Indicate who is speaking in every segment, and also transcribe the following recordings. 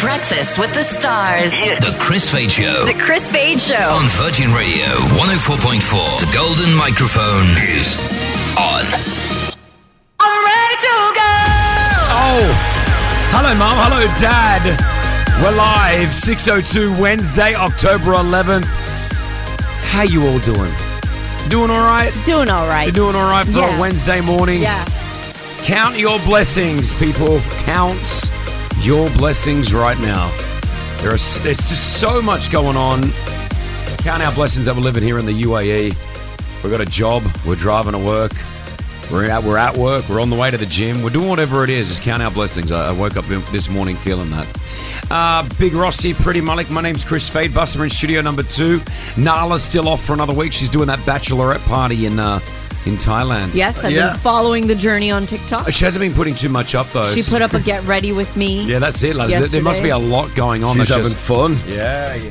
Speaker 1: Breakfast with the stars.
Speaker 2: The Chris Fade Show
Speaker 1: The Chris Fade Show.
Speaker 2: on Virgin Radio 104.4. The golden microphone is on.
Speaker 1: I'm ready to go.
Speaker 3: Oh, hello, mum. Hello, dad. We're live, 602 Wednesday, October 11th. How you all doing? Doing all right?
Speaker 4: Doing all right.
Speaker 3: You're doing all right for
Speaker 4: Yeah.
Speaker 3: a Wednesday morning?
Speaker 4: yeah.
Speaker 3: Count your blessings, people. Count your blessings right now. There are, s- there's just so much going on. Count our blessings that we're living here in the UAE. We've got a job. We're driving to work. We're at, we're at work. We're on the way to the gym. We're doing whatever it is. Just count our blessings. I, I woke up this morning feeling that. Uh, Big Rossi, Pretty Malik. My name's Chris Fade. Buster in studio number two. Nala's still off for another week. She's doing that bachelorette party in uh, in Thailand.
Speaker 4: Yes, I've
Speaker 3: Yeah.
Speaker 4: been following the journey on TikTok.
Speaker 3: She hasn't been putting too much up though.
Speaker 4: She put up a get ready with me.
Speaker 3: Yeah, that's it, lads. There- There must be a
Speaker 4: Yesterday.
Speaker 3: lot going on.
Speaker 5: She's
Speaker 3: That's
Speaker 5: having
Speaker 3: just-
Speaker 5: fun.
Speaker 3: yeah, yeah.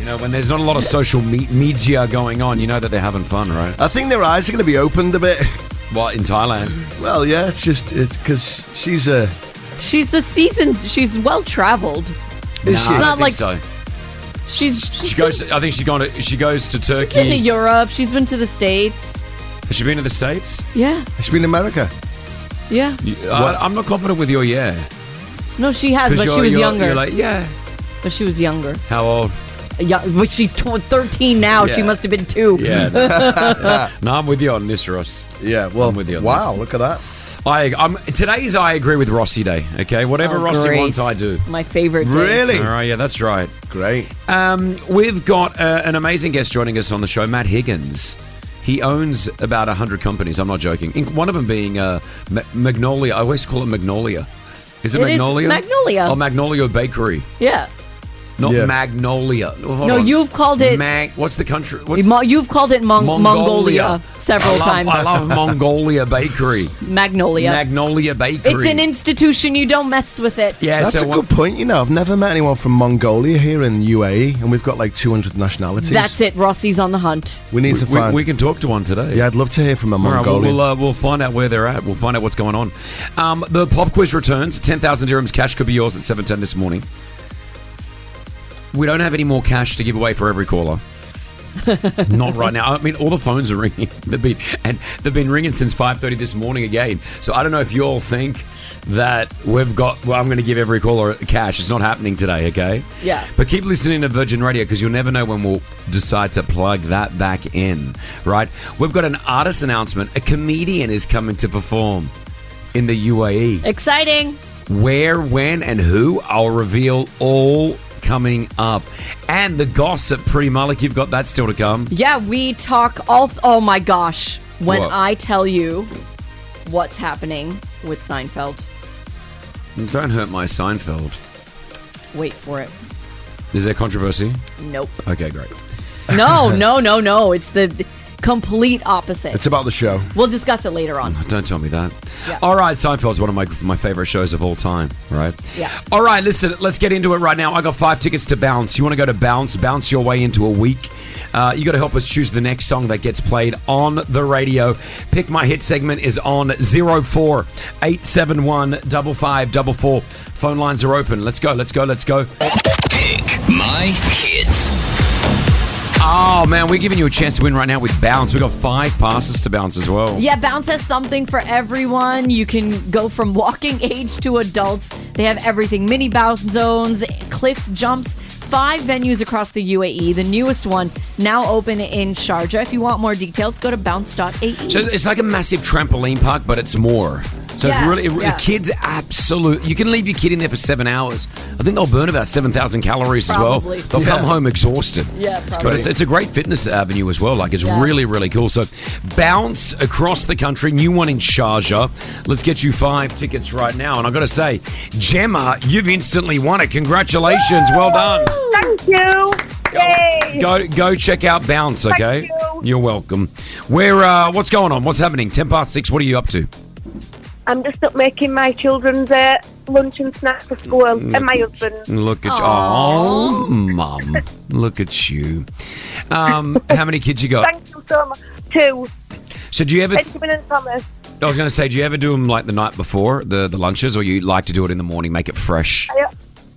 Speaker 3: You know, when there's not a lot of social me- media going on, you know that they're having fun, right?
Speaker 5: I think their eyes are going to be opened a bit.
Speaker 3: Well, in Thailand.
Speaker 5: Well, yeah, it's just because she's a.
Speaker 4: She's the seasons. She's well traveled.
Speaker 5: Is
Speaker 3: Nah, I
Speaker 5: she?
Speaker 3: don't
Speaker 4: Not
Speaker 3: think
Speaker 4: like-
Speaker 3: so.
Speaker 4: She's
Speaker 3: She goes. I think she's gone. To, she goes to
Speaker 4: been to
Speaker 3: Turkey.
Speaker 4: Europe. She's been to the states.
Speaker 3: Has she been to the states?
Speaker 4: Yeah,
Speaker 5: Has she been in America?
Speaker 4: yeah.
Speaker 3: I, I'm not confident with your yeah.
Speaker 4: No, she has,
Speaker 3: 'Cause
Speaker 4: but she
Speaker 3: you're-
Speaker 4: was
Speaker 3: you're-
Speaker 4: younger.
Speaker 3: You're like yeah.
Speaker 4: but she was younger.
Speaker 3: How old?
Speaker 4: Yeah, but she's tw- 13 now. She
Speaker 3: Yeah.
Speaker 4: must have been two.
Speaker 3: Yeah. Yeah. No, I'm with you on this, Ross.
Speaker 5: Yeah, well,
Speaker 3: I'm with you on
Speaker 5: wow,
Speaker 3: this.
Speaker 5: look at that.
Speaker 3: I I'm, today's I agree with Rossi Day. Okay, whatever
Speaker 4: Oh,
Speaker 3: Rossi
Speaker 4: great.
Speaker 3: wants, I do.
Speaker 4: My favorite. Day.
Speaker 5: Really?
Speaker 3: All right, yeah, that's right.
Speaker 5: Great.
Speaker 3: Um, we've got uh, an amazing guest joining us on the show, Matt Higgins. He owns about 100 companies. I'm not joking. In- One of them being uh, Ma- Magnolia. I always call it Magnolia. Is it,
Speaker 4: It is
Speaker 3: Magnolia?
Speaker 4: Magnolia.
Speaker 3: Oh, Magnolia Bakery.
Speaker 4: Yeah.
Speaker 3: Not
Speaker 5: Yeah.
Speaker 3: Magnolia. Oh, hold
Speaker 4: No,
Speaker 3: on.
Speaker 4: you've called it-
Speaker 3: Mag- what's the country? What's
Speaker 4: Mo- You've called it Mon- Mongolia.
Speaker 3: I
Speaker 4: several
Speaker 3: love-
Speaker 4: times.
Speaker 3: I love Mongolia Bakery.
Speaker 4: Magnolia.
Speaker 3: Magnolia Bakery.
Speaker 4: it's an institution. You don't mess with it.
Speaker 3: yeah,
Speaker 5: That's
Speaker 3: so
Speaker 5: a
Speaker 3: what-
Speaker 5: good point. You know, I've never met anyone from Mongolia here in UAE, and we've got like 200 nationalities.
Speaker 4: That's it. Rossi's on the hunt.
Speaker 5: We need to
Speaker 3: we,
Speaker 5: find.
Speaker 3: we can talk to one today.
Speaker 5: yeah, I'd love to hear from a
Speaker 3: All right, we'll,
Speaker 5: Mongolian.
Speaker 3: we'll, uh, we'll find out where they're at. We'll find out what's going on. Um, the pop quiz returns. 10,000 dirhams cash could be yours at 7.10 this morning. We don't have any more cash to give away for every caller. Not right now. I mean, all the phones are ringing. They've been, and they've been ringing since 5.30 this morning again. So I don't know if you all think that we've got, well, I'm going to give every caller cash. It's not happening today, okay?
Speaker 4: Yeah.
Speaker 3: But keep listening to Virgin Radio because you'll never know when we'll decide to plug that back in, right? We've got an artist announcement. A comedian is coming to perform in the UAE.
Speaker 4: Exciting.
Speaker 3: Where, when, and who, I'll reveal all coming up. And the gossip, pretty Malik, you've got that still to come.
Speaker 4: Yeah, we talk all. oh my gosh. When
Speaker 3: What?
Speaker 4: I tell you what's happening with Seinfeld,
Speaker 3: Don't hurt my Seinfeld.
Speaker 4: wait for it.
Speaker 3: Is there controversy?
Speaker 4: Nope.
Speaker 3: Okay, great.
Speaker 4: No, no, no, no. It's the the complete opposite.
Speaker 5: it's about the show.
Speaker 4: we'll discuss it later on.
Speaker 3: Oh, Don't tell me that.
Speaker 4: Yeah.
Speaker 3: All right, Seinfeld's one of my my favorite shows of all time, right?
Speaker 4: Yeah.
Speaker 3: All right, listen, let's get into it right now. I got five tickets to bounce. You want to go to bounce? Bounce your way into a week. Uh, you got to help us choose the next song that gets played on the radio. Pick my hit segment is on 04871 5544. Phone lines are open. Let's go, let's go, let's go.
Speaker 2: Pick my hits.
Speaker 3: Oh, man, we're giving you a chance to win right now with bounce. We've got five passes to bounce as well.
Speaker 4: Yeah, Bounce has something for everyone. You can go from walking age to adults. They have everything mini bounce zones, cliff jumps, five venues across the UAE. The newest one now open in Sharjah. If you want more details, go to bounce.ae.
Speaker 3: So it's like a massive trampoline park, but it's more. So it's
Speaker 4: Yeah,
Speaker 3: really it,
Speaker 4: yeah.
Speaker 3: the kids absolute. You can leave your kid in there for seven hours. I think they'll burn about seven thousand calories
Speaker 4: Probably.
Speaker 3: as well. They'll come home exhausted.
Speaker 4: Yeah, probably.
Speaker 3: But it's, it's a great fitness avenue as well. Like it's
Speaker 4: Yeah.
Speaker 3: really really cool. So bounce across the country. New one in Sharjah. Let's get you five tickets right now. And I've got to say, Gemma, you've instantly won it. Congratulations. Well done.
Speaker 6: Thank you. Yay.
Speaker 3: Go go check out bounce. Okay.
Speaker 6: you.
Speaker 3: are welcome. Where uh, what's going on? What's happening? Ten past six. What are you up to?
Speaker 6: I'm just up making my children's uh, lunch and snack for school
Speaker 3: Mm.
Speaker 6: and my husband.
Speaker 3: Look at oh, mum. Look at you. Um, how many kids you got?
Speaker 6: Thank you so much. Two.
Speaker 3: So do you ever
Speaker 6: Benjamin and Thomas.
Speaker 3: I was going to say, do you ever do them like the night before the, the lunches, or you like to do it in the morning, make it fresh?
Speaker 6: I,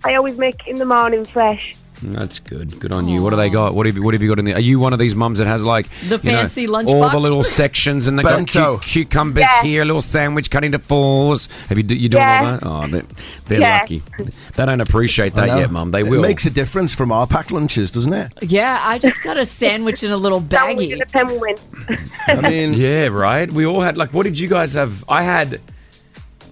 Speaker 6: I always make it in the morning fresh.
Speaker 3: That's good. Good on you. What do they got? What have you, what have you got in there? Are you one of these mums that has like
Speaker 4: The
Speaker 3: you know,
Speaker 4: fancy lunch
Speaker 3: all
Speaker 4: box?
Speaker 3: the little sections and they
Speaker 5: Bento.
Speaker 3: got cu- cucumbers
Speaker 6: Yeah.
Speaker 3: here, a little sandwich cut into fours. Have you do- you doing all
Speaker 6: Yeah.
Speaker 3: that? Oh, they, they're
Speaker 6: Yeah.
Speaker 3: lucky. They don't appreciate
Speaker 5: I
Speaker 3: that
Speaker 5: know.
Speaker 3: yet, mum. They
Speaker 5: it
Speaker 3: will.
Speaker 5: makes a difference from our packed lunches, doesn't it?
Speaker 4: Yeah, I just got a sandwich in a little
Speaker 6: Sandwich
Speaker 4: baggie.
Speaker 6: and a penguin.
Speaker 5: I mean,
Speaker 3: yeah, right. We all had like. What did you guys have? I had.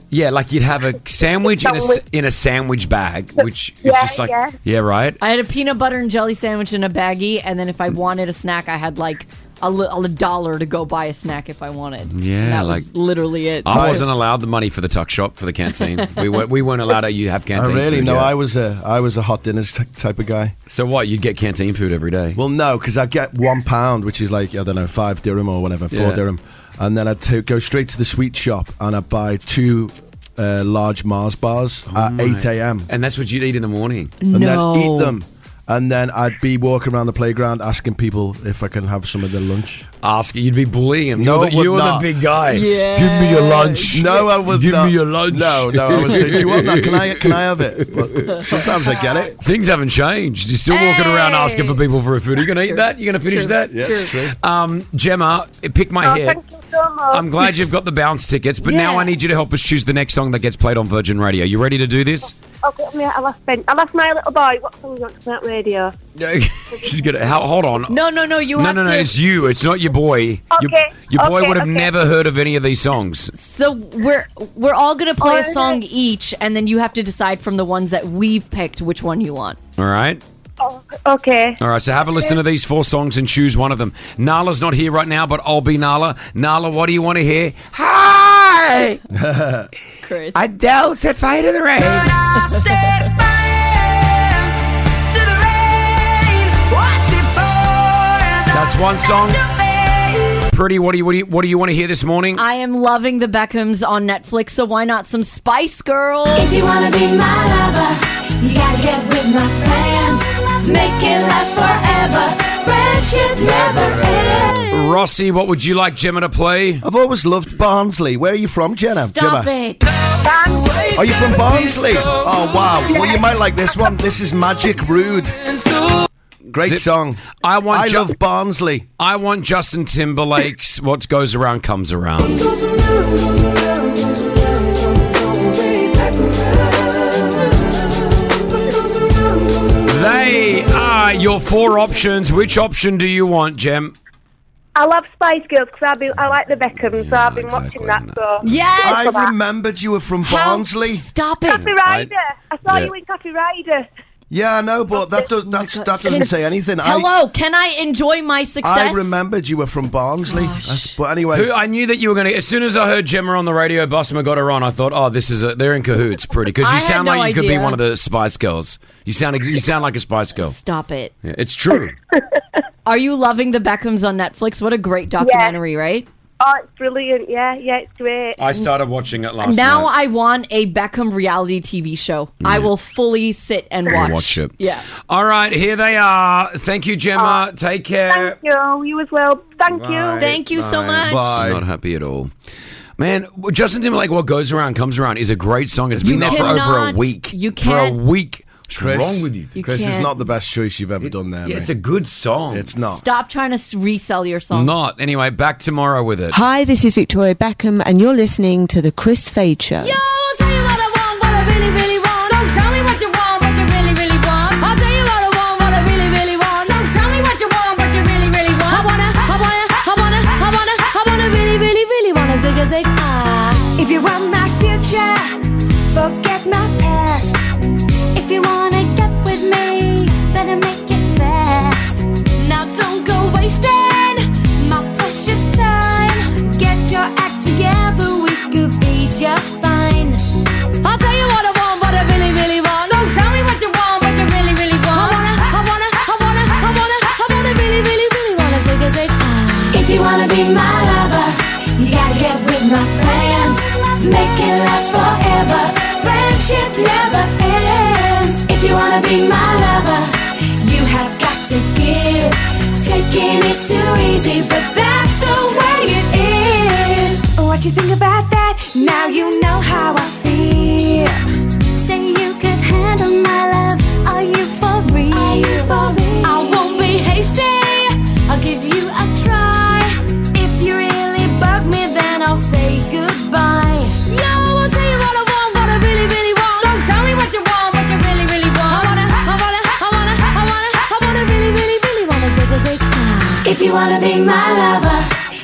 Speaker 3: Yeah, like you'd have a sandwich in a s-
Speaker 6: Sandwich.
Speaker 3: in a sandwich bag, which is
Speaker 6: Yeah,
Speaker 3: just like
Speaker 6: yeah.
Speaker 3: yeah, right.
Speaker 4: I had a peanut butter and jelly sandwich in a baggie, and then if I wanted a snack, I had like a, li- a dollar to go buy a snack if I wanted.
Speaker 3: Yeah,
Speaker 4: that
Speaker 3: like-
Speaker 4: was literally it.
Speaker 3: I wasn't allowed the money for the tuck shop for the canteen. we weren't, we weren't allowed to you have
Speaker 5: I
Speaker 3: canteen.
Speaker 5: really
Speaker 3: food,
Speaker 5: no.
Speaker 3: yeah.
Speaker 5: I was a I was a hot dinners t- type of guy.
Speaker 3: So what? You get canteen food every day.
Speaker 5: Well, no, because I'd get one pound, which is like, I don't know, five dirham or whatever, four
Speaker 3: Yeah.
Speaker 5: dirham. And then I'd take, go straight to the sweet shop and I'd buy two uh, large Mars bars at 8 a.m.
Speaker 3: and that's what you'd eat in the morning.
Speaker 5: And
Speaker 4: No.
Speaker 5: then eat them. And then I'd be walking around the playground asking people if I can have some of their lunch.
Speaker 3: Ask you'd be bullying him.
Speaker 5: No,
Speaker 3: you're
Speaker 5: it
Speaker 3: the,
Speaker 5: would
Speaker 3: you're
Speaker 5: not.
Speaker 3: the big guy.
Speaker 4: Yeah.
Speaker 3: Give me your lunch.
Speaker 5: No, I would
Speaker 3: Give
Speaker 5: not.
Speaker 3: me your lunch.
Speaker 5: No, no, I would say, do you want that? Can I, can I have it? But sometimes I get it.
Speaker 3: Things haven't changed. You're still walking around
Speaker 4: Hey.
Speaker 3: asking for people for a food. Are you going to eat that? You're going to finish that?
Speaker 5: Yeah, it's true.
Speaker 3: Um, Gemma, pick my
Speaker 6: Oh,
Speaker 3: hair.
Speaker 6: thank you so much.
Speaker 3: I'm glad you've got the bounce tickets, but now
Speaker 4: Yeah.
Speaker 3: I need you to help us choose the next song that gets played on Virgin Radio. You ready to do this?
Speaker 6: Okay, yeah, I'll ask Ben. I'll ask my little boy what song you want to play on radio.
Speaker 3: She's gonna. how- Hold on.
Speaker 4: no, no, no. You
Speaker 3: no,
Speaker 4: have
Speaker 3: no, no.
Speaker 4: to.
Speaker 3: It's you. It's not your boy. Your,
Speaker 6: Okay,
Speaker 3: your boy
Speaker 6: okay,
Speaker 3: would have
Speaker 6: okay.
Speaker 3: never heard of any of these songs.
Speaker 4: So we're we're all gonna play a
Speaker 6: Oh,
Speaker 4: song
Speaker 6: okay.
Speaker 4: each, and then you have to decide from the ones that we've picked which one you want.
Speaker 3: All right.
Speaker 6: Oh, okay.
Speaker 3: All right, so have a listen to these four songs and choose one of them. Nala's not here right now, but I'll be Nala. Nala, what do you want to hear? Hi!
Speaker 4: Chris,
Speaker 3: Adele set fire to the rain. That's one song. Pretty, what do you what do you, what do you want to hear this morning?
Speaker 4: I am loving the Beckhams on Netflix, so why not some Spice Girls?
Speaker 7: If you wanna be my lover, you gotta get with my friends. Make it last forever. Friendship never ends.
Speaker 3: Rossi, what would you like Gemma to play?
Speaker 5: I've always loved Barnsley. Where are you from, Jenna?
Speaker 4: Stop
Speaker 5: Gemma?
Speaker 4: it!
Speaker 5: Are you from Barnsley? Oh wow! Well, you might like this one. This is Magic Rude. Great
Speaker 3: Zip.
Speaker 5: song.
Speaker 3: I want
Speaker 5: I
Speaker 3: ju-
Speaker 5: love Barnsley.
Speaker 3: I want Justin Timberlake's What Goes Around Comes Around. They are your four options. Which option do you want, Gem?
Speaker 6: I love Spice Girls because I, be, I like the Beckhams, so I've been
Speaker 3: exactly,
Speaker 6: watching that.
Speaker 3: no.
Speaker 6: So
Speaker 4: Yes,
Speaker 5: I remembered you were from
Speaker 4: How-
Speaker 5: Barnsley.
Speaker 4: Stop it!
Speaker 6: Copy Rider. I saw
Speaker 3: Yeah.
Speaker 6: you in Copy Rider.
Speaker 5: Yeah, I know, but
Speaker 4: Oh,
Speaker 5: that does that's, that doesn't say anything. I,
Speaker 4: Hello, can I enjoy my success?
Speaker 5: I remembered you were from Barnsley.
Speaker 4: Gosh.
Speaker 5: But anyway,
Speaker 3: Who I knew that you were going to. As soon as I heard Gemma on the radio, Bossman got her on. I thought, oh, this is a. They're in cahoots, pretty, because
Speaker 4: I
Speaker 3: you
Speaker 4: had
Speaker 3: sound
Speaker 4: no
Speaker 3: like you could be
Speaker 4: idea.
Speaker 3: one of the Spice Girls. You sound ex- you sound like a Spice Girl.
Speaker 4: Stop it!
Speaker 3: Yeah, it's true.
Speaker 4: Are you loving the Beckhams on Netflix? What a great documentary, right?
Speaker 6: Oh, it's brilliant. Yeah, yeah, it's great.
Speaker 3: I started watching it last
Speaker 4: Now
Speaker 3: night.
Speaker 4: I want a Beckham reality TV show. I will fully sit and watch.
Speaker 3: watch it.
Speaker 4: Yeah.
Speaker 3: All right, here they are. Thank you, Gemma. Take care.
Speaker 6: Thank you. You as well. Thank
Speaker 3: Bye.
Speaker 6: you.
Speaker 4: Thank you so much.
Speaker 5: Bye.
Speaker 3: Not happy at all. Man, Justin Timberlake, What Goes Around Comes Around is a great song. It's been
Speaker 4: You
Speaker 3: there for over a
Speaker 4: cannot-
Speaker 3: week.
Speaker 4: you
Speaker 3: For
Speaker 4: can't-
Speaker 3: a week. What's
Speaker 5: Chris,
Speaker 3: wrong with you?
Speaker 4: You
Speaker 5: Chris is
Speaker 4: can't.
Speaker 5: not the best choice you've ever done there.
Speaker 3: Yeah,
Speaker 5: mate.
Speaker 3: it's a good song.
Speaker 5: It's not.
Speaker 4: Stop trying to s- resell your song.
Speaker 3: Not. Anyway, back tomorrow with it.
Speaker 8: Hi, this is Victoria Beckham, and you're listening to The Chris Fade Show.
Speaker 7: Yo, I'll tell you what I want, what I really, really want. So tell me what you want, what you really, really want. I'll tell you what I want, what I really, really want. So tell me what you want, what you really, really want. I wanna, I wanna, I wanna, I wanna, I wanna really, really, really wanna zig a zig ah. If you want my future, forget my past. If you wanna get with me, better make it fast. Now don't go wasting my precious time. Get your act together, we could be just fine. I'll tell you what I want, what I really, really want. So tell me what you want, what you really, really want. I wanna, I wanna, I wanna, I wanna, I wanna really, really, really wanna zig a zig. ah. If you wanna be my lover, you gotta get with my friends. Make it last forever. Friendship never ends. If you wanna be my lover, you have got to give. Taking is too easy, but that's the way it is. What you think about? you wanna be my lover,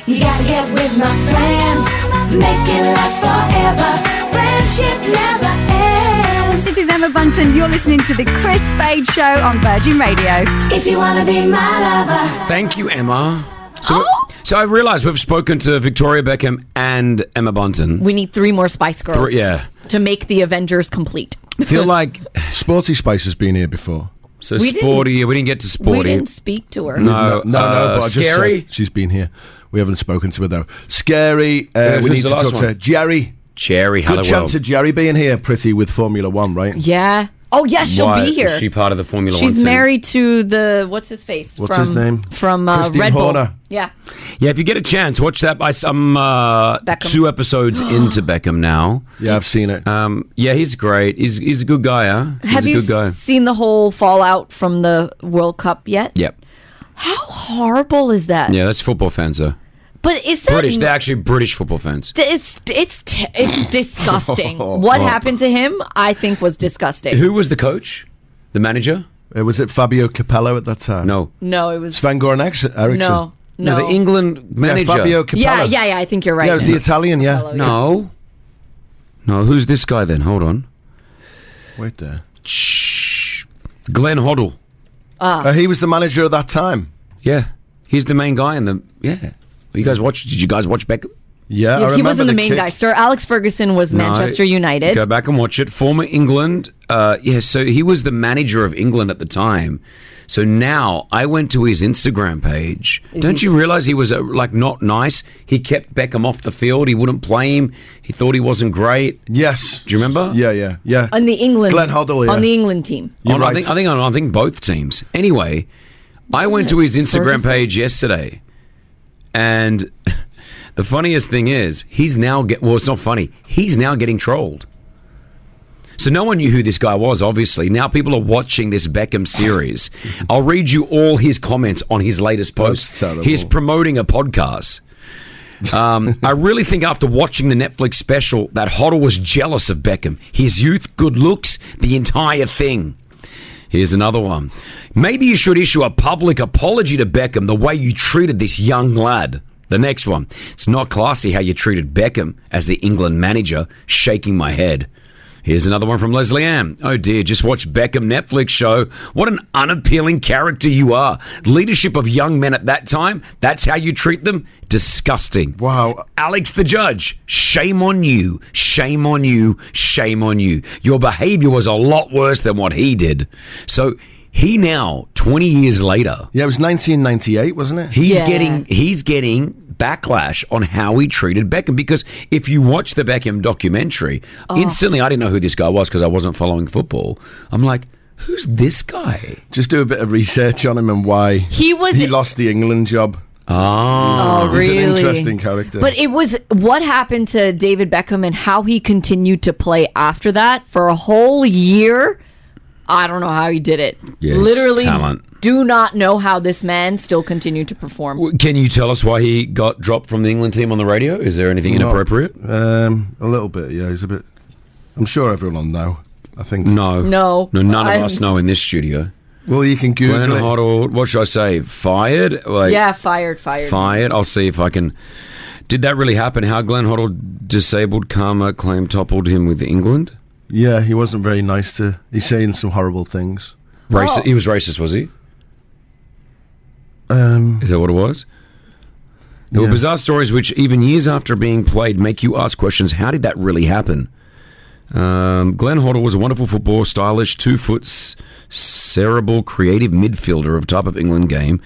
Speaker 7: you gotta get with my friends. Make it last forever. Friendship never ends.
Speaker 9: This is Emma Bunton. You're listening to the Chris Fade Show on Virgin Radio.
Speaker 7: If you wanna be my lover.
Speaker 3: Thank you, Emma. So,
Speaker 4: Oh!
Speaker 3: so I realize we've spoken to Victoria Beckham and Emma Bunton.
Speaker 4: We need three more Spice Girls.
Speaker 3: Three- yeah.
Speaker 4: To make the Avengers complete.
Speaker 3: Feel like
Speaker 5: Sporty Spice has been here before.
Speaker 3: so
Speaker 4: We didn't-
Speaker 3: sporty. We didn't get to sporty.
Speaker 4: We didn't speak to her.
Speaker 3: No,
Speaker 5: no,
Speaker 3: uh,
Speaker 5: no, but I just
Speaker 3: scary.
Speaker 5: said she's been here. We haven't spoken to her though. Scary. Uh,
Speaker 3: Who's
Speaker 5: we need
Speaker 3: the
Speaker 5: to
Speaker 3: last
Speaker 5: talk
Speaker 3: one?
Speaker 5: to her. Jerry.
Speaker 3: Cherry
Speaker 5: Good
Speaker 3: Halliwell.
Speaker 5: chance of Jerry being here, pretty with Formula One, right?
Speaker 4: Yeah. Oh, yeah, she'll
Speaker 3: Why
Speaker 4: be here.
Speaker 3: Is she part of the Formula One
Speaker 4: She's
Speaker 3: team?
Speaker 4: married to the what's his face?
Speaker 5: What's
Speaker 4: from,
Speaker 5: his name?
Speaker 4: From uh,
Speaker 5: Christine
Speaker 4: Red Bull.
Speaker 5: Horner.
Speaker 4: Yeah.
Speaker 3: Yeah, if you get a chance, watch that. I, I'm uh,
Speaker 4: Beckham.
Speaker 3: two episodes into Beckham now.
Speaker 5: Yeah, I've seen it.
Speaker 3: Um, yeah, he's great. He's he's a good guy. Huh? He's
Speaker 4: Have
Speaker 3: a
Speaker 4: you
Speaker 3: good guy.
Speaker 4: seen the whole fallout from the World Cup yet?
Speaker 3: Yep.
Speaker 4: How horrible is that?
Speaker 3: Yeah, that's football fans though.
Speaker 4: But is that
Speaker 3: British. They're actually British football fans.
Speaker 4: it's it's t- it's disgusting.
Speaker 3: Oh.
Speaker 4: what happened to him? I think was disgusting.
Speaker 3: Who was the coach? The manager?
Speaker 5: Uh, was it Fabio Capello at that time?
Speaker 3: No.
Speaker 4: no, it was
Speaker 5: Sven Goran Ex- Eriksson.
Speaker 4: no, no.
Speaker 3: the England
Speaker 5: Yeah,
Speaker 3: manager.
Speaker 5: Fabio Capello.
Speaker 4: yeah, yeah, yeah. I think you're right.
Speaker 5: Yeah, it was the Italian. Yeah.
Speaker 3: No. No, who's this guy then? Hold on.
Speaker 5: Wait there.
Speaker 3: Shh. Glenn Hoddle.
Speaker 4: Ah.
Speaker 5: Uh, he was the manager at that time.
Speaker 3: Yeah. He's the main guy in the yeah. You guys watch did you guys watch Beckham?
Speaker 5: Yeah, I
Speaker 4: Yeah,
Speaker 5: remember
Speaker 4: he wasn't the, main
Speaker 5: kick.
Speaker 4: guy. Sir Alex Ferguson was Manchester
Speaker 3: No.
Speaker 4: United.
Speaker 3: Go back and watch it. Former England. Uh, yeah, so he was the manager of England at the time. So now I went to his Instagram page.
Speaker 4: Mm-hmm.
Speaker 3: Don't you realize he was uh, like not nice? He kept Beckham off the field. He wouldn't play him. He thought he wasn't great.
Speaker 5: Yes.
Speaker 3: Do you remember?
Speaker 5: Yeah, yeah, yeah.
Speaker 4: on the England
Speaker 5: Glenn Hoddle, yeah.
Speaker 4: on the England team.
Speaker 5: You're
Speaker 3: On- Oh, I
Speaker 5: right.
Speaker 3: think I think on I think both teams. Anyway, I went to his Instagram
Speaker 4: Ferguson.
Speaker 3: page yesterday, and the funniest thing is he's now get well. It's not funny. He's now getting trolled. So no one knew who this guy was. Obviously, now people are watching this Beckham series. I'll read you all his comments on his latest post.
Speaker 5: terrible.
Speaker 3: He's promoting a podcast. Um, I really think after watching the Netflix special that Hoddle was jealous of Beckham, his youth, good looks, the entire thing. Here's another one. Maybe you should issue a public apology to Beckham the way you treated this young lad. The next one. It's not classy how you treated Beckham as the England manager, shaking my head. Here's another one from Leslie Ann. Oh dear, just watch Beckham Netflix show. What an unappealing character you are. Leadership of young men at that time, that's how you treat them? Disgusting.
Speaker 5: Wow.
Speaker 3: Alex the judge, shame on you, shame on you, shame on you. Your behavior was a lot worse than what he did. So he now, 20 years later,
Speaker 5: Yeah, it was 1998, wasn't it?
Speaker 3: he's
Speaker 4: Yeah.
Speaker 3: getting he's getting backlash on how he treated Beckham because if you watch the Beckham documentary, instantly I didn't know who this guy was because I wasn't following football. I'm like, who's this guy?
Speaker 5: Just do a bit of research on him and why
Speaker 4: He was-
Speaker 5: he lost the England job.
Speaker 3: Ah. uh,
Speaker 4: Oh,
Speaker 5: He's
Speaker 4: really?
Speaker 5: an interesting character.
Speaker 4: But it was what happened to David Beckham and how he continued to play after that for a whole year. I don't know how he did it.
Speaker 3: Yes,
Speaker 4: Literally,
Speaker 3: talent.
Speaker 4: do not know how this man still continued to perform.
Speaker 3: Can you tell us why he got dropped from the England team on the radio? Is there anything inappropriate?
Speaker 5: um, a little bit, yeah. He's a bit. I'm sure everyone will know. I think.
Speaker 3: No.
Speaker 4: No.
Speaker 3: No, none of
Speaker 4: I'm-
Speaker 3: us know in this studio.
Speaker 5: Well, you can Google
Speaker 3: Glenn
Speaker 5: it.
Speaker 3: Hoddle, what should I say? Fired? Like,
Speaker 4: Yeah, fired, fired.
Speaker 3: Fired. I'll see if I can. Did that really happen? How Glenn Hoddle disabled karma claim toppled him with England?
Speaker 5: Yeah, he wasn't very nice to. He's saying some horrible things.
Speaker 3: Raci-
Speaker 4: Oh.
Speaker 3: He was racist, was he?
Speaker 5: Um,
Speaker 3: Is that what it was? There were
Speaker 5: Yeah.
Speaker 3: bizarre stories which, even years after being played, make you ask questions how did that really happen? Um, Glenn Hoddle was a wonderful football, stylish, two foot, s- cerebral, creative midfielder of type of England game.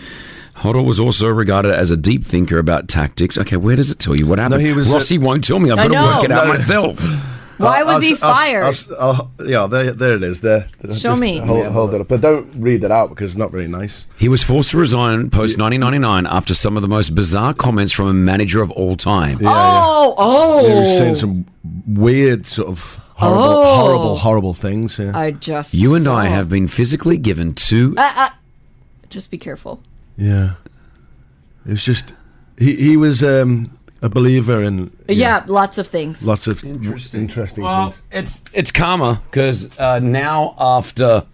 Speaker 3: Hoddle was also regarded as a deep thinker about tactics. Okay, where does it tell you what happened?
Speaker 5: he was a-
Speaker 3: Rossi won't tell me. I've
Speaker 4: I
Speaker 3: got to work
Speaker 4: know.
Speaker 3: it out
Speaker 5: No.
Speaker 3: myself.
Speaker 4: Why
Speaker 5: I'll-
Speaker 4: was he
Speaker 5: I'll- I'll-
Speaker 4: fired?
Speaker 5: I'll- I'll- yeah, there, there it is. There.
Speaker 4: Show
Speaker 5: Just
Speaker 4: me.
Speaker 5: Hold, hold it up, but don't read it out because it's not very nice.
Speaker 3: He was forced to resign post 1999 after some of the most bizarre comments from a manager of all time.
Speaker 4: oh,
Speaker 5: He
Speaker 4: oh.
Speaker 5: was saying some weird sort of horrible,
Speaker 4: Oh.
Speaker 5: horrible, horrible things. Yeah.
Speaker 4: I just.
Speaker 3: You and I
Speaker 4: saw.
Speaker 3: have been physically given two
Speaker 4: Uh, Just be careful.
Speaker 5: yeah. It was just he. He was um, a believer in
Speaker 4: Yeah, lots of things.
Speaker 5: lots of interesting, interesting
Speaker 3: Well,
Speaker 5: things.
Speaker 3: it's it's karma because uh, now after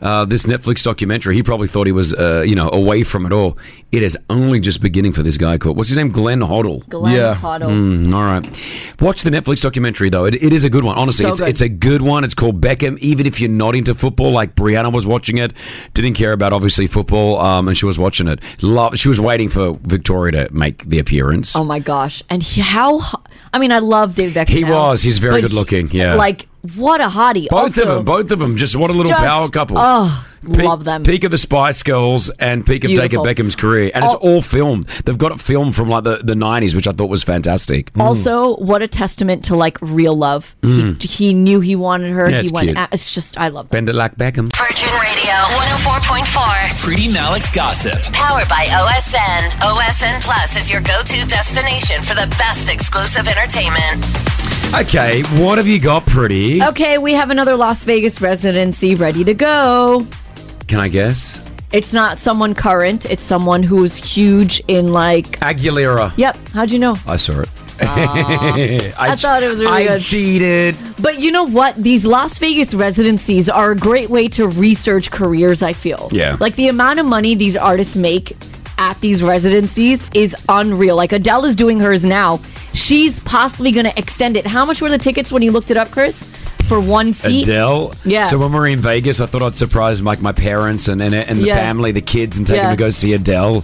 Speaker 3: uh, this Netflix documentary. He probably thought he was, uh, you know, away from it all. It is only just beginning for this guy called what's his name, Glenn Hoddle.
Speaker 4: Glenn Yeah. Hoddle.
Speaker 3: Mm, all right, watch the Netflix documentary though. It, it is a good one. Honestly,
Speaker 4: So
Speaker 3: it's,
Speaker 4: good.
Speaker 3: it's a good one. It's called Beckham. Even if you're not into football, like Brianna was watching it, didn't care about obviously football, um, and she was watching it. Love. She was waiting for Victoria to make the appearance.
Speaker 4: Oh my gosh! And he- how? ho- I mean, I love David Beckham.
Speaker 3: He
Speaker 4: now,
Speaker 3: was. He's very
Speaker 4: but
Speaker 3: good
Speaker 4: he-
Speaker 3: looking, yeah.
Speaker 4: Like what a hottie!
Speaker 3: Both
Speaker 4: Also,
Speaker 3: of them, both of them. Just what a little
Speaker 4: just-
Speaker 3: power couple.
Speaker 4: Oh,
Speaker 3: Peak-
Speaker 4: love them.
Speaker 3: Peak of the Spice Girls and peak of
Speaker 4: Beautiful.
Speaker 3: David Beckham's career, and it's
Speaker 4: Al-
Speaker 3: all filmed. They've got it filmed from like the the nineties, which I thought was fantastic.
Speaker 4: Mm. Also, what a testament to like real love.
Speaker 3: Mm.
Speaker 4: He, he knew he wanted her.
Speaker 3: Yeah,
Speaker 4: he
Speaker 3: it's
Speaker 4: went.
Speaker 3: cute.
Speaker 4: At, it's just I love.
Speaker 3: bend it like Beckham.
Speaker 1: Virgin Radio 104.4.
Speaker 10: Pretty Malik's Gossip.
Speaker 1: Powered by OSN. OSN Plus is your go to destination for the best exclusive entertainment.
Speaker 3: Okay, what have you got, pretty?
Speaker 4: Okay, we have another Las Vegas residency ready to go.
Speaker 3: Can I guess?
Speaker 4: It's not someone current. It's someone who's huge in like.
Speaker 3: Aguilera.
Speaker 4: Yep. How'd you know?
Speaker 3: I saw it.
Speaker 4: Aw. Ah. I
Speaker 3: che-
Speaker 4: thought it was really
Speaker 3: I
Speaker 4: good.
Speaker 3: cheated.
Speaker 4: But you know what? These Las Vegas residencies are a great way to research careers, I feel.
Speaker 3: Yeah.
Speaker 4: Like the amount of money these artists make at these residencies is unreal. Like Adele is doing hers now. She's possibly going to extend it. How much were the tickets when you looked it up, Chris? For one seat?
Speaker 3: Adele.
Speaker 4: Yeah.
Speaker 3: So when we were in Vegas, I thought I'd surprise like my parents and and, and the
Speaker 4: Yeah.
Speaker 3: family, the kids, and take
Speaker 4: Yeah.
Speaker 3: them to go see Adele.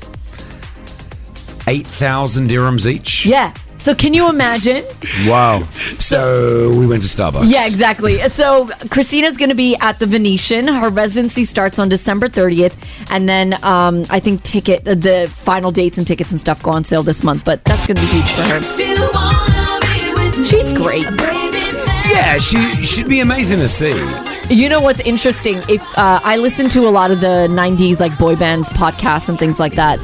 Speaker 3: Eight thousand dirhams each.
Speaker 4: Yeah. So can you imagine?
Speaker 3: Wow. So we went to Starbucks.
Speaker 4: Yeah, exactly. So Christina's going to be at the Venetian. Her residency starts on December 30th, and then um, I think ticket the, the final dates and tickets and stuff go on sale this month. But that's going to be huge for her. She's great.
Speaker 3: Yeah, she should be amazing to see.
Speaker 4: You know what's interesting? If uh, I listen to a lot of the '90s like boy bands podcasts and things like that,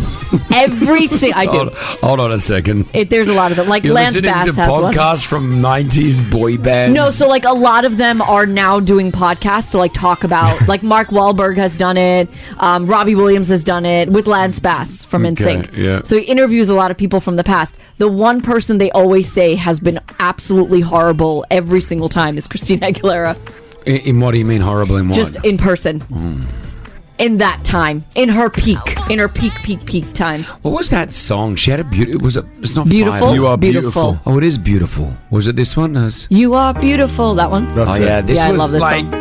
Speaker 4: every si- I do.
Speaker 3: Hold, hold on a second.
Speaker 4: It, there's a lot of it. Like
Speaker 3: You're
Speaker 4: Lance
Speaker 3: listening
Speaker 4: Bass
Speaker 3: to
Speaker 4: has one.
Speaker 3: podcasts from '90s boy bands.
Speaker 4: No, so like a lot of them are now doing podcasts to like talk about. like Mark Wahlberg has done it, um, Robbie Williams has done it with Lance Bass from
Speaker 3: Okay,
Speaker 4: NSYNC.
Speaker 3: yeah.
Speaker 4: So he interviews a lot of people from the past. The one person they always say has been absolutely horrible every single time is Christina Aguilera,
Speaker 3: in, in what do you mean horrible in what?
Speaker 4: just in person,
Speaker 3: Mm.
Speaker 4: in that time, in her peak, in her peak, peak, peak time.
Speaker 3: What was that song? She had a beautiful. Was it? It's not
Speaker 4: Beautiful,
Speaker 3: Fire.
Speaker 4: You Are Beautiful. Beautiful.
Speaker 3: Oh, it is beautiful. Was it this one? No, it's-
Speaker 4: You are beautiful. That one.
Speaker 3: oh yeah, this
Speaker 4: yeah,
Speaker 3: was
Speaker 4: I love this
Speaker 3: like.
Speaker 4: song.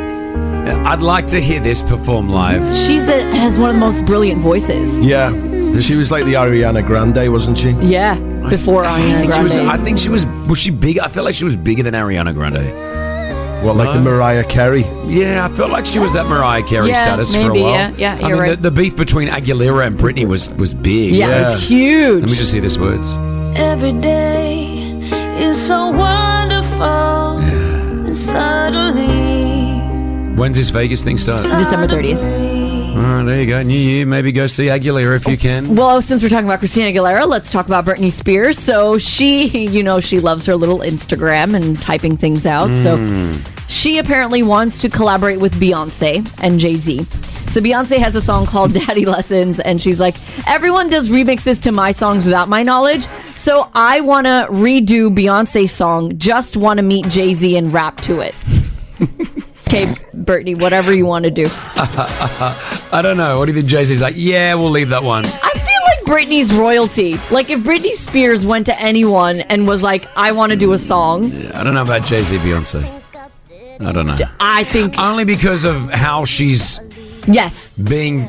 Speaker 3: I'd like to hear this perform live.
Speaker 4: She's a, has one of the most brilliant voices.
Speaker 5: Yeah. She was like the Ariana Grande, wasn't she?
Speaker 4: Yeah, before Ariana
Speaker 3: think she was.
Speaker 4: Grande.
Speaker 3: I think she was. Was she big? I felt like she was bigger than Ariana Grande.
Speaker 5: What, like the Mariah Carey?
Speaker 3: Yeah, I felt like she was at Mariah Carey
Speaker 4: Yeah,
Speaker 3: status for a
Speaker 4: maybe,
Speaker 3: while.
Speaker 4: yeah, yeah,
Speaker 3: I
Speaker 4: you're
Speaker 3: mean,
Speaker 4: right.
Speaker 3: the, the beef between Aguilera and Britney was was big.
Speaker 4: Yeah, it was Yeah. huge.
Speaker 3: Let me just hear this words.
Speaker 11: Every day is so wonderful. And suddenly,
Speaker 3: When's this Vegas thing start?
Speaker 4: December 30th.
Speaker 3: All right, there you go. New year, maybe go see Aguilera if you can.
Speaker 4: Well, since we're talking about Christina Aguilera, let's talk about Britney Spears. So she, you know, she loves her little Instagram and typing things out.
Speaker 7: Mm.
Speaker 4: So she apparently wants to collaborate with Beyonce and Jay Z. So Beyonce has a song called Daddy Lessons, and she's like, everyone does remixes to my songs without my knowledge. So I want to redo Beyonce's song, just want to meet Jay Z and rap to it. okay, Britney, whatever you want to do.
Speaker 3: I don't know. What do you think? Jay Z's like, yeah, we'll leave that one.
Speaker 4: I feel like Britney's royalty. Like if Britney Spears went to anyone and was like, "I want to do a song,"
Speaker 3: I don't know about Jay Z, Beyonce. I don't know.
Speaker 4: I think
Speaker 3: Only because of how she's
Speaker 4: yes,
Speaker 3: being,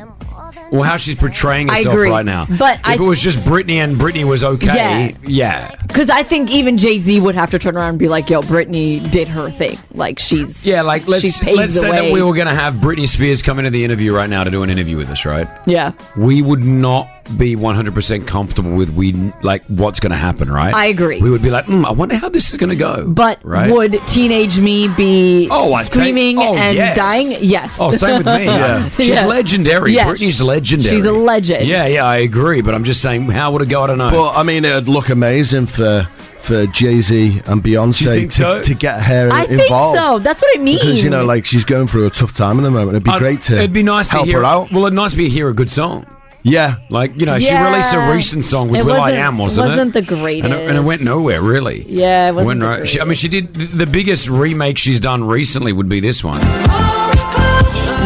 Speaker 3: well, how she's portraying
Speaker 4: I
Speaker 3: herself
Speaker 4: agree.
Speaker 3: right now.
Speaker 4: But
Speaker 3: if
Speaker 4: I-
Speaker 3: it was just Britney and Britney was okay, yeah,
Speaker 4: because I think even Jay Z would have to turn around and be like, "Yo, Britney did her thing. Like she's
Speaker 3: yeah. Like
Speaker 4: she's
Speaker 3: let's
Speaker 4: paved
Speaker 3: let's
Speaker 4: the
Speaker 3: say
Speaker 4: way."
Speaker 3: that we were going to have Britney Spears come into the interview right now to do an interview with us, right?
Speaker 4: yeah,
Speaker 3: we would not be 100% comfortable with we like what's going to happen right
Speaker 4: I agree.
Speaker 3: we would be like mm, i wonder how this is going to go
Speaker 4: but
Speaker 3: right
Speaker 4: would teenage me be
Speaker 3: Oh, I'd take-
Speaker 4: screaming
Speaker 3: oh,
Speaker 4: and
Speaker 3: yes.
Speaker 4: dying? Yes.
Speaker 3: oh same with me she's
Speaker 4: Yeah.
Speaker 3: legendary
Speaker 4: Yeah.
Speaker 3: britney's uh, legendary
Speaker 4: She's a legend.
Speaker 3: yeah yeah i agree but i'm just saying how would it go i don't know
Speaker 5: But I mean, it'd look amazing for for Jay Z and Beyonce
Speaker 3: think
Speaker 5: to,
Speaker 3: so?
Speaker 5: to get her
Speaker 4: I think
Speaker 5: involved.
Speaker 4: so. That's what I mean.
Speaker 5: Because you know, like she's going through a tough time at the moment. It'd be
Speaker 3: I'd-
Speaker 5: great to
Speaker 3: it'd be nice
Speaker 5: help
Speaker 3: to hear
Speaker 5: her out.
Speaker 3: well it'd nice to hear a good song
Speaker 5: yeah
Speaker 3: like you know
Speaker 4: Yeah.
Speaker 3: she released a recent song with
Speaker 4: It
Speaker 3: will i
Speaker 4: wasn't-
Speaker 3: am wasn't it
Speaker 4: wasn't the
Speaker 3: and it, and it went
Speaker 4: greatest.
Speaker 3: nowhere really
Speaker 4: Yeah, it wasn't
Speaker 3: went
Speaker 4: the
Speaker 3: no- she- i mean she did the the biggest remake she's done recently would be this one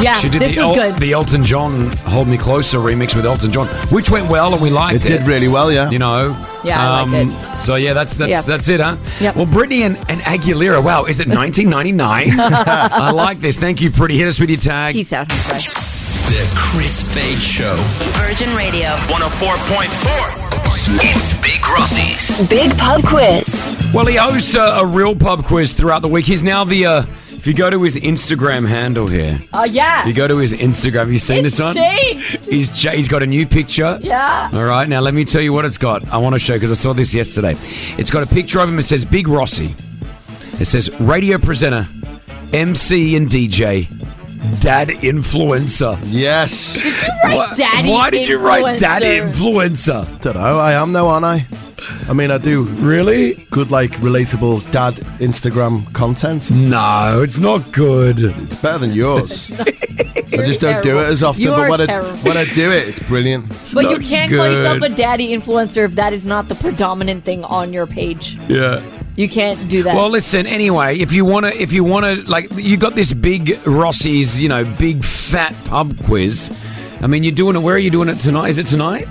Speaker 4: Yeah,
Speaker 3: She did
Speaker 4: Ah, this
Speaker 3: the,
Speaker 4: was
Speaker 3: El-
Speaker 4: good.
Speaker 3: the Elton John Hold Me Closer remix with Elton John, which went well and we liked it. It did
Speaker 5: really well, yeah.
Speaker 3: You know?
Speaker 4: Yeah, I liked
Speaker 3: it. So, yeah, that's that's
Speaker 4: Yeah.
Speaker 3: that's it, huh?
Speaker 4: Yep.
Speaker 3: Well, Britney and, and Aguilera. Wow, is it 1999? I like this. Thank you, Pretty. Hit us with your tag.
Speaker 4: Peace out.
Speaker 2: The Chris Fade Show.
Speaker 1: Virgin Radio.
Speaker 2: 104.4. It's Big Rossies.
Speaker 1: Big Pub Quiz.
Speaker 3: Well, he hosts uh, a real pub quiz throughout the week. He's now the, uh, if you go to his Instagram handle here,
Speaker 4: Oh, yeah.
Speaker 3: you go to his Instagram. Have you seen
Speaker 4: It's
Speaker 3: this one?
Speaker 4: changed.
Speaker 3: He's cha- he's got a new picture.
Speaker 4: Yeah.
Speaker 3: All right. Now let me tell you what it's got. I want to show because I saw this yesterday. It's got a picture of him. It says Big Rossi. It says radio presenter, MC and DJ, dad influencer.
Speaker 5: Yes.
Speaker 3: Did you
Speaker 4: write daddy
Speaker 3: Why did you write dad
Speaker 4: influencer?
Speaker 3: influencer?
Speaker 5: Don't know. I am though, aren't I? I mean, I do.
Speaker 3: Really?
Speaker 5: Good, like relatable dad Instagram content.
Speaker 3: No, it's not good.
Speaker 5: It's better than yours. I just don't do
Speaker 4: terrible.
Speaker 5: it as often.
Speaker 4: You
Speaker 5: but
Speaker 4: are
Speaker 5: when I,
Speaker 4: terrible.
Speaker 5: when I do it, it's brilliant.
Speaker 4: But you can't call yourself
Speaker 3: good.
Speaker 4: a daddy influencer if that is not the predominant thing on your page.
Speaker 3: Yeah.
Speaker 4: You can't do that.
Speaker 3: Well, listen. Anyway, if you want to, if you want to, like, you got this big Rossi's, you know, big fat pub quiz. I mean, you're doing it. Where are you doing it tonight? Is it tonight?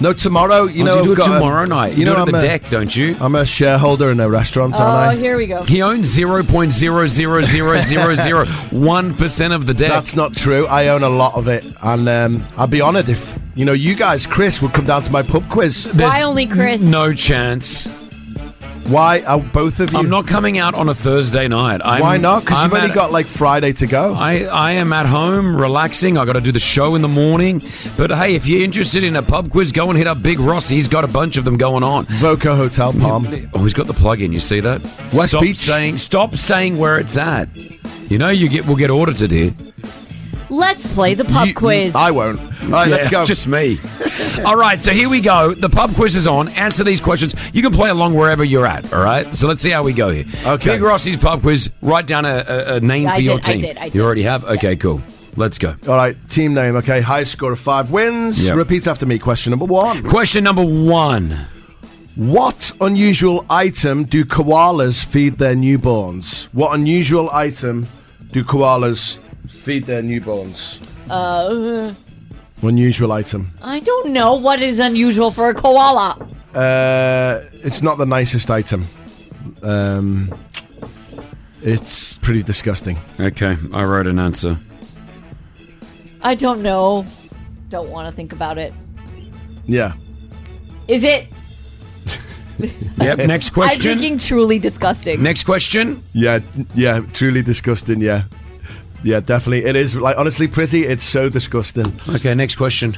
Speaker 5: No, tomorrow. You
Speaker 3: Oh,
Speaker 5: know,
Speaker 3: so you
Speaker 5: I've
Speaker 3: do it
Speaker 5: got a-
Speaker 3: tomorrow night. You, know, do it
Speaker 5: I'm
Speaker 3: at the
Speaker 5: a,
Speaker 3: deck, don't you?
Speaker 5: I'm a shareholder in a restaurant,
Speaker 4: oh,
Speaker 5: aren't I?
Speaker 4: here we go.
Speaker 3: He owns zero point zero zero zero zero zero one percent of the deck.
Speaker 5: That's not true. I own a lot of it, and um, I'd be honoured if you know you guys, Chris, would come down to my pub quiz.
Speaker 3: There's
Speaker 4: Why only Chris?
Speaker 3: No chance.
Speaker 5: Why are both of you?
Speaker 3: I'm not coming out on a Thursday night. I'm,
Speaker 5: Why not? Because
Speaker 3: I'm
Speaker 5: you've only
Speaker 3: at-
Speaker 5: got like Friday to go.
Speaker 3: I, I am at home relaxing. I got to do the show in the morning. But hey, if you're interested in a pub quiz, go and hit up Big Rossi. He's got a bunch of them going on.
Speaker 5: Voco Hotel Palm.
Speaker 3: Oh, he's got the plug in. You see that?
Speaker 5: West
Speaker 3: stop
Speaker 5: Beach.
Speaker 3: Saying, stop saying where it's at. You know, you get we'll get audited here.
Speaker 4: Let's play the pub
Speaker 5: You-
Speaker 4: quiz.
Speaker 5: I won't. All right, let's
Speaker 3: Yeah,
Speaker 5: go.
Speaker 3: Just me. all right, so here we go. The pub quiz is on. Answer these questions. You can play along wherever you're at. All right. So let's see how we go here.
Speaker 5: Okay.
Speaker 3: Big Rossi's pub quiz. Write down a, a, a name
Speaker 4: Yeah,
Speaker 3: for
Speaker 4: I
Speaker 3: your
Speaker 4: did, I
Speaker 3: team.
Speaker 4: did, I did.
Speaker 3: You already have. Okay, cool. Let's go.
Speaker 5: All right, team name. Okay, high score of five wins.
Speaker 3: Yep.
Speaker 5: Repeat after me. Question number one.
Speaker 3: Question number one.
Speaker 5: What unusual item do koalas feed their newborns? What unusual item do koalas feed their newborns?
Speaker 4: Uh,
Speaker 5: Unusual item.
Speaker 4: I don't know what is unusual for a koala.
Speaker 5: Uh, it's not the nicest item. Um, it's pretty disgusting.
Speaker 3: Okay, I wrote an answer.
Speaker 4: I don't know. Don't want to think about it.
Speaker 5: Yeah.
Speaker 4: Is it?
Speaker 3: Yep. Next
Speaker 4: I'm
Speaker 3: question.
Speaker 4: thinking truly disgusting.
Speaker 3: Next question.
Speaker 5: Yeah, yeah, truly disgusting, yeah. Yeah, definitely. It is like honestly pretty, it's so disgusting.
Speaker 3: Okay, next question.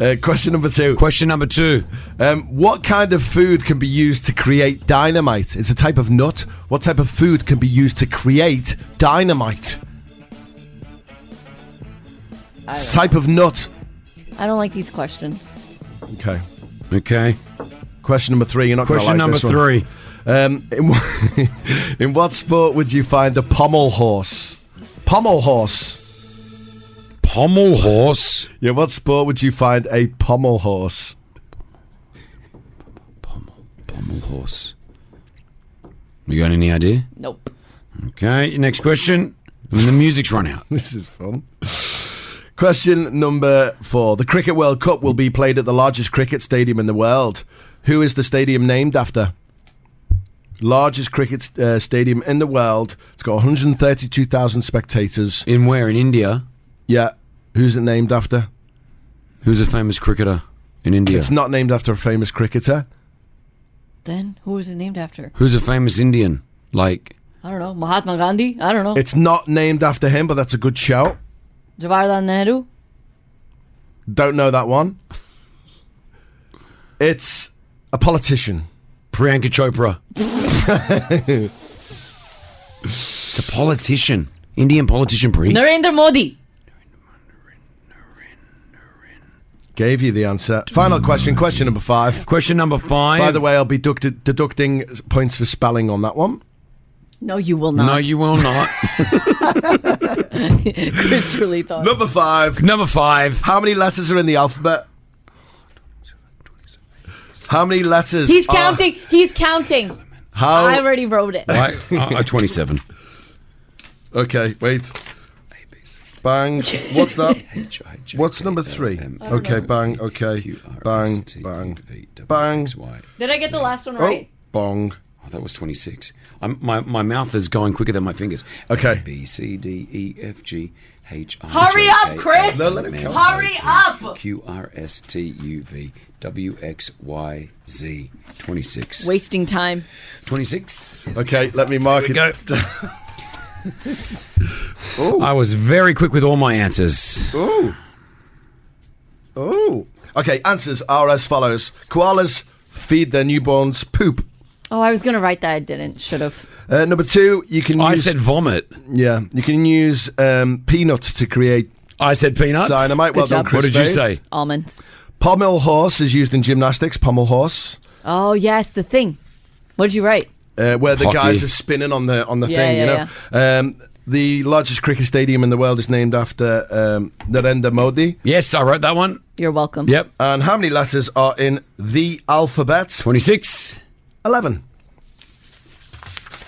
Speaker 5: Uh, question number 2.
Speaker 3: Question number two.
Speaker 5: Um, what kind of food can be used to create dynamite? It's a type of nut. What type of food can be used to create dynamite? It's a type of nut.
Speaker 4: I don't like these questions.
Speaker 5: Okay.
Speaker 3: Okay.
Speaker 5: Question number three. You're not gonna
Speaker 3: Question
Speaker 5: like
Speaker 3: number
Speaker 5: this one.
Speaker 3: three.
Speaker 5: Um, in, wh- in what sport would you find a pommel horse? Pommel horse.
Speaker 3: Pommel horse.
Speaker 5: Yeah, what sport would you find a pommel horse?
Speaker 3: Pommel horse. You got any idea?
Speaker 4: Nope.
Speaker 3: Okay. Next question. I mean, the music's run out.
Speaker 5: This is fun. Question number four. The Cricket World Cup will be played at the largest cricket stadium in the world. Who is the stadium named after? Largest cricket uh, stadium in the world. It's got 132,000 spectators.
Speaker 3: In where? In India.
Speaker 5: Yeah. Who's it named after?
Speaker 3: Who's a famous cricketer in India?
Speaker 5: It's not named after a famous cricketer.
Speaker 4: Then who was it named after?
Speaker 3: Who's a famous Indian? Like
Speaker 4: I don't know. Mahatma Gandhi. I don't know.
Speaker 5: It's not named after him, but that's a good shout.
Speaker 4: Jawaharlal Nehru.
Speaker 5: Don't know that one. It's a politician.
Speaker 3: Priyanka Chopra. it's a politician. Indian politician, Pri.
Speaker 4: Narendra Modi.
Speaker 5: Gave you the answer. Final question, question number five.
Speaker 3: Question number five.
Speaker 5: By the way, I'll be duct- deducting points for spelling on that one.
Speaker 4: No, you will not.
Speaker 3: no, you will not.
Speaker 4: Chris truly thought.
Speaker 5: Number five.
Speaker 3: number five.
Speaker 5: How many letters are in the alphabet? How many letters?
Speaker 4: He's
Speaker 5: are-
Speaker 4: counting. He's counting.
Speaker 5: How?
Speaker 4: I already wrote it.
Speaker 3: I, I, I- 27.
Speaker 5: okay, wait.
Speaker 10: Bang. What's that?
Speaker 12: H-I-J-K-L-M.
Speaker 10: What's number three?
Speaker 12: I don't
Speaker 10: Okay,
Speaker 12: know.
Speaker 10: bang. Okay, bang, bang, bang.
Speaker 4: Did I get the last one
Speaker 10: Oh,
Speaker 4: right?
Speaker 10: bong.
Speaker 12: Oh, that was 26. I'm, my, my mouth is going quicker than my fingers. Okay. B, C, D, E, F, G, H, I.
Speaker 4: Hurry
Speaker 12: J,
Speaker 4: up,
Speaker 12: K,
Speaker 4: Chris!
Speaker 12: L,
Speaker 4: No, let him
Speaker 12: M,
Speaker 4: go.
Speaker 12: N,
Speaker 4: Hurry
Speaker 12: O, P,
Speaker 4: up!
Speaker 12: Q, R, S, T, U, V, W, X, Y, Z. 26.
Speaker 4: Wasting time.
Speaker 12: 26.
Speaker 5: Okay, let me mark
Speaker 12: it. Go.
Speaker 3: I was very quick with all my answers.
Speaker 10: Ooh.
Speaker 5: Ooh. Okay, answers are as follows. Koalas feed their newborns poop.
Speaker 4: Oh, I was going to write that. I didn't. Should have.
Speaker 5: Uh, number two, you can
Speaker 3: I
Speaker 5: use...
Speaker 3: said vomit.
Speaker 5: Yeah, you can use um, peanuts to create...
Speaker 3: I said peanuts.
Speaker 5: Dynamite. Well
Speaker 3: Good
Speaker 5: done,
Speaker 3: job.
Speaker 5: Chris
Speaker 3: What did you
Speaker 5: Fay.
Speaker 3: say?
Speaker 4: Almonds.
Speaker 5: Pommel horse is used in gymnastics. Pommel horse.
Speaker 4: Oh, yes, the thing. What did you write?
Speaker 5: Uh, where the
Speaker 4: Hockey.
Speaker 5: guys are spinning on the on the
Speaker 4: Yeah,
Speaker 5: thing, you
Speaker 4: yeah,
Speaker 5: know. Um, the largest cricket stadium in the world is named after um, Narendra Modi.
Speaker 3: Yes, I wrote that one.
Speaker 4: You're welcome.
Speaker 3: Yep.
Speaker 5: And how many letters are in the alphabet?
Speaker 3: Twenty-six.
Speaker 5: Eleven.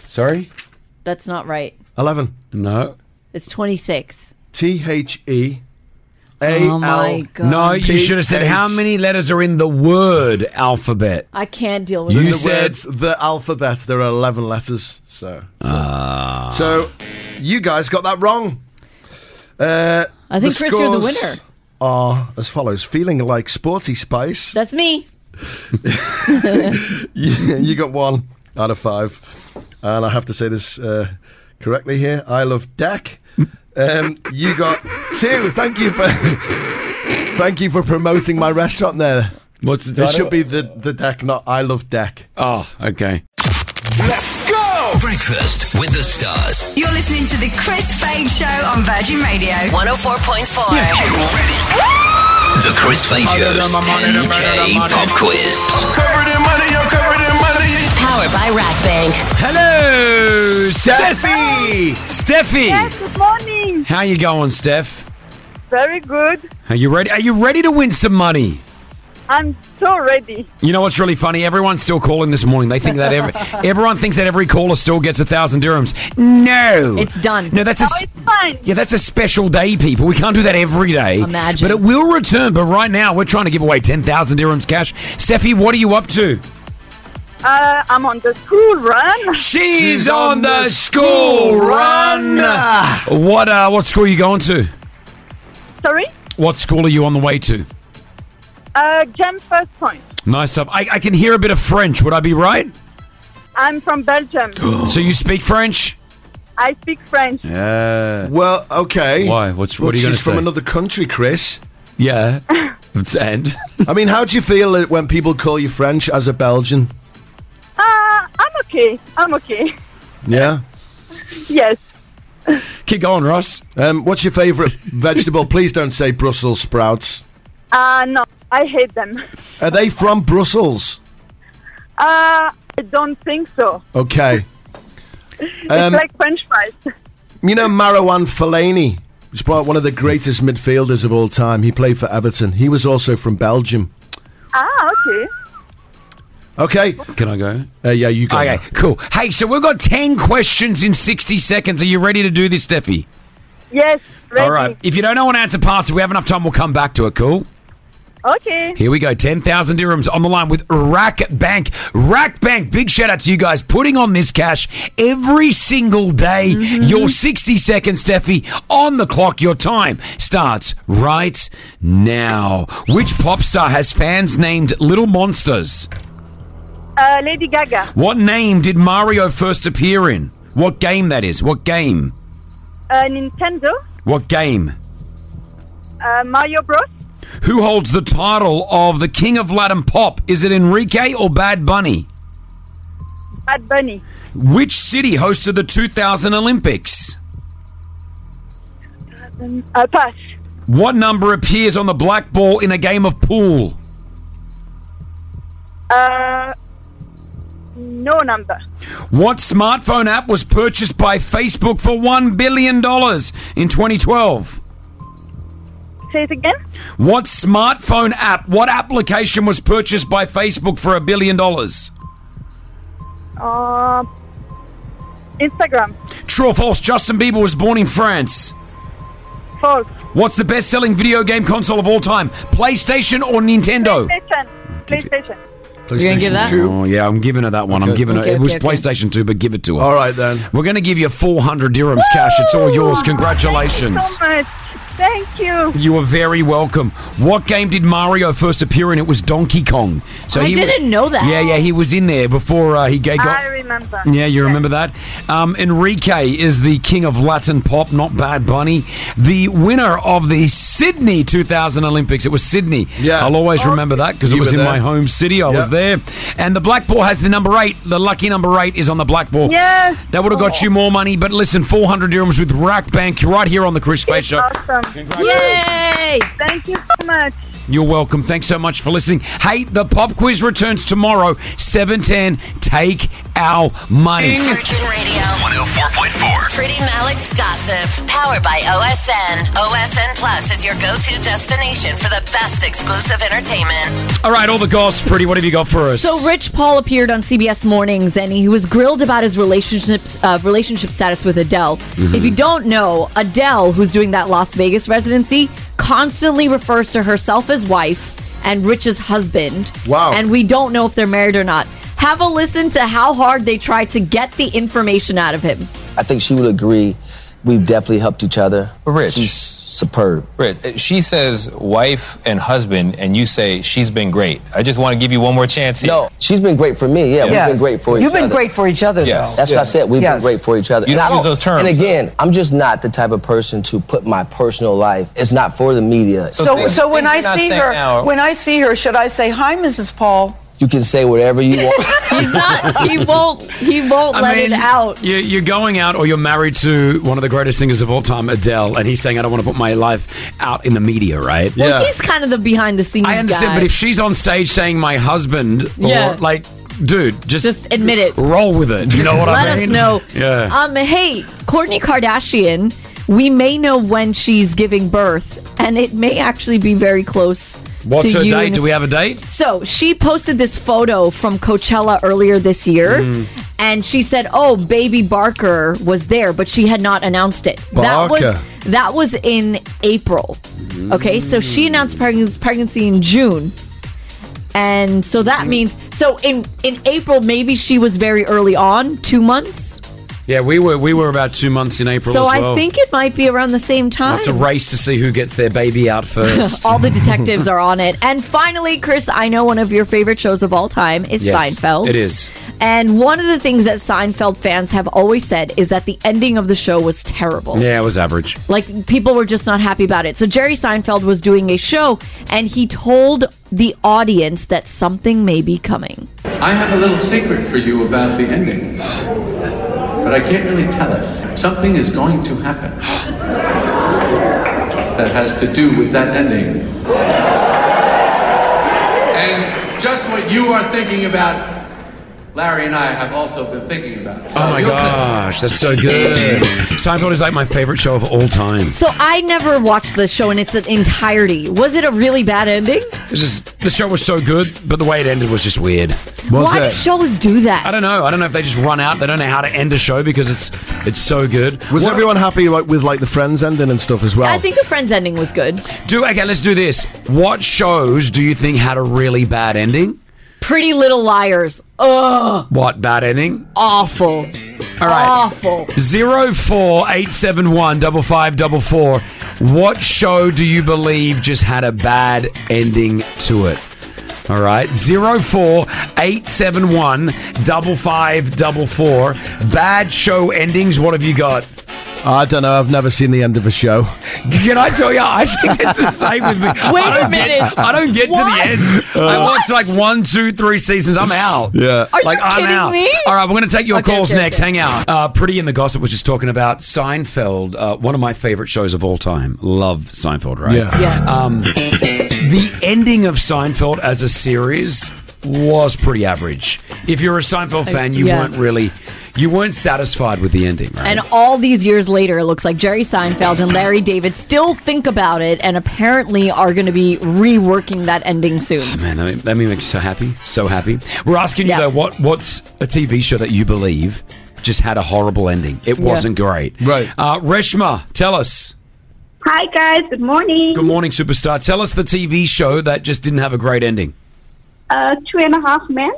Speaker 3: Sorry.
Speaker 4: That's not right.
Speaker 5: Eleven.
Speaker 3: No.
Speaker 4: It's 26.
Speaker 5: T H E.
Speaker 4: Oh my God.
Speaker 3: No, you should have said how
Speaker 5: P-H.
Speaker 3: many letters are in the word alphabet.
Speaker 4: I can't deal with
Speaker 3: You
Speaker 4: it.
Speaker 3: said
Speaker 5: the alphabet. There are eleven letters. So.
Speaker 3: Ah.
Speaker 5: So, you guys got that wrong. Uh,
Speaker 4: I think,
Speaker 5: the
Speaker 4: Chris, you're the
Speaker 5: scores
Speaker 4: winner.
Speaker 5: Are as follows: feeling like sporty spice.
Speaker 4: That's me.
Speaker 5: you, you got one out of five, and I have to say this uh, correctly here. I love Deck. Um, you got two. Thank you for thank you for promoting my restaurant there.
Speaker 3: What's
Speaker 5: it should be the the deck, not I love Deck.
Speaker 3: Oh, okay.
Speaker 2: Let's go! Breakfast with the stars.
Speaker 9: You're listening to the Chris Fade Show on Virgin Radio
Speaker 1: 104.4.
Speaker 2: The Chris Fade Show's 10K Pop Quiz.
Speaker 1: Covered in money, I'm covered in money. Powered by Rack Bank.
Speaker 3: Hello,
Speaker 1: Steffi!
Speaker 3: Steffi.
Speaker 6: Yes, good morning.
Speaker 3: How you going, Steph?
Speaker 6: Very good.
Speaker 3: Are you ready? Are you ready to win some money?
Speaker 6: I'm so ready.
Speaker 3: You know what's really funny? Everyone's still calling this morning. They think that every, everyone thinks that every caller still gets a thousand dirhams. No,
Speaker 4: It's done.
Speaker 3: No, that's a s- yeah, that's a special day, people. We can't do that every day.
Speaker 4: Imagine.
Speaker 3: but it will return. But right now, we're trying to give away ten thousand dirhams cash. Steffi, what are you up to?
Speaker 6: Uh, I'm on the school run.
Speaker 3: She's, on the school run. What uh, what school are you going to?
Speaker 6: Sorry?
Speaker 3: What school are you on the way to?
Speaker 6: Uh, Gem First Point.
Speaker 3: Nice up. I, I can hear a bit of French. Would I be right?
Speaker 6: I'm from Belgium.
Speaker 3: so you speak French?
Speaker 6: I speak French.
Speaker 3: Yeah.
Speaker 5: Well, okay.
Speaker 3: Why? What's, what
Speaker 5: But
Speaker 3: are you going to
Speaker 5: she's
Speaker 3: say?
Speaker 5: from another country, Chris.
Speaker 3: Yeah. and
Speaker 5: I mean, how do you feel it when people call you French as a Belgian?
Speaker 6: Uh, I'm okay. I'm okay.
Speaker 5: Yeah.
Speaker 6: Yes.
Speaker 3: Keep going, Ross.
Speaker 5: Um, what's your favourite vegetable? Please don't say Brussels sprouts.
Speaker 6: Uh, no, I hate them.
Speaker 5: Are they from Brussels?
Speaker 6: Uh, I don't think so.
Speaker 5: Okay. Um,
Speaker 6: it's like French fries.
Speaker 5: You know Marouane Fellaini, who's probably one of the greatest midfielders of all time. He played for Everton. He was also from Belgium.
Speaker 6: Ah, okay.
Speaker 5: Okay.
Speaker 3: Can I go?
Speaker 5: Uh, yeah, you go.
Speaker 3: Okay, cool. Hey, so we've got 10 questions in 60 seconds. Are you ready to do this, Steffi?
Speaker 6: Yes, ready.
Speaker 3: All right. If you don't know an answer, pass. If we have enough time, we'll come back to it, cool?
Speaker 6: Okay.
Speaker 3: Here we go. 10,000 dirhams on the line with Rack Bank. Rack Bank, big shout out to you guys putting on this cash every single day.
Speaker 6: Mm-hmm.
Speaker 3: Your 60 seconds, Steffi, on the clock. Your time starts right now. Which pop star has fans named Little Monsters?
Speaker 6: Uh, Lady Gaga.
Speaker 3: What name did Mario first appear in? What game that is? What game?
Speaker 6: Uh, Nintendo.
Speaker 3: What game?
Speaker 6: Uh, Mario Bros.
Speaker 3: Who holds the title of the King of Latin Pop? Is it Enrique or Bad Bunny?
Speaker 6: Bad Bunny.
Speaker 3: Which city hosted the 2000 Olympics?
Speaker 6: Um, uh, pass.
Speaker 3: What number appears on the black ball in a game of pool?
Speaker 6: Uh, no number.
Speaker 3: What smartphone app was purchased by Facebook for $1 billion in 2012?
Speaker 6: Say it again.
Speaker 3: What smartphone app, what application was purchased by Facebook for a billion dollars?
Speaker 6: Uh, Instagram.
Speaker 3: True or false, Justin Bieber was born in France.
Speaker 6: Four.
Speaker 3: What's the best selling video game console of all time? PlayStation or Nintendo?
Speaker 6: PlayStation. PlayStation.
Speaker 3: PlayStation
Speaker 6: You gonna give that?
Speaker 3: Oh, yeah, I'm giving her that one. I'm
Speaker 6: Okay.
Speaker 3: giving her.
Speaker 6: Okay,
Speaker 3: it was
Speaker 6: okay, okay.
Speaker 3: PlayStation 2, but give it to her.
Speaker 5: All right, then.
Speaker 3: We're going to give you 400 dirhams cash. It's all yours. Congratulations.
Speaker 6: So much. Thank you.
Speaker 3: You are very welcome. What game did Mario first appear in? It was Donkey Kong.
Speaker 6: I
Speaker 3: w-
Speaker 6: didn't know that.
Speaker 3: Yeah, yeah, he was in there before uh, he ga- got.
Speaker 6: I remember.
Speaker 3: Yeah, you remember that? Um, Enrique is the king of Latin pop, not Bad Bunny. The winner of the Sydney 2000 Olympics. It was Sydney. Yeah. I'll always remember that because it
Speaker 12: Oh, You
Speaker 3: was
Speaker 12: were
Speaker 3: in
Speaker 12: there.
Speaker 3: my home city. I was there. And the black ball has the number eight. The lucky number eight is on the black ball.
Speaker 6: Yes.
Speaker 3: That would have got you more money. But listen, 400 dirhams with Rack Bank right here on the Chris Face Show.
Speaker 6: Awesome.
Speaker 4: Yay!
Speaker 6: Thank you so much.
Speaker 3: You're welcome. Thanks so much for listening. Hey, the pop quiz returns tomorrow, 710. Take our money.
Speaker 1: Virgin Radio.
Speaker 2: 104.4.
Speaker 1: Pretty Malik's Gossip. Powered by OSN. OSN Plus is your go to destination for the best exclusive entertainment.
Speaker 3: All right, all the goss, pretty. What have you got for us?
Speaker 4: So Rich Paul appeared on CBS Mornings and he was grilled about his relationships uh, relationship status with Adele.
Speaker 3: Mhm.
Speaker 4: If you don't know, Adele, who's doing that Las Vegas residency, constantly refers to herself as wife and Rich's husband. Wow. And we don't know if they're married or not. Have a listen to how hard they tried to get the information out of him.
Speaker 13: I think she would agree. We've definitely helped each other. Rich. She's superb.
Speaker 14: Right. She says wife and husband, and you say she's been great. I just want to give you one more chance here. No,
Speaker 13: She's been great for me. Yeah, we've been
Speaker 14: Yes.
Speaker 13: great for
Speaker 14: You've
Speaker 13: each other.
Speaker 14: been great for each other, Yes. though.
Speaker 13: That's what I said. We've
Speaker 14: Yes.
Speaker 13: been great for each other.
Speaker 14: You
Speaker 13: And
Speaker 14: don't
Speaker 13: I
Speaker 14: use those terms,
Speaker 13: And again, I'm just not the type of person to put my personal life. It's not for the media.
Speaker 15: So, so, when I see her,
Speaker 13: when
Speaker 15: when I see her, should I say hi, Mrs. Paul?
Speaker 13: you can say whatever you want.
Speaker 4: He's not. He won't. He won't
Speaker 3: I
Speaker 4: let
Speaker 3: mean,
Speaker 4: it out.
Speaker 3: You, you're going out, or you're married to one of the greatest singers of all time, Adele, and he's saying, "I don't want to put my life out in the media." Right?
Speaker 4: Well, he's kind of the behind the scenes.
Speaker 3: I understand,
Speaker 4: guy.
Speaker 3: but if she's on stage saying "my husband," or
Speaker 4: Yeah.
Speaker 3: like, dude, just
Speaker 4: Just admit it.
Speaker 3: Roll with it. You know what
Speaker 4: Let
Speaker 3: I
Speaker 4: us
Speaker 3: mean?
Speaker 4: know.
Speaker 3: Yeah.
Speaker 4: Um, hey, Courtney Kardashian, we may know when she's giving birth, and it may actually be very close.
Speaker 3: What's
Speaker 4: to
Speaker 3: her
Speaker 4: you
Speaker 3: date?
Speaker 4: and-
Speaker 3: Do we have a date?
Speaker 4: So she posted this photo from Coachella earlier this year,
Speaker 3: Mm.
Speaker 4: and she said, "Oh, baby Barker was there, but she had not announced it." That
Speaker 16: Barker.
Speaker 4: was that was in April. Okay, so she announced pregnancy, pregnancy in June. And so
Speaker 3: Mm.
Speaker 4: that means so in in April maybe she was very early on, 2 months.
Speaker 3: Yeah, we were we were about two months in April.
Speaker 4: so
Speaker 3: as well.
Speaker 4: I think it might be around the same time.
Speaker 3: it's a race to see who gets their baby out first.
Speaker 4: all the detectives are on it. And finally, Chris, I know one of your favorite shows of all time is
Speaker 3: Yes,
Speaker 4: Seinfeld.
Speaker 3: It is.
Speaker 4: And one of the things that Seinfeld fans have always said is that the ending of the show was terrible.
Speaker 3: Yeah, it was average.
Speaker 4: Like people were just not happy about it. So Jerry Seinfeld was doing a show and he told the audience that something may be coming.
Speaker 17: I have a little secret for you about the ending. But I can't really tell it. Something is going to happen that has to do with that ending. And just what you are thinking about, Larry and I have also been thinking about. So
Speaker 3: Oh my
Speaker 17: you'll see-
Speaker 3: gosh, that's so good. Seinfeld is like my favorite show of all time.
Speaker 4: So I never watched the show in its entirety. Was it a really bad ending?
Speaker 3: It's just, the show was so good, but the way it ended was just weird.
Speaker 4: Why do shows do that?
Speaker 3: I don't know. I don't know if they just run out. They don't know how to end a show because it's it's so good.
Speaker 5: Was
Speaker 3: What-
Speaker 5: everyone happy like, with like the Friends ending and stuff as well?
Speaker 4: I think the Friends ending was good.
Speaker 3: do okay? Let's do this. What shows do you think had a really bad ending?
Speaker 4: Pretty Little Liars. Ugh.
Speaker 3: What bad ending?
Speaker 4: Awful.
Speaker 3: All right.
Speaker 4: Awful.
Speaker 3: Zero four eight seven one double five double four. What show do you believe just had a bad ending to it? All right, zero four eight seven one double five double four. Bad show endings. What have you got?
Speaker 5: I don't know. I've never seen the end of a show.
Speaker 3: Can I tell you? I think it's the same with me.
Speaker 5: Wait
Speaker 3: I
Speaker 5: a
Speaker 3: don't get-
Speaker 5: minute.
Speaker 3: I don't get
Speaker 5: What?
Speaker 3: to the end. I
Speaker 5: Uh,
Speaker 3: watched like one, two, three seasons. I'm out.
Speaker 5: Yeah. Are you
Speaker 3: like I'm
Speaker 5: kidding
Speaker 3: out.
Speaker 5: me?
Speaker 3: All right, we're gonna take your
Speaker 5: Okay,
Speaker 3: calls
Speaker 5: okay,
Speaker 3: next.
Speaker 5: okay.
Speaker 3: Hang out. Uh, Pretty in the gossip was just talking about Seinfeld. Uh, one of my favorite shows of all time. Love Seinfeld, right?
Speaker 5: Yeah.
Speaker 3: yeah. Um, the ending of Seinfeld as a series was pretty average. If you're a Seinfeld
Speaker 4: I-
Speaker 3: fan, you
Speaker 4: yeah.
Speaker 3: weren't really, you weren't satisfied with the ending, right?
Speaker 4: And all these years later, it looks like Jerry Seinfeld and Larry David still think about it and apparently are going to be reworking that ending soon.
Speaker 3: Man, that made, that made me so happy, so happy. We're asking you though, what what's a TV show that you believe just had a horrible ending? It
Speaker 12: Yeah.
Speaker 3: wasn't great. Right. Uh, Reshma, tell us.
Speaker 16: Hi, guys. Good morning.
Speaker 3: Good morning, superstar. Tell us the TV show that just didn't have a great ending.
Speaker 16: Uh, two and a half men.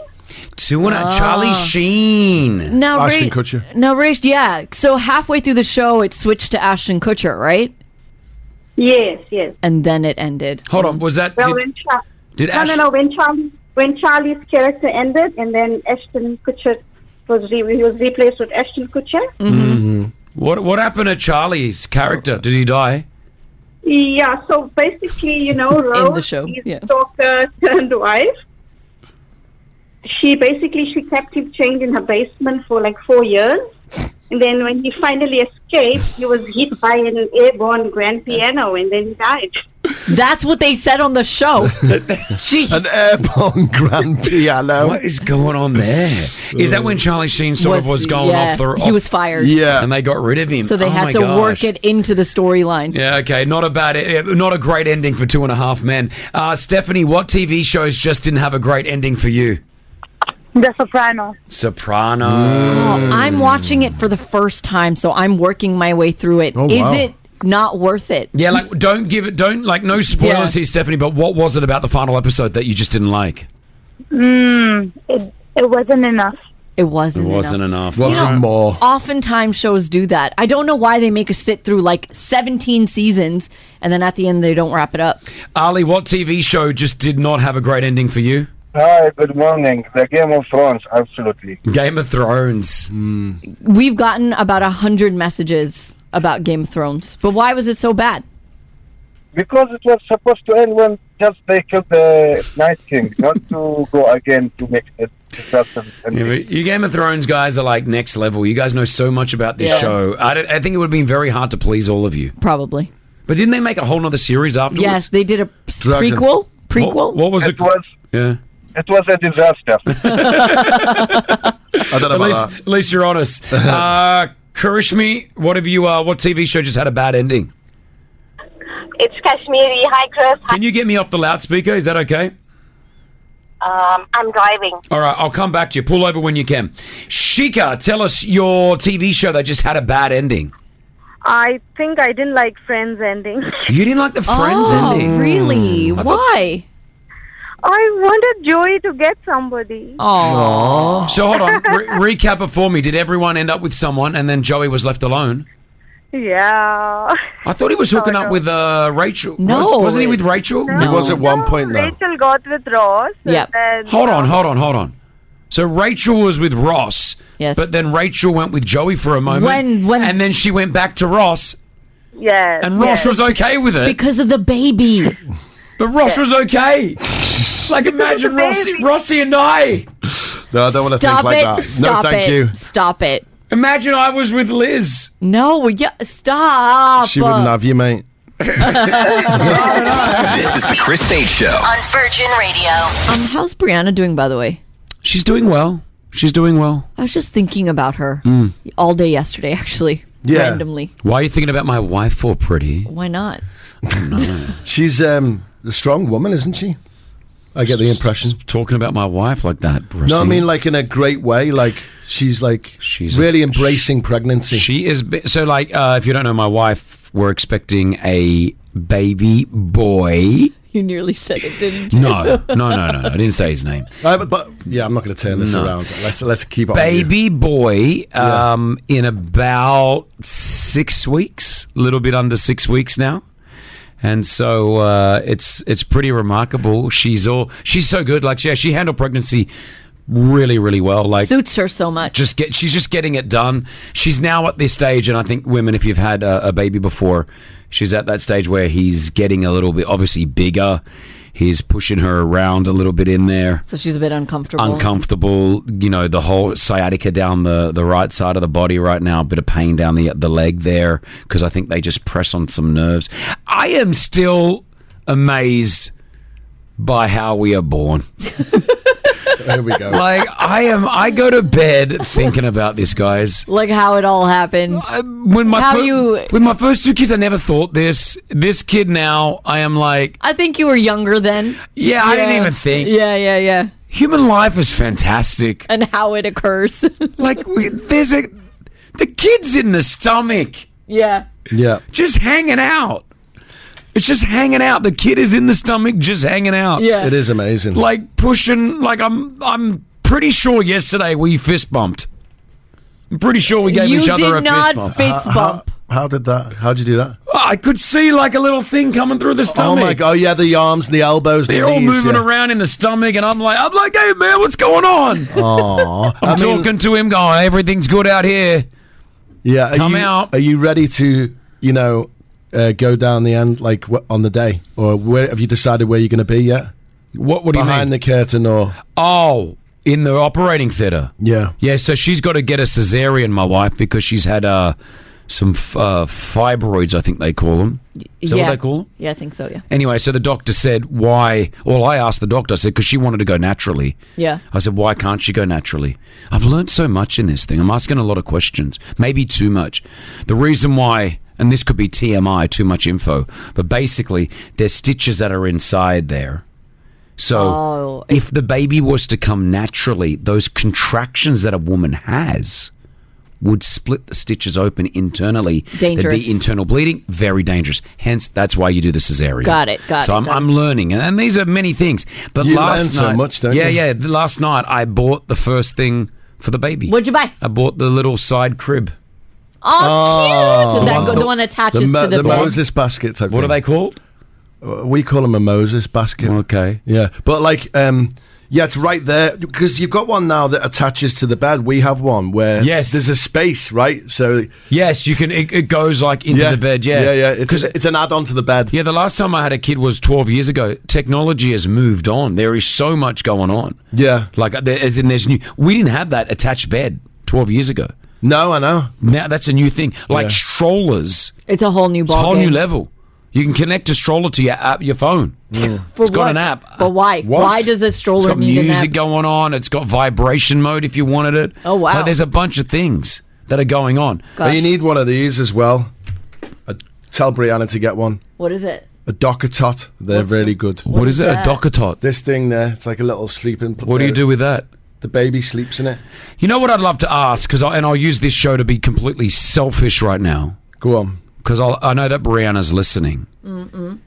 Speaker 3: Two and a
Speaker 4: Ah.
Speaker 3: Charlie Sheen.
Speaker 4: Now, Ra- Now, Rich, yeah. So halfway through the show, it switched to Ashton Kutcher, right?
Speaker 16: Yes, yes.
Speaker 4: And then it ended.
Speaker 3: Hold on, was that
Speaker 16: Well,
Speaker 3: did,
Speaker 16: when Char-
Speaker 3: did
Speaker 16: no,
Speaker 3: Ash-
Speaker 16: no, no. When Charlie, when Charlie's character ended, and then Ashton Kutcher was re- he was replaced with Ashton Kutcher.
Speaker 3: Mm-hmm. what what happened to Charlie's character? Did he die?
Speaker 16: Yeah. So basically, you know, Rose,
Speaker 3: show,
Speaker 16: his
Speaker 3: yeah.
Speaker 16: stalker turned wife. She basically she kept him chained in her basement for like four years, and then when he finally escaped, he was hit by an airborne grand piano, and then he died.
Speaker 4: That's what they said on the show. Jeez.
Speaker 5: An airborne grand piano. What
Speaker 3: is going on there? Is that when Charlie Sheen sort of
Speaker 4: Was-
Speaker 3: was going
Speaker 4: yeah,
Speaker 3: off the?
Speaker 4: he
Speaker 3: off-
Speaker 4: was fired.
Speaker 5: Yeah.
Speaker 3: and they got rid of him.
Speaker 4: so they
Speaker 3: Oh
Speaker 4: had
Speaker 3: my
Speaker 4: to
Speaker 3: gosh.
Speaker 4: work it into the storyline.
Speaker 3: Yeah, okay. Not a bad, eh, not a great ending for Two and a Half Men. Uh, Stephanie, what TV shows just didn't have a great ending for you?
Speaker 16: The Soprano.
Speaker 3: Soprano.
Speaker 4: Oh, I'm watching it for the first time, so I'm working my way through it. Is
Speaker 3: Oh, wow.
Speaker 4: it not worth it?
Speaker 3: Yeah, like don't give it, don't like no spoilers
Speaker 4: Yeah.
Speaker 3: here, Stephanie. But what was it about the final episode that you just didn't like?
Speaker 16: Mm, it, it wasn't enough.
Speaker 4: It wasn't.
Speaker 3: It wasn't enough.
Speaker 4: You know,
Speaker 5: more?
Speaker 4: Oftentimes shows do that. I don't know why they make us sit through like 17 seasons and then at the end they don't wrap it up.
Speaker 3: Ali, what TV show just did not have a great ending for you?
Speaker 18: Hi, good morning. The Game of Thrones, absolutely.
Speaker 3: Game of Thrones.
Speaker 18: Mm.
Speaker 4: We've gotten about 100 messages about Game of Thrones, but why was it so bad?
Speaker 18: Because it was supposed to end when just they killed the Night King, not to go again to make it disaster.
Speaker 3: Yeah, but you Game of Thrones guys are like next level. You guys know so much about this
Speaker 4: Yeah.
Speaker 3: show. I, don't- I think it would have been very hard to please all of you.
Speaker 4: Probably.
Speaker 3: But didn't they make a whole nother series afterwards?
Speaker 4: Yes, they did a prequel. Prequel.
Speaker 3: What, what was it?
Speaker 18: was,
Speaker 3: yeah.
Speaker 18: It was a disaster.
Speaker 3: I don't know at, least, at least you're honest. uh, Karishmi, what have you? Uh, what TV show just had a bad ending?
Speaker 19: It's Kashmiri. Hi, Chris.
Speaker 3: Can you get me off the loudspeaker? Is that okay?
Speaker 19: Um, I'm driving.
Speaker 3: All right, I'll come back to you. Pull over when you can. Shika, tell us your TV show that just had a bad ending.
Speaker 20: I think I didn't like Friends ending.
Speaker 3: You didn't like the Friends
Speaker 20: Oh,
Speaker 3: ending. Hmm.
Speaker 20: really?
Speaker 3: I thought-
Speaker 20: Why? I wanted Joey to get somebody.
Speaker 3: Oh. So hold on. Re- recap it for me. Did everyone end up with someone and then Joey was left alone?
Speaker 20: Yeah.
Speaker 3: I thought he was hooking up with uh, Rachel.
Speaker 20: No.
Speaker 3: Was, wasn't he with Rachel?
Speaker 20: No. He was at
Speaker 5: one point
Speaker 20: Rachel got with Ross.
Speaker 4: Yep.
Speaker 20: And,
Speaker 3: Hold on, hold on, hold on. So Rachel was with Ross. Yes. But then Rachel went with Joey for a moment.
Speaker 4: When- when-
Speaker 3: and then she went back to Ross.
Speaker 20: Yes.
Speaker 3: And Ross was okay with it.
Speaker 4: Because of the baby.
Speaker 3: But Ross was okay. like imagine Rossi, Rossi and I.
Speaker 5: No, I don't want to think
Speaker 4: Stop
Speaker 5: like
Speaker 4: it.
Speaker 5: that.
Speaker 4: Stop
Speaker 5: no, thank
Speaker 4: it.
Speaker 5: you.
Speaker 4: Stop it.
Speaker 3: Imagine I was with Liz.
Speaker 4: No, yeah,
Speaker 3: Ah,
Speaker 4: stop.
Speaker 5: She wouldn't have you, mate.
Speaker 2: This is the Chris Stage Show.
Speaker 1: On Virgin Radio.
Speaker 4: Um, how's Brianna doing, by the way?
Speaker 3: She's doing well. She's doing well.
Speaker 4: I was just thinking about her
Speaker 3: Mm.
Speaker 4: all day yesterday, actually.
Speaker 5: Yeah.
Speaker 4: Randomly.
Speaker 3: Why are you thinking about my wife for, pretty?
Speaker 4: Why not?
Speaker 5: She's um, a strong woman, isn't she? I get the impression.
Speaker 3: Talking about my wife like that, Brucey.
Speaker 5: No, I mean like in a great way. Like she's like she's really embracing pregnancy.
Speaker 3: She is bi- so like uh, if you don't know my wife, we're expecting a baby boy.
Speaker 4: You nearly said it, didn't you?
Speaker 3: No, no, no, no. I didn't say his name.
Speaker 5: Uh, but, but yeah, I'm not going to turn this
Speaker 3: No.
Speaker 5: around. Let's let's keep on.
Speaker 3: Baby boy, um, in about six weeks, a little bit under six weeks now, and so uh, it's it's pretty remarkable. She's all she's so good. Like yeah, she handled pregnancy really, really well. Like
Speaker 4: Suits her so much.
Speaker 3: just get she's just getting it done she's now at this stage and i think women if you've had a, a baby before she's at that stage where he's getting a little bit obviously bigger he's pushing her around a little bit in there
Speaker 4: So she's a bit uncomfortable.
Speaker 3: uncomfortable you know the whole sciatica down the the right side of the body right now a bit of pain down the the leg there because i think they just press on some nerves i am still amazed by how we are born
Speaker 5: There we go.
Speaker 3: like I am, I go to bed thinking about this, guys.
Speaker 4: Like how it all happened.
Speaker 3: Uh, When my
Speaker 4: how
Speaker 3: fir-
Speaker 4: you?
Speaker 3: with my first two kids, I never thought this. This kid now, I am like,
Speaker 4: I think you were younger then.
Speaker 3: yeah, I didn't even think.
Speaker 4: Yeah, yeah, yeah.
Speaker 3: Human life is fantastic.
Speaker 4: And how it occurs.
Speaker 3: like we, there's a the kids in the stomach,
Speaker 4: yeah.
Speaker 5: Yeah.
Speaker 3: just hanging out. It's just hanging out. The kid is in the stomach, just hanging out.
Speaker 5: Yeah. It is amazing.
Speaker 3: Like pushing. Like I'm. I'm pretty sure yesterday we fist bumped. I'm pretty sure we gave
Speaker 5: You
Speaker 3: each other
Speaker 5: did
Speaker 3: a
Speaker 5: not
Speaker 3: fist bump. Uh-huh.
Speaker 5: fist How- how- bump. How did that? How'd you do that?
Speaker 3: I could see like a little thing coming through the
Speaker 5: Oh
Speaker 3: stomach.
Speaker 5: my god! Oh yeah, the arms, the elbows,
Speaker 3: They're
Speaker 5: the
Speaker 3: all
Speaker 5: knees.
Speaker 3: moving around in the stomach, and I'm like, I'm like, hey man, what's going on?
Speaker 5: Aw.
Speaker 3: I'm
Speaker 5: I mean-
Speaker 3: talking to him, going, everything's good out here.
Speaker 5: Yeah, are
Speaker 3: Come
Speaker 5: you,
Speaker 3: out.
Speaker 5: Are you ready to, you know, uh, go down the end like wh- on the day, or where have you decided where you're going to be yet?
Speaker 3: What? What
Speaker 5: do behind the curtain, or
Speaker 3: Oh, in the operating theater.
Speaker 5: Yeah.
Speaker 3: Yeah, so she's got to get a cesarean, my wife, because she's had uh, some f- uh, fibroids, I think they call them. Is that
Speaker 4: yeah.
Speaker 3: what they call them?
Speaker 4: Yeah, I think so. Yeah.
Speaker 3: Anyway, so the doctor said, why? Well, I asked the doctor, I said, because she wanted to go naturally.
Speaker 4: Yeah.
Speaker 3: I said, why can't she go naturally? I've learned so much in this thing. I'm asking a lot of questions, maybe too much. The reason why, and this could be TMI, too much info, but basically, there's stitches that are inside there. So,
Speaker 4: Oh.
Speaker 3: if the baby was to come naturally, those contractions that a woman has would split the stitches open internally. There'd
Speaker 4: Dangerous.
Speaker 3: be internal bleeding, very dangerous. Hence, that's why you do the cesarean.
Speaker 4: Got it, got
Speaker 3: so
Speaker 4: it,
Speaker 3: I'm,
Speaker 4: got
Speaker 3: I'm learning, and, and these are many things. But
Speaker 5: You
Speaker 3: last
Speaker 5: learn so
Speaker 3: night,
Speaker 5: much, don't
Speaker 3: yeah,
Speaker 5: you?
Speaker 3: yeah. th- Last night I bought the first thing for the baby. What'd
Speaker 4: you buy?
Speaker 3: I bought the little side crib.
Speaker 4: Oh, cute!
Speaker 5: Oh.
Speaker 4: That go, the one attaches
Speaker 5: Mo-
Speaker 4: to the, bed.
Speaker 5: Moses basket type. What are
Speaker 3: they called?
Speaker 5: We call them a Moses basket.
Speaker 3: Okay.
Speaker 5: Yeah, but like, um, yeah, it's right there because you've got one now that attaches to the bed. We have one where
Speaker 3: Yes.
Speaker 5: there's a space, right? So
Speaker 3: Yes, you can. It, it goes like into
Speaker 5: Yeah.
Speaker 3: the bed. Yeah,
Speaker 5: Yeah, yeah. It's-
Speaker 3: it's
Speaker 5: an add-on to the bed.
Speaker 3: Yeah, the last time I had a kid was 12 years ago. Technology has moved on. There is so much going on.
Speaker 5: Yeah,
Speaker 3: like there, as in there's new. We didn't have that attached bed 12 years ago.
Speaker 5: No, I know.
Speaker 3: Now that's a new thing. Like strollers,
Speaker 4: It's a whole new
Speaker 3: it's a
Speaker 4: ball.
Speaker 3: whole
Speaker 4: game.
Speaker 3: new level. You can connect a stroller to your app, your phone.
Speaker 4: For
Speaker 3: It's got
Speaker 4: what?
Speaker 3: an app.
Speaker 4: But why?
Speaker 3: What?
Speaker 4: Why does this stroller
Speaker 3: It's got
Speaker 4: need an
Speaker 3: music
Speaker 4: app?
Speaker 3: going on. It's got vibration mode if you wanted it.
Speaker 4: Oh, wow.
Speaker 3: Like, there's a bunch of things that are going on.
Speaker 5: But you need one of these as well. Uh, tell Brianna to get one.
Speaker 4: What is it?
Speaker 5: A docker tot. They're really good.
Speaker 3: what What is is it? A that? docker tot?
Speaker 5: This thing there. It's like a little sleeping. pl-
Speaker 3: What do you do with that?
Speaker 5: The baby sleeps in it.
Speaker 3: You know what I'd love to ask, because and I'll use this show to be completely selfish right now.
Speaker 5: Go on,
Speaker 3: because I know that Brianna's listening.
Speaker 4: Mm-mm.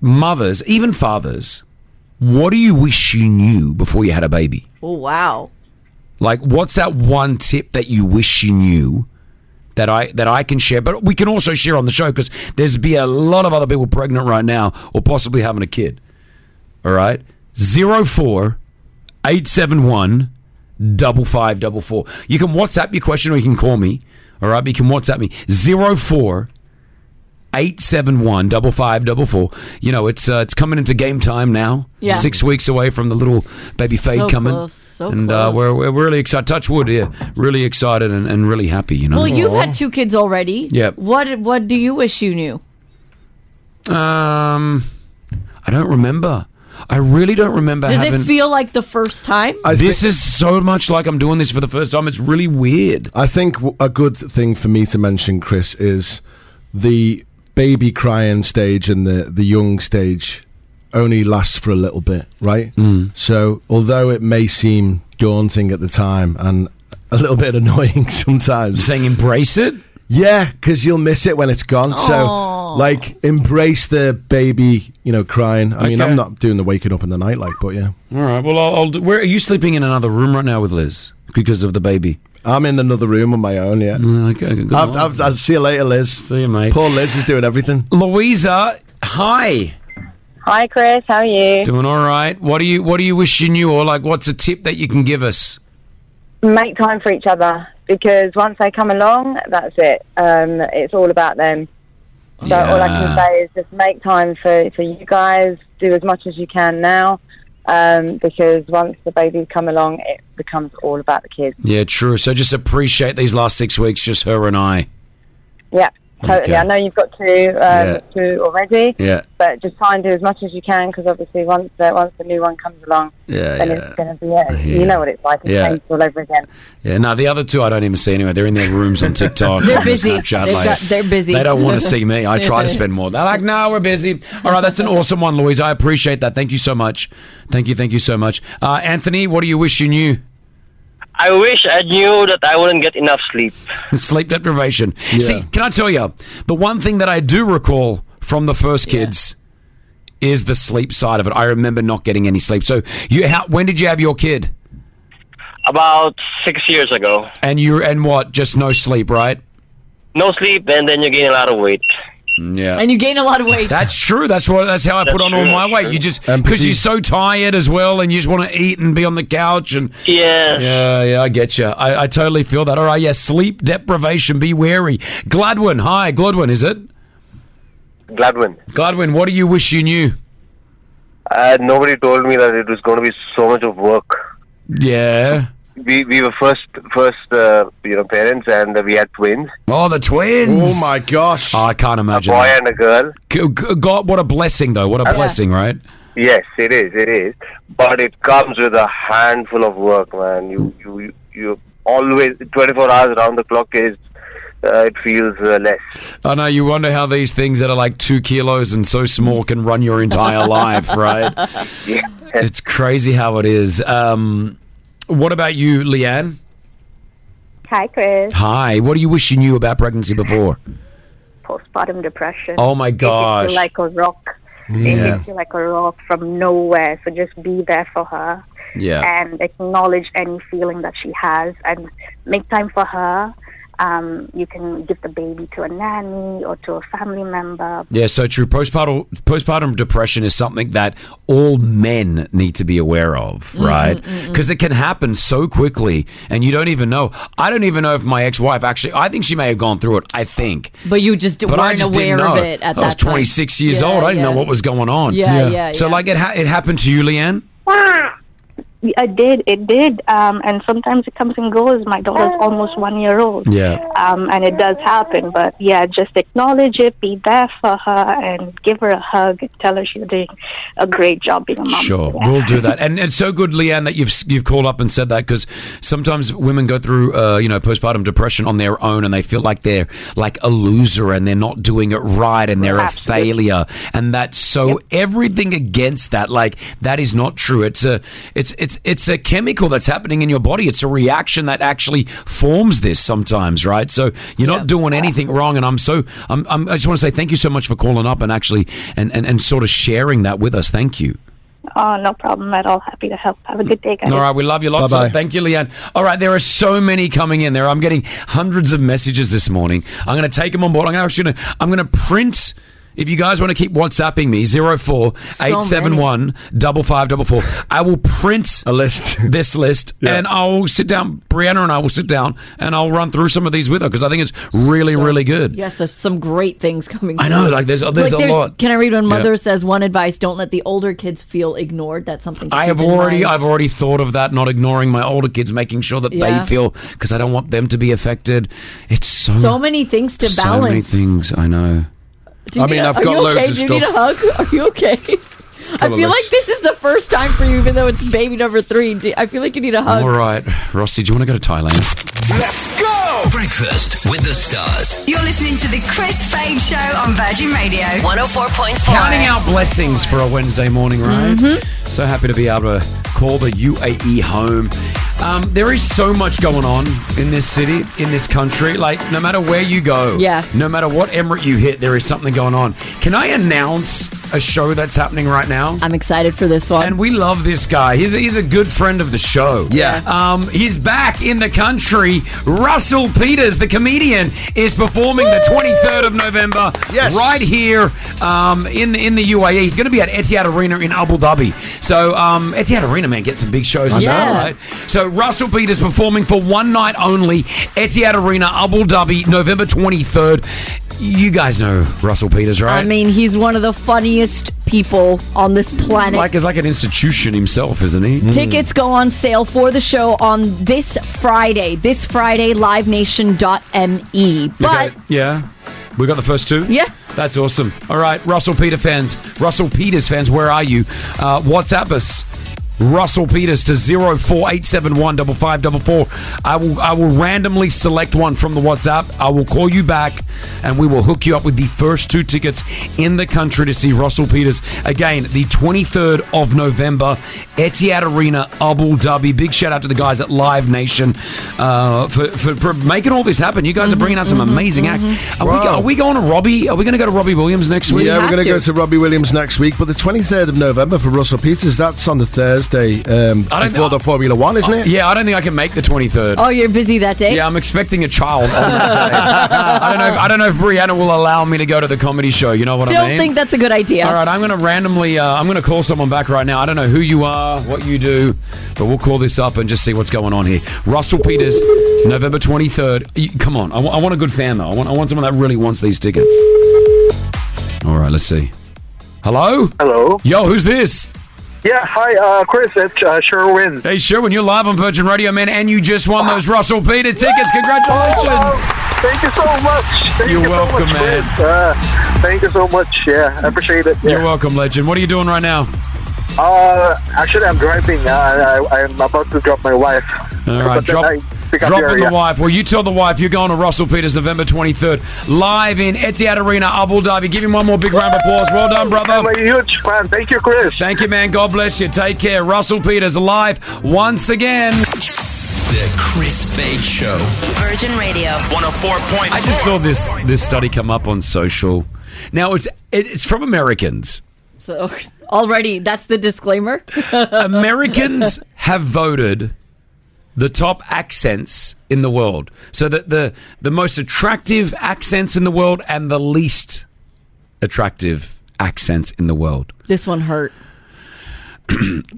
Speaker 3: Mothers, even fathers, what do you wish you knew before you had a baby?
Speaker 4: Oh wow!
Speaker 3: Like, what's that one tip that you wish you knew that I that I can share? But we can also share on the show because there's be a lot of other people pregnant right now or possibly having a kid. All right, zero four eight seven one double five double four. You can WhatsApp your question or you can call me. All right, but you can WhatsApp me zero four. 871 5544. You know, it's uh, it's coming into game time now.
Speaker 12: Yeah.
Speaker 3: Six weeks away from the little baby fade
Speaker 4: So
Speaker 3: coming.
Speaker 4: close, so
Speaker 3: and Uh,
Speaker 4: close.
Speaker 3: we're, we're really excited. Touch wood, yeah. Really excited and, and really happy, you know.
Speaker 4: Well, you've had two kids already.
Speaker 3: Yep.
Speaker 4: What What do you wish you knew?
Speaker 3: Um, I don't remember. I really don't remember
Speaker 4: Does
Speaker 3: having.
Speaker 4: it feel like the first time?
Speaker 3: this is so much like I'm doing this for the first time. It's really weird.
Speaker 5: I think w- a good thing for me to mention, Chris, is the baby crying stage and the, the young stage only lasts for a little bit, right? Mm. So, although it may seem daunting at the time and a little bit annoying sometimes,
Speaker 3: saying embrace it.
Speaker 5: Yeah, because you'll miss it when it's gone.
Speaker 3: Aw.
Speaker 5: So, like, embrace the baby, you know, crying. I mean,
Speaker 3: Okay.
Speaker 5: I'm not doing the waking up in the night, like, but yeah.
Speaker 3: All right. Well, I'll, I'll do, where are you sleeping in another room right now with Liz because of the baby? Mm,
Speaker 5: I'm in another room on my own. Yeah.
Speaker 3: Okay. Good
Speaker 5: I've,
Speaker 3: luck.
Speaker 5: I've, I'll see you later, Liz. See
Speaker 3: you, mate.
Speaker 5: Poor Liz is doing everything.
Speaker 3: Louisa, hi.
Speaker 20: Hi, Chris. How are you?
Speaker 3: Doing all right. What do you What do you wish you knew, or like, what's a tip that you can give us?
Speaker 20: Make time for each other because once they come along, that's it. Um, it's all about them. So all I
Speaker 3: Yeah.
Speaker 20: can say is just make time for, for you guys. Do as much as you can now um, because once the babies come along, it becomes all about the kids.
Speaker 3: Yeah, true. So just appreciate these last six weeks, just her and I.
Speaker 20: Yeah, totally.
Speaker 3: Okay.
Speaker 20: I know you've got two, um,
Speaker 3: Yeah.
Speaker 20: two already.
Speaker 3: Yeah.
Speaker 20: But just try and do as much as you can because obviously once the, once the new one comes along,
Speaker 3: Yeah,
Speaker 20: then
Speaker 3: yeah.
Speaker 20: it's going to be it.
Speaker 3: Yeah.
Speaker 20: You know what it's like. It's
Speaker 3: Yeah.
Speaker 20: changed all over again.
Speaker 3: Yeah, no, the other two I don't even see anyway. They're in their rooms on TikTok.
Speaker 4: They're
Speaker 3: and
Speaker 4: busy.
Speaker 3: Snapchat.
Speaker 4: They've
Speaker 3: like,
Speaker 4: got- they're busy.
Speaker 3: They don't want to see me. I try to spend more. They're like, no, we're busy. All right, that's an awesome one, Louise. I appreciate that. Thank you so much. Thank you, thank you so much. Uh, Anthony, what do you wish you knew?
Speaker 21: I wish I knew that I wouldn't get enough sleep.
Speaker 3: Sleep deprivation. See, can I tell you the one thing that I do recall from the first kids is the sleep side of it. I remember not getting any sleep. So you, how, when did you have your kid?
Speaker 21: About six years ago.
Speaker 3: And you and what? Just no sleep, right?
Speaker 21: No sleep, and then you gain a lot of weight.
Speaker 3: Yeah.
Speaker 4: And you gain a lot of weight.
Speaker 3: That's true. That's what. That's how I put
Speaker 21: That's
Speaker 3: on
Speaker 21: true,
Speaker 3: all my
Speaker 21: that's
Speaker 3: weight.
Speaker 21: true.
Speaker 3: You just because you're so tired as well, and you just want to eat and be on the couch and
Speaker 21: yeah,
Speaker 3: yeah, yeah. I get you. I, I totally feel that. All right, yeah. Sleep deprivation. Be wary. Gladwin, hi, Gladwin, is it?
Speaker 8: Gladwin.
Speaker 3: Gladwin, what do you wish you knew?
Speaker 8: Uh, nobody told me that it was going to be so much of work.
Speaker 3: Yeah.
Speaker 8: We we were first first uh, you know parents and we had twins,
Speaker 3: Oh, the twins.
Speaker 8: Oh, my
Speaker 5: gosh.
Speaker 3: I can't
Speaker 8: a
Speaker 3: imagine.
Speaker 8: boy and a girl.
Speaker 3: G- g- God, what a blessing, though. What a
Speaker 8: Yeah.
Speaker 3: blessing, right?
Speaker 8: Yes, it is, it is. But it comes with a handful of work, man. You you you, you always twenty four hours around the clock is uh, it feels uh, less.
Speaker 3: I know you wonder how these things that are like two kilos and so small can run your entire life, right?
Speaker 8: Yeah.
Speaker 3: It's crazy how it is. Um, what about you, Leanne?
Speaker 22: Hi, Chris.
Speaker 3: Hi. What do you wish you knew about pregnancy before?
Speaker 22: Postpartum depression.
Speaker 3: Oh, my
Speaker 22: It hits
Speaker 3: gosh.
Speaker 22: you like a rock. It
Speaker 3: Yeah.
Speaker 22: hits you like a rock from nowhere. So just be there for her.
Speaker 3: Yeah.
Speaker 22: And acknowledge any feeling that she has, and make time for her. Um, you can give the baby to a nanny or to a family member.
Speaker 3: Yeah, so true. Postpartum postpartum depression is something that all men need to be aware of,
Speaker 4: Mm,
Speaker 3: right? Because it can happen so quickly, and you don't even know. I don't even know if my ex-wife actually. I think she may have gone through it. I think.
Speaker 4: But you just
Speaker 3: but I
Speaker 4: weren't
Speaker 3: just
Speaker 4: aware
Speaker 3: didn't know.
Speaker 4: of it at
Speaker 3: I was
Speaker 4: that time.
Speaker 3: 26 years
Speaker 4: Yeah,
Speaker 3: old. I didn't know
Speaker 22: yeah.
Speaker 3: what was going on.
Speaker 22: Yeah, yeah,
Speaker 3: So
Speaker 22: yeah.
Speaker 3: like it ha- it happened to you, Leanne.
Speaker 22: I did, it did, um, and sometimes it comes and goes. My daughter's almost one year old.
Speaker 3: Yeah.
Speaker 22: um, and it does happen. But yeah, just acknowledge it, be there for her, and give her a hug. and Tell her she's doing a great job being a mom.
Speaker 3: Sure, we'll do that. And it's so good, Leanne, that you've you've called up and said that because sometimes women go through uh, you know postpartum depression on their own and they feel like they're like a loser and they're not doing it right and they're a failure and that's so everything against that like that is not true. It's a it's it's it's a chemical that's happening in your body. It's a reaction that actually forms this sometimes, right? So you're not doing anything wrong. And I'm so I'm, I'm I just want to say thank you so much for calling up and actually and, and and sort of sharing that with us. Thank you.
Speaker 22: Oh, no problem at all. Happy to help. Have a good day, guys.
Speaker 3: All right, we love you lots.
Speaker 22: Bye-bye.
Speaker 3: Thank you, Leanne. All right, there are so many coming in there. I'm getting hundreds of messages this morning. I'm going to take them on board. I'm going to I'm going to print. If you guys want to keep WhatsApping me, 04 871 5544, I will print a list. this list, and I'll sit down, Brianna and I will sit down, and I'll run through some of these with her because I think it's really, really good.
Speaker 4: Yes, there's some great things coming.
Speaker 3: I know,
Speaker 4: through.
Speaker 3: like, there's- there's a lot.
Speaker 4: Can I read one?
Speaker 3: Yeah.
Speaker 4: Mother says one advice: don't let the older kids feel ignored. That's something to
Speaker 3: I
Speaker 4: keep
Speaker 3: have
Speaker 4: in
Speaker 3: already,
Speaker 4: mind.
Speaker 3: I've already thought of that. Not ignoring my older kids, making sure that
Speaker 4: Yeah.
Speaker 3: they feel because I don't want them to be affected. It's so
Speaker 4: so many things to
Speaker 3: so many
Speaker 4: balance.
Speaker 3: things. I know.
Speaker 4: Do you need a- are you okay? Do you need a hug? Are you okay? I
Speaker 3: Got a
Speaker 4: feel like
Speaker 3: list.
Speaker 4: this is the first time for you, even though it's baby number three. Do- I feel like you need a hug.
Speaker 3: All right, Rossi, do you want to go to Thailand?
Speaker 2: Let's go! Breakfast with the stars.
Speaker 9: You're listening to the Chris Fade Show on Virgin Radio. 104.4.
Speaker 3: Counting out blessings for a Wednesday morning, right? So happy to be able to call the UAE home. Um, there is so much going on in this city, in this country. Like, no matter where you go,
Speaker 4: Yeah.
Speaker 3: no matter what emirate you hit, there is something going on. Can I announce a show that's happening right now?
Speaker 4: I'm excited for this one.
Speaker 3: And we love this guy. He's a, he's a good friend of the show.
Speaker 4: Yeah.
Speaker 3: Um, he's back in the country. Russell Peters, the comedian, is performing the 23rd of November. Yes. Right here um, in the in the UAE. He's going to be at Etihad Arena in Abu Dhabi. So um, Etihad Arena, man, get some big shows.
Speaker 23: I
Speaker 3: as
Speaker 23: know.
Speaker 3: well,
Speaker 23: Yeah.
Speaker 3: right? So Russell Peters performing for one night only, Etihad Arena, Abu Dhabi, November 23rd. You guys know Russell Peters, right?
Speaker 4: I mean, he's one of the funniest people on this planet.
Speaker 3: like mm. is like an institution himself, isn't he?
Speaker 4: Tickets go on sale for the show on this Friday. This Friday, livenation.me. E. But
Speaker 3: Okay, yeah, we got the first two.
Speaker 4: Yeah,
Speaker 3: that's awesome. All right, Russell Peter fans, Russell Peters fans, where are you? Uh, WhatsApp us. Russell Peters to 04871 5544. I will I will randomly select one from the WhatsApp. I will call you back and we will hook you up with the first two tickets in the country to see Russell Peters again the 23rd of November Etihad Arena Abu Dhabi. Big shout out to the guys at Live Nation uh, for, for, for making all this happen. You guys are bringing out
Speaker 4: Mm-hmm,
Speaker 3: some amazing acts. Are, we,
Speaker 5: Wow.
Speaker 3: are we going to Robbie? Are we going to go to Robbie Williams next week?
Speaker 5: yeah, we're going to go to Robbie Williams next week, but the 23rd of November for Russell Peters, that's on the Thursday um,
Speaker 3: I don't-
Speaker 5: before the Formula One, isn't it?
Speaker 3: Yeah, I don't think I can make the 23rd.
Speaker 4: Oh, you're busy that day?
Speaker 3: Yeah, I'm expecting a child. on that day. I don't know. If, I don't know if Brianna will allow me to go to the comedy show. You know what I
Speaker 4: Don't
Speaker 3: mean?
Speaker 4: think that's a good idea.
Speaker 3: All right, I'm going to randomly. Uh, I'm going to call someone back right now. I don't know who you are, what you do, but we'll call this up and just see what's going on here. Russell Peters, November 23rd. You- come on, I wa- I want a good fan though. I want, I want someone that really wants these tickets. All right, let's see. Hello.
Speaker 7: Hello.
Speaker 3: Yo, who's this?
Speaker 7: Yeah, hi, uh, Chris. It's uh, Sherwin.
Speaker 3: Hey, Sherwin, you're live on Virgin Radio, man, and you just won those Russell Peter tickets. Congratulations!
Speaker 7: Thank you so much. Thank
Speaker 3: You're
Speaker 7: you
Speaker 3: welcome,
Speaker 7: so much,
Speaker 3: man.
Speaker 7: Chris. Uh, thank you so much. Yeah, I appreciate it.
Speaker 3: You're welcome, legend. What are you doing right now?
Speaker 7: Uh, actually, I'm driving. Uh, I, I'm about to drop my wife.
Speaker 3: All right,
Speaker 7: But then
Speaker 3: drop,
Speaker 7: I pick up
Speaker 3: dropping
Speaker 7: here,
Speaker 3: the
Speaker 7: yeah.
Speaker 3: wife. Well, you tell the wife you're going to Russell Peters November 23rd, live in Etihad Arena, Abu Dhabi. Give him one more big round of applause. Well done, brother. I'm
Speaker 7: a huge fan. Thank you, Chris.
Speaker 3: Thank you, man. God bless you. Take care. Russell Peters live once again.
Speaker 2: The Chris Fade Show.
Speaker 1: Virgin Radio. 104.4.
Speaker 3: I just saw this this study come up on social. Now it's it's from Americans.
Speaker 4: So already, that's the disclaimer.
Speaker 3: Americans have voted the top accents in the world. So the, the the most attractive accents in the world and the least attractive accents in the world.
Speaker 4: This one hurt.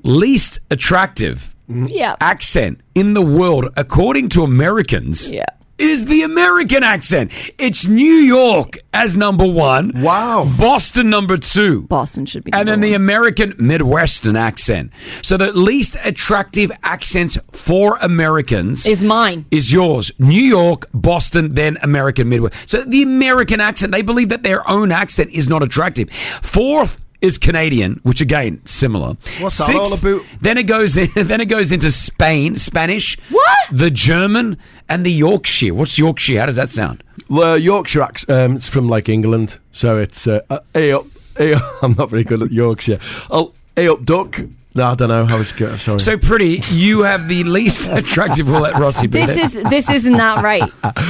Speaker 3: least attractive
Speaker 4: Yeah.
Speaker 3: accent in the world according to Americans. Yeah. Is the American accent? It's New York as number one. Wow. Boston number two.
Speaker 4: Boston should be.
Speaker 3: And then the American Midwestern accent. So the least attractive accents for Americans
Speaker 4: Is mine.
Speaker 3: Is yours. New York, Boston, then American Midwest. So the American accent, they believe that their own accent is not attractive. Fourth is Canadian, which again similar.
Speaker 5: What's that all about?
Speaker 3: Then it goes in, then it goes into Spain, Spanish,
Speaker 4: what?
Speaker 3: The German and the Yorkshire. What's Yorkshire? How does that sound?
Speaker 5: Well, Yorkshire, acc- um, it's from like England, so it's uh, uh, a up, a up. I'm not very good at Yorkshire. Oh, a up duck. No, I don't know. I was good. Sorry.
Speaker 3: So pretty, you have the least attractive. We'll let Rossi be
Speaker 4: This is this is not right.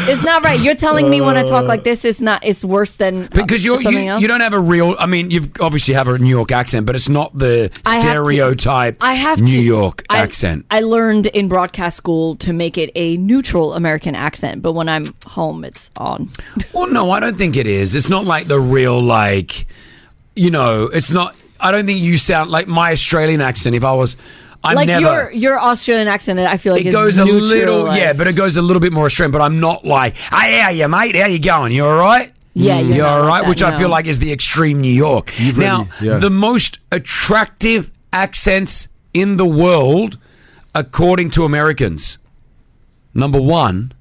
Speaker 4: It's not right. You're telling me when I talk like this, it's not. It's worse than uh,
Speaker 3: because you're,
Speaker 4: something
Speaker 3: you
Speaker 4: else?
Speaker 3: you don't have a real. I mean, you obviously have a New York accent, but it's not the
Speaker 4: I have to.
Speaker 3: stereotype.
Speaker 4: I have
Speaker 3: New
Speaker 4: to.
Speaker 3: York
Speaker 4: I-
Speaker 3: accent.
Speaker 4: I learned in broadcast school to make it a neutral American accent, but when I'm home, it's on.
Speaker 3: Well, no, I don't think it is. It's not like the real like, you know, it's not. I don't think you sound like my Australian accent. If I was, I
Speaker 4: like
Speaker 3: never.
Speaker 4: your your Australian accent, I feel like
Speaker 3: it
Speaker 4: is
Speaker 3: goes a little, yeah,
Speaker 4: neutralized.
Speaker 3: but it goes a little bit more extreme. But I'm not like, hey, how you, mate? How you going? You all right?
Speaker 4: Yeah, you're
Speaker 3: you all
Speaker 4: not like
Speaker 3: right?
Speaker 4: that,
Speaker 3: Which I
Speaker 4: no.
Speaker 3: feel like is the extreme New York. now,
Speaker 5: really- yeah.
Speaker 3: the most attractive accents in the world, according to Americans, number one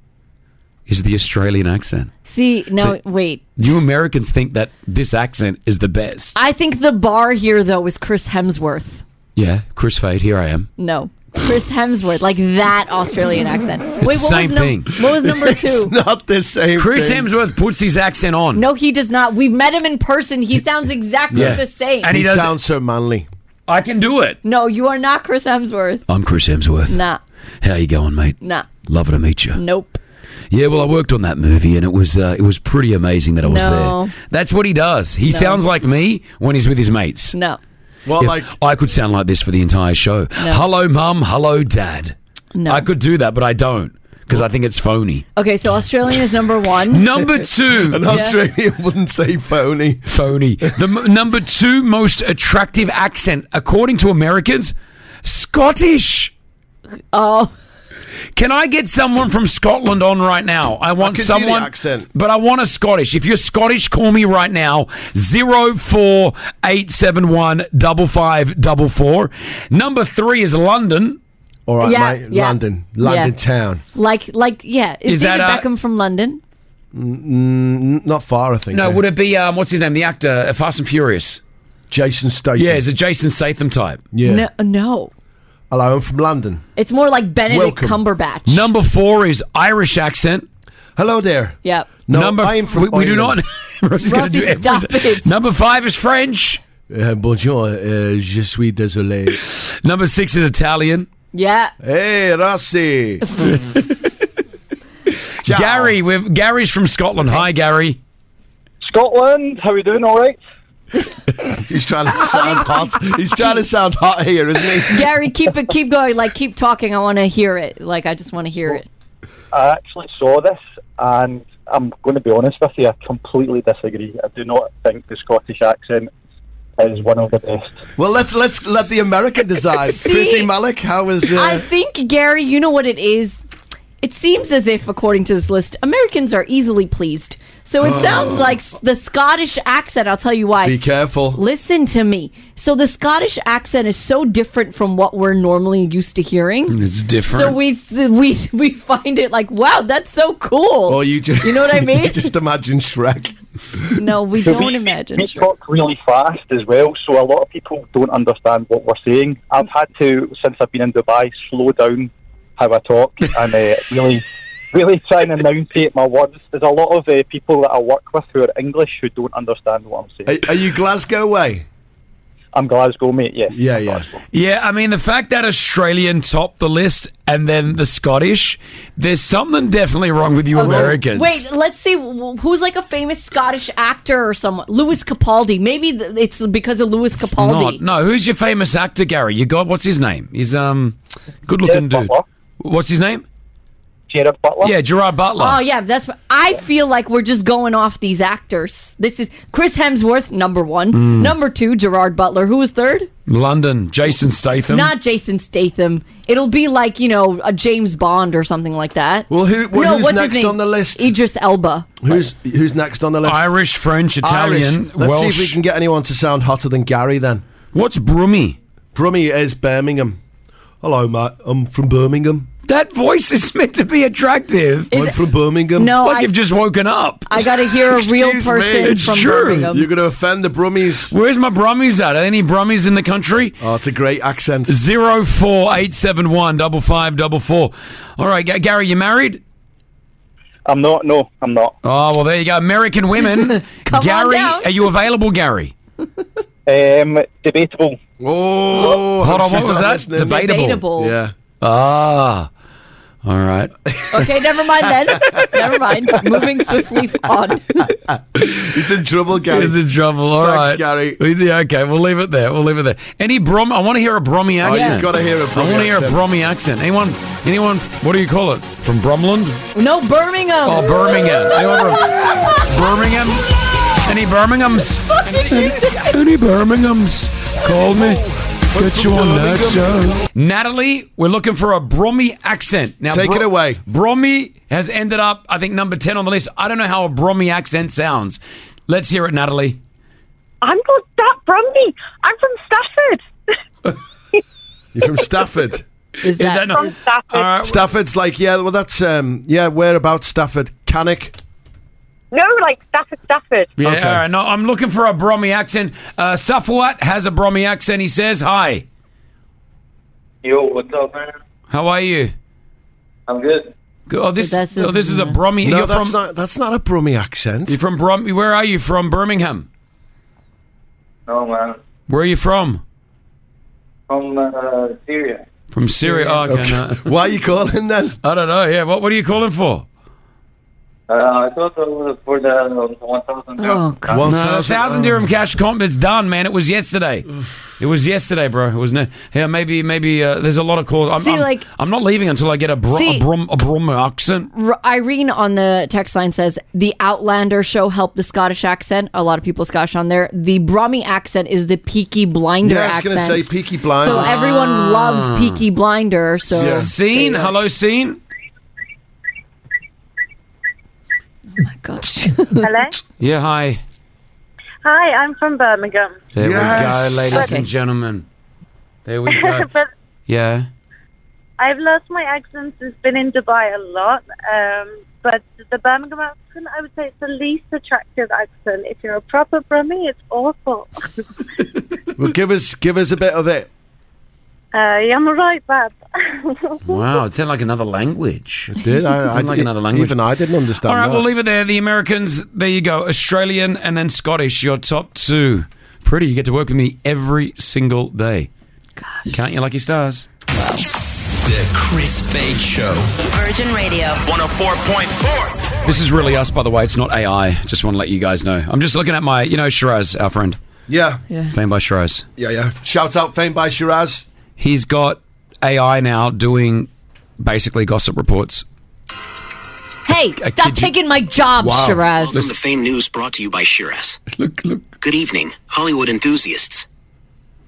Speaker 3: is the Australian accent.
Speaker 4: See, no,
Speaker 3: So-
Speaker 4: wait.
Speaker 3: Do you Americans think that this accent is the best?
Speaker 4: I think the bar here though is Chris Hemsworth.
Speaker 3: Yeah, Chris Fade, here I am.
Speaker 4: No. Chris Hemsworth, like that Australian accent. Wait,
Speaker 3: It's
Speaker 4: what
Speaker 3: the same
Speaker 4: was num-
Speaker 3: thing.
Speaker 4: What was number two?
Speaker 5: not the same.
Speaker 3: Chris
Speaker 5: thing.
Speaker 3: Hemsworth puts his accent on.
Speaker 4: No, he does not. We've met him in person. He sounds exactly the same.
Speaker 5: And he, sounds so manly.
Speaker 3: I can do it.
Speaker 4: No, you are not Chris Hemsworth.
Speaker 3: I'm Chris Hemsworth.
Speaker 4: Nah,
Speaker 3: How you going, mate?
Speaker 4: nah,
Speaker 3: Lovely to meet you.
Speaker 4: nope.
Speaker 3: Yeah, well, I worked on that movie, and it was uh, it was pretty amazing that I was
Speaker 4: No.
Speaker 3: there. That's what he does. He
Speaker 4: No.
Speaker 3: sounds like me when he's with his mates.
Speaker 4: No.
Speaker 5: Well,
Speaker 3: like I could sound like this for the entire show. Hello, mum. Hello, dad.
Speaker 4: No.
Speaker 3: I could do that, but I don't because I think it's phony.
Speaker 4: Okay, so Australian is number one.
Speaker 3: Number two,
Speaker 4: An Yeah. Australian
Speaker 5: wouldn't say phony.
Speaker 3: Phony. The m- number two most attractive accent, according to Americans, Scottish.
Speaker 4: Oh.
Speaker 3: Can I get someone from Scotland on right now? I want
Speaker 5: could do the
Speaker 3: someone
Speaker 5: accent.
Speaker 3: but I want a Scottish. If you're Scottish, call me right now. Zero four eight seven one double five double four. Number three is London.
Speaker 5: All right,
Speaker 4: Yeah,
Speaker 5: mate.
Speaker 4: yeah.
Speaker 5: London,
Speaker 4: Yeah.
Speaker 5: London town.
Speaker 4: Like, like, yeah. Is,
Speaker 3: Is
Speaker 4: David
Speaker 3: that, uh,
Speaker 4: Beckham from London?
Speaker 5: Mm, not far, I think.
Speaker 3: No,
Speaker 5: eh?
Speaker 3: would it be um, what's his name? The actor, uh, Fast and Furious.
Speaker 5: Jason Statham.
Speaker 3: Yeah, is a Jason Statham type.
Speaker 5: Yeah.
Speaker 4: No, no.
Speaker 5: Hello, I'm from London.
Speaker 4: It's more like Benedict
Speaker 5: Welcome.
Speaker 4: Cumberbatch.
Speaker 3: Number four is Irish accent.
Speaker 5: Hello there.
Speaker 4: Yep.
Speaker 3: number
Speaker 5: I am from
Speaker 3: we, we do not.
Speaker 5: Ireland.
Speaker 3: Ross is gonna
Speaker 4: Rossi,
Speaker 3: do every-
Speaker 4: stop it.
Speaker 3: Number five is French.
Speaker 5: Uh, bonjour, uh, je suis désolé.
Speaker 3: number six is Italian.
Speaker 4: Yeah.
Speaker 5: Hey, Rossi.
Speaker 3: Gary, we've, Gary's from Scotland. Hi, Gary.
Speaker 10: Scotland, how are you doing? All right.
Speaker 5: He's trying to sound hot. He's trying to sound hot here, isn't he?
Speaker 4: Gary, keep it, keep going. Like, keep talking. I want to hear it. Like, I just want to hear it.
Speaker 10: I actually saw this, and I'm going to be honest with you. I completely disagree. I do not think the Scottish accent is one of the best.
Speaker 5: Well, let's let's let the American decide.
Speaker 4: See?
Speaker 5: Pretty Malik, how is? Uh,
Speaker 4: I think, Gary, you know what it is? It seems as if, according to this list, Americans are easily pleased. So it sounds like s- the Scottish accent. I'll tell you why.
Speaker 5: Be careful.
Speaker 4: Listen to me. So the Scottish accent is so different from what we're normally used to hearing.
Speaker 3: It's different.
Speaker 4: So we th- we we find it like, wow, that's so cool.
Speaker 5: or you just
Speaker 4: you know what I
Speaker 5: you
Speaker 4: mean?
Speaker 5: just imagine Shrek.
Speaker 4: no, we
Speaker 10: So
Speaker 4: don't imagine.
Speaker 10: We talk really fast as well, so a lot of people don't understand what we're saying. I've had to, since I've been in Dubai, slow down how I talk and uh, really, really try and enunciate my words. There's a lot of uh, people that I work with who are English who don't understand what I'm saying.
Speaker 5: Are, you Glasgow way?
Speaker 10: I'm Glasgow, mate. Yeah.
Speaker 5: Yeah, yeah.
Speaker 3: Yeah, I mean the fact that Australian topped the list and then the Scottish, there's something definitely wrong with you Americans.
Speaker 4: Oh, Wait, let's see wh- who's like a famous Scottish actor or someone. Louis Capaldi. Maybe th- it's because of Louis Capaldi.
Speaker 3: Not- no, who's your famous actor, Gary? You got what's his name? He's um, good looking dude. What's his name?
Speaker 10: Gerard Butler.
Speaker 3: Yeah, Gerard Butler.
Speaker 4: Oh yeah, that's. what- I feel like we're just going off these actors. This is Chris Hemsworth, number one.
Speaker 3: Mm.
Speaker 4: Number two, Gerard Butler. Who was third?
Speaker 3: London, Jason Statham.
Speaker 4: Not Jason Statham. It'll be like you know a James Bond or something like that.
Speaker 5: Well, who?
Speaker 4: what
Speaker 5: well,
Speaker 4: is
Speaker 5: who's next on the list?
Speaker 4: Idris Elba.
Speaker 5: Who's who's next on the list?
Speaker 3: Irish, French, Italian,
Speaker 5: Let's
Speaker 3: Welsh.
Speaker 5: see if we can get anyone to sound hotter than Gary. Then
Speaker 3: what's Brummy?
Speaker 5: Brummy is Birmingham. Hello, Matt. I'm from Birmingham.
Speaker 3: That voice is meant to be attractive.
Speaker 5: I'm from Birmingham.
Speaker 4: No,
Speaker 3: it's like
Speaker 4: I-
Speaker 3: you've just woken up.
Speaker 4: I gotta hear a real
Speaker 5: Excuse me.
Speaker 4: person
Speaker 3: It's
Speaker 4: from
Speaker 3: true.
Speaker 4: Birmingham.
Speaker 5: You're going to offend the Brummies.
Speaker 3: Where's my Brummies at? Are there any Brummies in the country?
Speaker 5: Oh, it's a great accent.
Speaker 3: Zero four eight seven one double five double four. All right, Ga- Gary, you married?
Speaker 10: I'm not. No, I'm not.
Speaker 3: Oh well, there you go. American women.
Speaker 10: Come on
Speaker 3: Gary,
Speaker 10: down.
Speaker 3: are you available, Gary?
Speaker 10: Um, debatable.
Speaker 5: Oh,
Speaker 3: hold on.
Speaker 5: she's
Speaker 3: What was
Speaker 5: not
Speaker 3: that?
Speaker 5: listening.
Speaker 3: Debatable.
Speaker 4: Debatable. Yeah.
Speaker 3: Ah. All right.
Speaker 4: Okay, never mind then. never mind. Moving swiftly on.
Speaker 5: He's in trouble, Gary.
Speaker 3: He's in trouble. All
Speaker 5: Thanks,
Speaker 3: right,
Speaker 5: Gary.
Speaker 3: We- yeah, Okay, we'll leave it there. We'll leave it there. Any Brom? I want to hear a Brommy
Speaker 5: Oh, you've
Speaker 3: accent.
Speaker 5: gotta hear a
Speaker 3: I want
Speaker 5: Brommy
Speaker 3: to hear a
Speaker 5: accent.
Speaker 3: Brommy accent. Anyone? Anyone? What do you call it? From Bromland?
Speaker 4: No, Birmingham.
Speaker 3: Oh, Birmingham. Anyone from Birmingham? Any Birminghams? Any Birminghams? Call me. Get you on that show. Natalie, we're looking for a Brommy accent. Now,
Speaker 5: Take it away.
Speaker 3: Brommy has ended up, I think, number 10 on the list. I don't know how a Brommy accent sounds. Let's hear it, Natalie.
Speaker 11: I'm not that Brumby. I'm from Stafford.
Speaker 5: You're from Stafford.
Speaker 4: Is
Speaker 11: that- that not- From Stafford. All right.
Speaker 5: Stafford's like, yeah, well, that's, um, yeah, whereabouts Stafford? Cannock?
Speaker 11: No, like Stafford, Stafford.
Speaker 3: Yeah,
Speaker 5: Okay.
Speaker 3: all right. No, I'm looking for a Brommy accent. Uh, Safwat has a Brommy accent. He says, Hi,
Speaker 23: Yo, what's up, man?
Speaker 3: how are you?
Speaker 23: I'm good.
Speaker 3: Oh, this,
Speaker 23: That's his-
Speaker 3: oh, this is a Brommy.
Speaker 5: No,
Speaker 3: you're
Speaker 5: that's,
Speaker 3: from,
Speaker 5: not, that's not a Brummy accent.
Speaker 3: you're from Brom. Where are you from? Birmingham.
Speaker 23: No, Oh, man.
Speaker 3: Where are you from?
Speaker 23: From uh, Syria.
Speaker 3: From Syria. Oh, okay,
Speaker 5: Okay.
Speaker 3: no.
Speaker 5: Why are you calling then?
Speaker 3: I don't know. Yeah, what, what are you calling for?
Speaker 23: Uh, I thought that was for the um, 1,000
Speaker 3: Oh,
Speaker 4: Oh,
Speaker 23: dirham.
Speaker 3: No, a thousand dirham cash comp. It's done, man. It was yesterday. it was yesterday, bro. It was no. Yeah, maybe, maybe uh, there's a lot of calls. I'm,
Speaker 4: See,
Speaker 3: I'm,
Speaker 4: like-
Speaker 3: I'm not leaving until I get a bro,
Speaker 4: See-
Speaker 3: a brom, a brom accent.
Speaker 4: R- Irene on the text line says the Outlander show helped the Scottish accent. A lot of people Scottish on there. The Brummy accent is the Peaky Blinder
Speaker 5: yeah, I was
Speaker 4: accent.
Speaker 5: going to say Peaky
Speaker 4: so
Speaker 5: Blinders.
Speaker 4: everyone
Speaker 3: Ah.
Speaker 4: loves Peaky Blinder. So
Speaker 3: Scene. Hello, scene.
Speaker 4: Gosh.
Speaker 20: uh,
Speaker 11: Hello.
Speaker 3: Yeah, hi.
Speaker 11: Hi, I'm from Birmingham.
Speaker 3: There
Speaker 11: Yes.
Speaker 3: we go, ladies
Speaker 11: Okay.
Speaker 3: and gentlemen. There we go.
Speaker 11: but
Speaker 3: yeah.
Speaker 11: I've lost my accent since been in Dubai a lot. Um, but the Birmingham accent, I would say, it's the least attractive accent. If you're a proper Brummie, it's awful.
Speaker 5: well, give us, give us a bit of it.
Speaker 16: Uh, yeah, I'm alright, Bab.
Speaker 3: Wow, it sounded like another language. It
Speaker 5: did. I-
Speaker 3: it sounded
Speaker 5: I-
Speaker 3: like another language.
Speaker 5: even I didn't understand
Speaker 3: All right,
Speaker 5: that.
Speaker 3: we'll leave it there. The Americans, there you go. Australian and then Scottish, your top two. Pretty, you get to work with me every single day. Count your lucky stars.
Speaker 2: The Chris Fade Show.
Speaker 24: Virgin Radio.
Speaker 2: 104.4.
Speaker 3: This is really us, by the way. It's not AI. Just want to let you guys know. I'm just looking at my, you know, Shiraz, our friend.
Speaker 5: Yeah.
Speaker 3: Yeah. Fame by Shiraz.
Speaker 5: Yeah, yeah. Shout out Fame by Shiraz.
Speaker 3: He's got AI now doing basically gossip reports.
Speaker 4: Hey,
Speaker 3: I
Speaker 4: stop
Speaker 3: kid you-
Speaker 4: taking my job, Shiraz.
Speaker 6: Welcome to Fame News brought to you by Shiraz. Look, look. Good evening, Hollywood enthusiasts.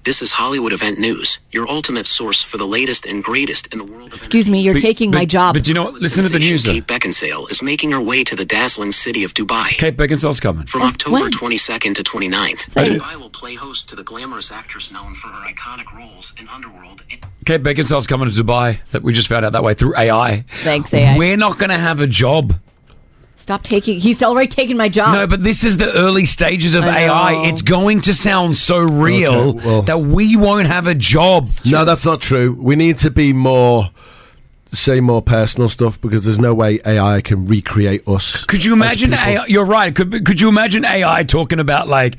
Speaker 6: This is Hollywood Event News, your ultimate source for the latest and greatest in the world of
Speaker 4: Excuse me, you're taking my job.
Speaker 3: But you know what? Listen to the
Speaker 6: sensation.
Speaker 3: news. though.
Speaker 6: Kate Beckinsale is making her way to the dazzling city of Dubai.
Speaker 3: Kate Beckinsale's coming.
Speaker 6: From October 22nd to 29th,
Speaker 3: Thanks.
Speaker 6: Dubai will play host to the glamorous actress known for her iconic roles in Underworld
Speaker 3: Kate Beckinsale's coming to Dubai. That we just found out that way through AI.
Speaker 4: Thanks, AI.
Speaker 3: We're not going to have a job.
Speaker 4: Stop taking. He's already taking my job.
Speaker 3: No, but this is the early stages of
Speaker 4: Oh. I know.
Speaker 3: AI. It's going to sound so real that we won't have a job.
Speaker 5: No, that's not true. We need to be more, say more personal stuff because there's no way AI can recreate us.
Speaker 3: Could you
Speaker 5: as
Speaker 3: imagine
Speaker 5: people.
Speaker 3: AI? You're right. Could could you imagine AI talking about like?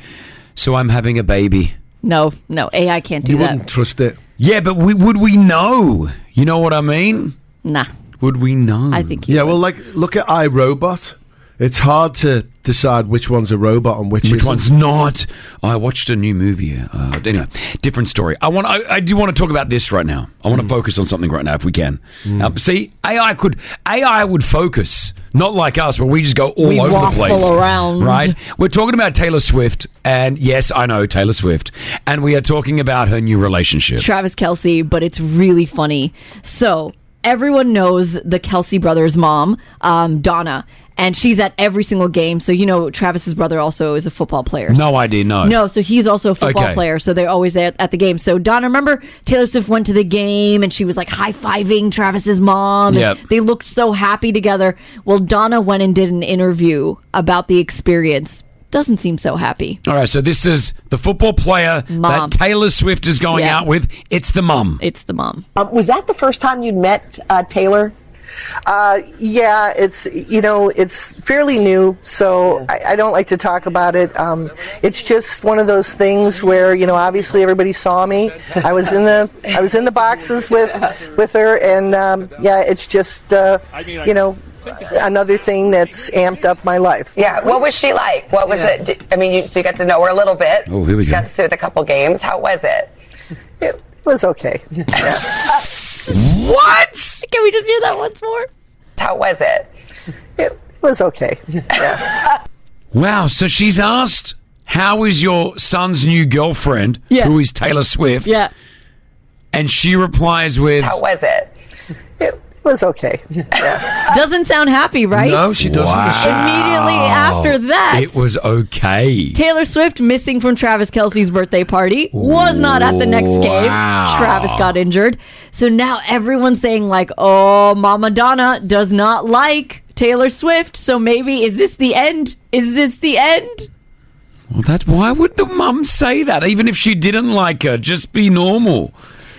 Speaker 3: So I'm having a baby.
Speaker 4: no, no, AI can't do
Speaker 3: You
Speaker 4: that.
Speaker 3: wouldn't
Speaker 5: trust it.
Speaker 3: Yeah, but we, would we know? Oh, You know what I mean?
Speaker 4: Nah.
Speaker 3: Would we know?
Speaker 4: I think.
Speaker 5: Yeah, well, like look at iRobot. It's hard to decide which one's a robot and which
Speaker 3: Which
Speaker 5: isn't.
Speaker 3: one's not? I watched a new movie. Uh, anyway, different story. I want. I, I do want to talk about this right now. I want
Speaker 4: Hmm.
Speaker 3: to focus on something right now, if we can. Uh, see, AI could AI would focus, not like us, where we just go all
Speaker 4: We
Speaker 3: over the
Speaker 4: waffle
Speaker 3: place.
Speaker 4: around.
Speaker 3: right? We're talking about Taylor Swift, and yes, I know Taylor Swift, and we are talking about her new relationship.
Speaker 4: Travis Kelsey, but it's really funny. So everyone knows the Kelsey brothers' mom, um, Donna, and she's at every single game. So you know Travis's brother also is a football player.
Speaker 3: no idea. No.
Speaker 4: No, so he's also a football
Speaker 3: Okay.
Speaker 4: player, so they're always at, at the game. So Donna, remember Taylor Swift went to the game and she was like high fiving Travis's mom. and
Speaker 7: Yep.
Speaker 4: They looked so happy together. Well, Donna went and did an interview about the experience. Doesn't seem so happy.
Speaker 3: All right, so this is the football player
Speaker 4: Mom.
Speaker 3: that Taylor Swift is going
Speaker 4: Yeah.
Speaker 3: out with. It's the mum.
Speaker 4: It's the mom.
Speaker 25: Um, was that the first time you'd met uh, Taylor?
Speaker 26: Uh, yeah, it's you know it's fairly new, so I, I don't like to talk about it. Um, it's just one of those things where you know obviously everybody saw me. I was in the I was in the boxes with with her, and um, yeah, it's just uh, you know another thing that's amped up my life.
Speaker 7: Yeah. What was she like? What was
Speaker 26: Yeah.
Speaker 7: it? d- I mean, you, so you got to know her a little bit.
Speaker 26: Oh, here we
Speaker 7: You
Speaker 26: go.
Speaker 7: Got to sit with a couple games. How was it?
Speaker 26: It was okay.
Speaker 7: What?
Speaker 4: Can we just hear that once more?
Speaker 7: How was it?
Speaker 26: It was okay.
Speaker 3: Wow, so she's asked, How is your son's new girlfriend,
Speaker 26: Yeah.
Speaker 3: who is Taylor Swift?
Speaker 26: Yeah.
Speaker 3: And she replies with,
Speaker 7: How was it?
Speaker 26: It was okay.
Speaker 4: Doesn't sound happy, right?
Speaker 3: No, she doesn't.
Speaker 4: Immediately
Speaker 3: Wow.
Speaker 4: after that,
Speaker 3: It was okay.
Speaker 4: Taylor Swift missing from Travis Kelsey's birthday party was not at the next game.
Speaker 3: Wow.
Speaker 4: Travis got injured. So now everyone's saying, like, oh, Mama Donna does not like Taylor Swift. So maybe is this the end? Is this the end?
Speaker 3: Well, that why would the mum say that? Even if she didn't like her, just be normal.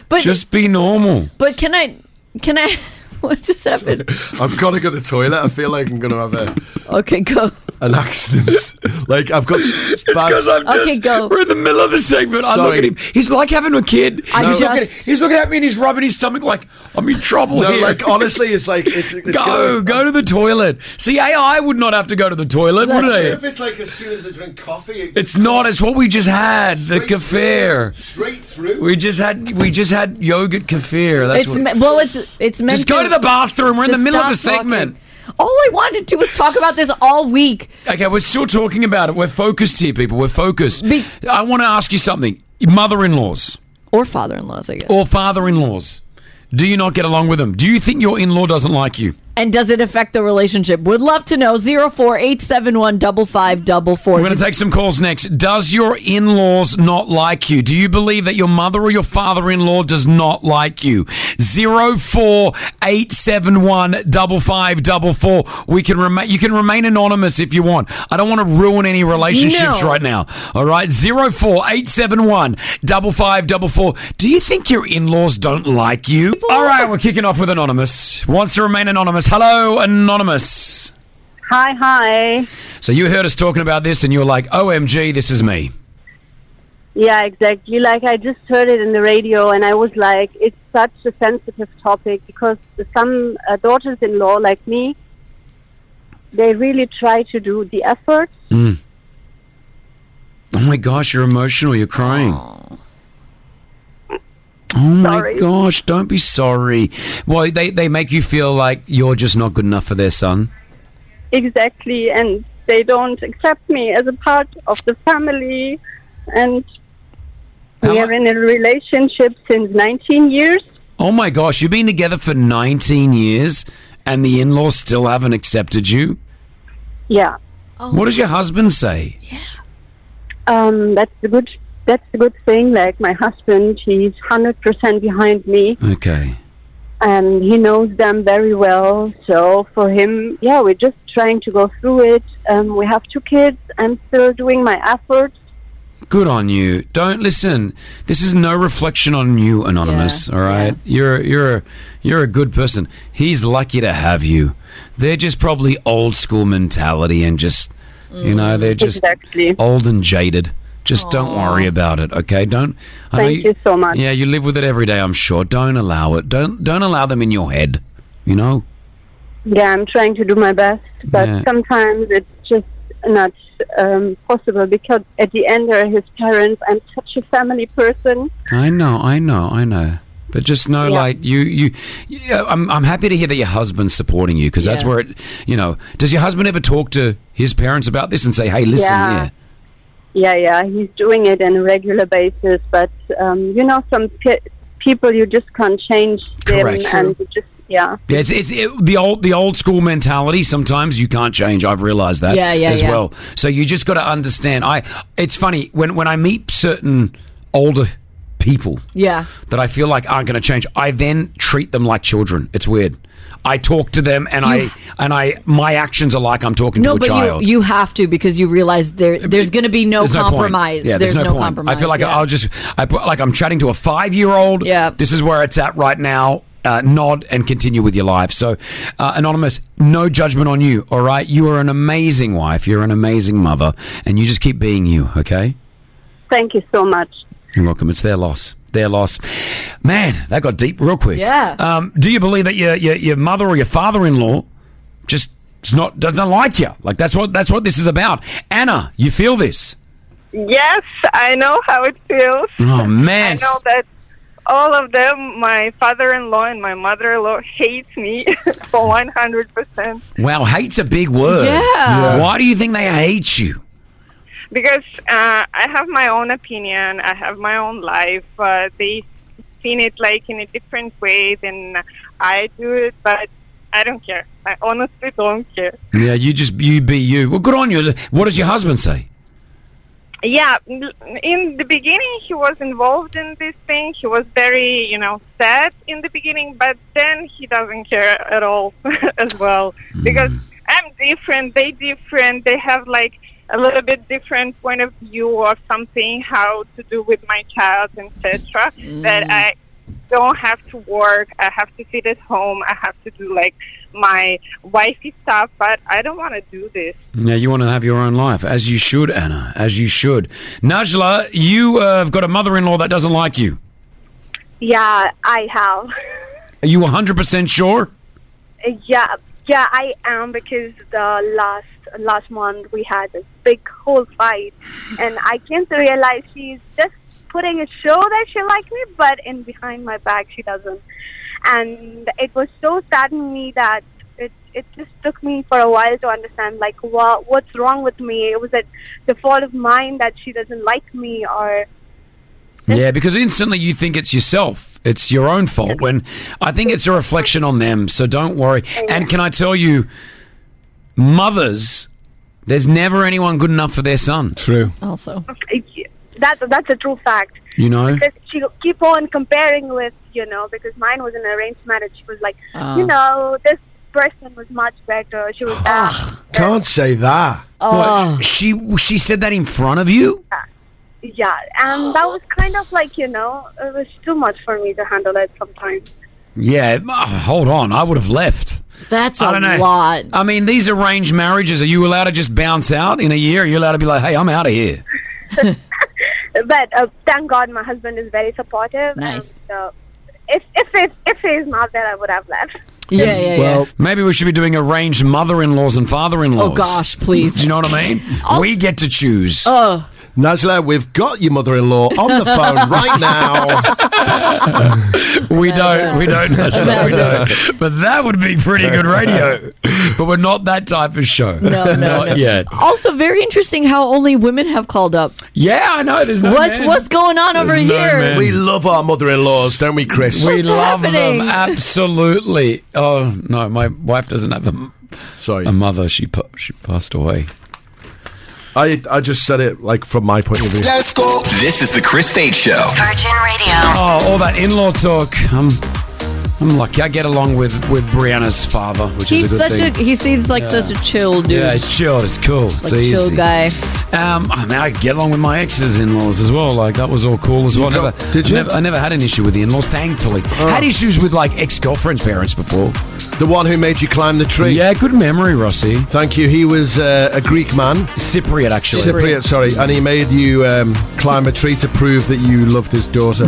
Speaker 4: But-
Speaker 3: just be normal.
Speaker 4: But can I, can I, what just happened?
Speaker 5: I've got to go to the toilet. I feel like I'm going to have a
Speaker 4: Okay, go.
Speaker 5: an accident. like I've got. It's
Speaker 3: Because I'm just, We're in the middle of the segment. I look at
Speaker 5: Sorry.
Speaker 3: him. He's like having a kid.
Speaker 5: I
Speaker 3: he's, looking,
Speaker 5: just-
Speaker 3: he's looking at me and he's rubbing his stomach like I'm in trouble
Speaker 5: No,
Speaker 3: here.
Speaker 5: like honestly, it's like it's, it's
Speaker 3: go, go to the toilet. See, AI would not have to go to the toilet, would it?
Speaker 5: it's like as soon as I drink coffee,
Speaker 3: It's not. It's what we just had. The kefir.
Speaker 5: Straight through.
Speaker 3: We just had. We just had yogurt kefir. That's
Speaker 4: it's
Speaker 3: what.
Speaker 4: me- well, it's it's meant.
Speaker 3: Just go to the bathroom. We're in
Speaker 4: Just
Speaker 3: the middle of a
Speaker 4: stop talking.
Speaker 3: segment.
Speaker 4: All I wanted to was talk about this all week.
Speaker 3: Okay, we're still talking about it. We're focused here, people. We're focused. I want to ask you something. Mother-in-laws
Speaker 4: or father-in-laws, I guess,
Speaker 3: or father-in-laws. Do you not get along with them? Do you think your in-law doesn't like you?
Speaker 4: And does it affect the relationship? Would love to know. 04871 5544.
Speaker 3: We're going to take some calls next. Does your in laws not like you? Do you believe that your mother or your father in law does not like you? 04871 5544. We can remain, you can remain anonymous if you want. I don't want to ruin any relationships
Speaker 6: No.
Speaker 3: right now. All right. 04871 5544. Do you think your in laws don't like you? All right. We're kicking off with Anonymous. Wants to remain anonymous. Hello, Anonymous.
Speaker 16: Hi, hi.
Speaker 3: So you heard us talking about this, and you were like, "OMG, this is me."
Speaker 16: Yeah, exactly. Like I just heard it in the radio, and I was like, it's such a sensitive topic because some uh, daughters-in-law, like me, they really try to do the effort.
Speaker 3: Mm. Oh my gosh, you're emotional. You're crying. Oh my gosh, don't be sorry. Well, they, they make you feel like you're just not good enough for their son.
Speaker 16: Exactly, and they don't accept me as a part of the family. And we are in a relationship since 19 years.
Speaker 3: Oh my gosh, you've been together for 19 years and the in laws still haven't accepted you?
Speaker 16: Yeah.
Speaker 3: Oh. What does your husband say?
Speaker 16: Um, that's the good. That's the good thing. Like my husband, he's hundred percent behind me,
Speaker 3: Okay.
Speaker 16: and he knows them very well. So for him, yeah, we're just trying to go through it. Um, we have two kids. I'm still doing my efforts.
Speaker 3: Good on you. Don't listen. This is no reflection on you, Anonymous. all right, you're you're you're a good person. He's lucky to have you. They're just probably old school mentality and just you
Speaker 16: Mm,
Speaker 3: know they're just old and jaded. Just don't worry about it, okay? Don't. I know
Speaker 16: Thank you so much.
Speaker 3: Yeah, you live with it every day. I'm sure. Don't allow it. Don't don't allow them in your head. You know.
Speaker 16: Yeah, I'm trying to do my best, but
Speaker 3: Yeah.
Speaker 16: sometimes it's just not um, possible because at the end they're his parents. I'm such a family person.
Speaker 3: I know, I know, I know. But just know, like you, you, yeah, I'm, I'm happy to hear that your husband's supporting you because that's
Speaker 16: Yeah.
Speaker 3: where it, you know. Does your husband ever talk to his parents about this and say, "Hey, listen,
Speaker 16: Yeah.
Speaker 3: yeah,
Speaker 16: Yeah, yeah, he's doing it on a regular basis, but um, you know, some pe- people you just can't change them,
Speaker 3: Correct.
Speaker 16: and you just yeah,
Speaker 3: yeah it's, it's it, the old, the old school mentality. Sometimes you can't change. I've realized that,
Speaker 16: Yeah, yeah,
Speaker 3: as
Speaker 16: yeah.
Speaker 3: well. So you just got to understand. I, it's funny when when I meet certain older people,
Speaker 4: Yeah.
Speaker 3: that I feel like aren't going to change. I then treat them like children. It's weird. I talk to them, and I and I my actions are like I'm talking
Speaker 4: No,
Speaker 3: to a
Speaker 4: but
Speaker 3: child.
Speaker 4: you, you have to because you realize there there's going to be no
Speaker 3: There's no point.
Speaker 4: compromise.
Speaker 3: Yeah, there's, no, point.
Speaker 4: compromise.
Speaker 3: I feel like
Speaker 4: yeah.
Speaker 3: I'll just I put like I'm chatting to a five year old. Yeah, this is where it's at right now. Uh, nod and continue with your life. So, uh, anonymous, no judgment on you. All right, you are an amazing wife. You're an amazing mother, and you just keep being you. Okay.
Speaker 16: thank you so much.
Speaker 3: You're welcome. It's their loss. Their loss. Man, that got deep real quick.
Speaker 16: Yeah.
Speaker 3: Um, do you believe that your, your your mother or your father in law just is not doesn't like you? Like that's what that's what this is about. Anna, you feel this?
Speaker 17: Yes, I know how it feels.
Speaker 3: Oh man.
Speaker 17: I know that all of them, my father-in-law and my mother-in-law, hates me for one hundred percent
Speaker 3: Wow, hate's a big word.
Speaker 17: Yeah. Yeah.
Speaker 3: Why do you think they hate you?
Speaker 17: because uh, I have my own opinion. I have my own life. Uh, they seen it like in a different way than I do it, but I don't care. I honestly don't care.
Speaker 3: Yeah, you just you be you. Well, good on you. What does your husband say?
Speaker 17: Yeah, l- in the beginning he was involved in this thing. He was very, you know, sad in the beginning, but then he doesn't care at all as well because I'm different, they different, they have like a little bit different point of view or something how to do with my child, etc. That I don't have to work. I have to sit at home. I have to do like my wifey stuff, but I don't want to do this.
Speaker 3: Yeah, you want to have your own life, as you should, Anna, as you should. Najla, you uh, have got a mother-in-law that doesn't like you.
Speaker 18: Yeah, I have.
Speaker 3: Are you 100% sure?
Speaker 18: Yeah, yeah, I am because the last last month we had a big whole fight, and I came to realize she's just putting a show that she likes me, but in behind my back she doesn't. And it was so saddening me that it it just took me for a while to understand like what what's wrong with me. Was it the fault of mine that she doesn't like me, or
Speaker 3: Yeah, because instantly you think it's yourself. It's your own fault when I think it's a reflection on them. So don't worry. And can I tell you, mothers, there's never anyone good enough for their son.
Speaker 5: True.
Speaker 4: Also,
Speaker 18: That's that's a true fact.
Speaker 3: You know?
Speaker 18: because she keep on comparing with you know because mine was an arranged marriage. She was like,
Speaker 5: Ah.
Speaker 18: you know, this person was much better. She was that.
Speaker 5: Can't say that.
Speaker 4: Oh.
Speaker 3: What, she she said that in front of you.
Speaker 18: yeah, and that was kind of like you know it was too much for me to handle it sometimes.
Speaker 3: Yeah, ah, hold on. I would have left.
Speaker 4: That's
Speaker 3: a
Speaker 4: a lot.
Speaker 3: I mean, these arranged marriages, are you allowed to just bounce out in a year? Are you allowed to be like, hey, I'm out of here?
Speaker 18: But uh, thank God, my husband is very supportive.
Speaker 3: Nice.
Speaker 18: And, uh, if if it, if he's not there, I would have left.
Speaker 3: well, maybe we should be doing arranged mother in laws and father in laws.
Speaker 18: Oh, gosh, please.
Speaker 3: Do you know what I mean?
Speaker 18: I'll-
Speaker 3: we get to choose.
Speaker 4: Oh.
Speaker 5: Najla, we've got your mother-in-law on the phone right now.
Speaker 3: we don't. We don't. Najla, we don't. But that would be pretty good radio. But we're not that type of show.
Speaker 4: No, no,
Speaker 3: not
Speaker 4: no.
Speaker 3: yet.
Speaker 4: Also, very interesting how only women have called up.
Speaker 3: Yeah, I know. There's no
Speaker 4: what's
Speaker 3: men.
Speaker 4: what's going on over here?
Speaker 5: We love our mother-in-laws, don't we, Chris?
Speaker 3: we love them absolutely. Oh no, my wife doesn't have a
Speaker 5: sorry
Speaker 3: a mother. She pa- she passed away.
Speaker 5: I I just said it like from my point of view.
Speaker 2: Let's go. This is the Chris Fade Show.
Speaker 14: Virgin Radio.
Speaker 3: Oh, all that in-law talk. I'm I'm lucky. I get along with with Brianna's father, which
Speaker 4: He's
Speaker 3: is a good
Speaker 4: such
Speaker 3: thing.
Speaker 4: a. He seems like such a chill dude.
Speaker 3: Yeah, it's chilled. It's cool. it's
Speaker 4: like a chill
Speaker 3: easy.
Speaker 4: guy.
Speaker 3: Um, I mean, I get along with my exes in laws as well. Like that was all cool as well. Never, did you? Oh. I never, I never had an issue with the in laws. Thankfully, had issues with like ex girlfriend's parents before.
Speaker 5: The one who made you climb the tree.
Speaker 3: Yeah, good memory, Rossi.
Speaker 5: Thank you. He was uh, a Greek man.
Speaker 3: Cypriot, actually.
Speaker 5: Cypriot, sorry. And he made you um, climb a tree to prove that you loved his daughter.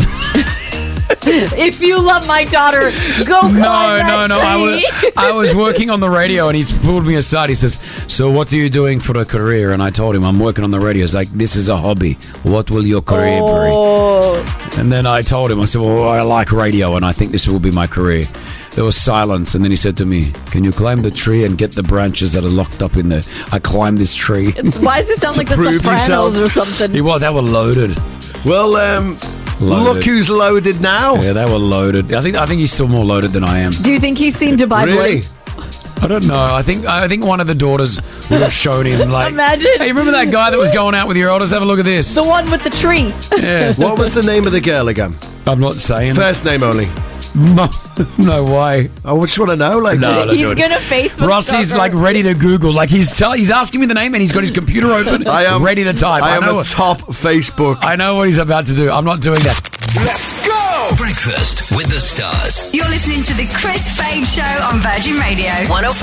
Speaker 4: if you love my daughter, go climb
Speaker 3: No,
Speaker 4: that
Speaker 3: no, no. I was,
Speaker 4: tree.
Speaker 3: I was working on the radio and he pulled me aside. He says, So, what are you doing for a career? And I told him, I'm working on the radio. He's like, This is a hobby. What will your career
Speaker 4: Oh.
Speaker 3: be? And then I told him, I said, Well, I like radio and I think this will be my career. There was silence. And then he said to me, Can you climb the tree and get the branches that are locked up in there? I climbed this tree.
Speaker 4: Why does it sound like the Sopranos or something?
Speaker 3: He was, they were loaded.
Speaker 5: Well, um, look who's loaded now.
Speaker 3: Yeah, they were loaded. I think I think he's still more loaded than I am.
Speaker 4: Do you think he's seen Dubai Boy?
Speaker 3: I don't know. I think I think one of the daughters would have shown him like
Speaker 4: Imagine.
Speaker 3: Hey, remember that guy that was going out with your elders? Have a look at this.
Speaker 4: The one with the tree.
Speaker 3: Yeah.
Speaker 5: what was the name of the girl again?
Speaker 3: I'm not saying.
Speaker 5: First name only.
Speaker 3: No, no way.
Speaker 5: I just want to know. Like,
Speaker 3: No, don't
Speaker 4: he's
Speaker 3: do it.
Speaker 4: gonna face.
Speaker 3: Rossi's like ready to Google. Like he's tell, he's asking me the name and he's got his computer open.
Speaker 5: I am-
Speaker 3: ready to type.
Speaker 5: I am
Speaker 3: know
Speaker 5: a top Facebook.
Speaker 3: I know what he's about to do. I'm not doing that.
Speaker 2: Let's go. Breakfast with the stars.
Speaker 9: You're listening to the Chris Fade Show on Virgin Radio.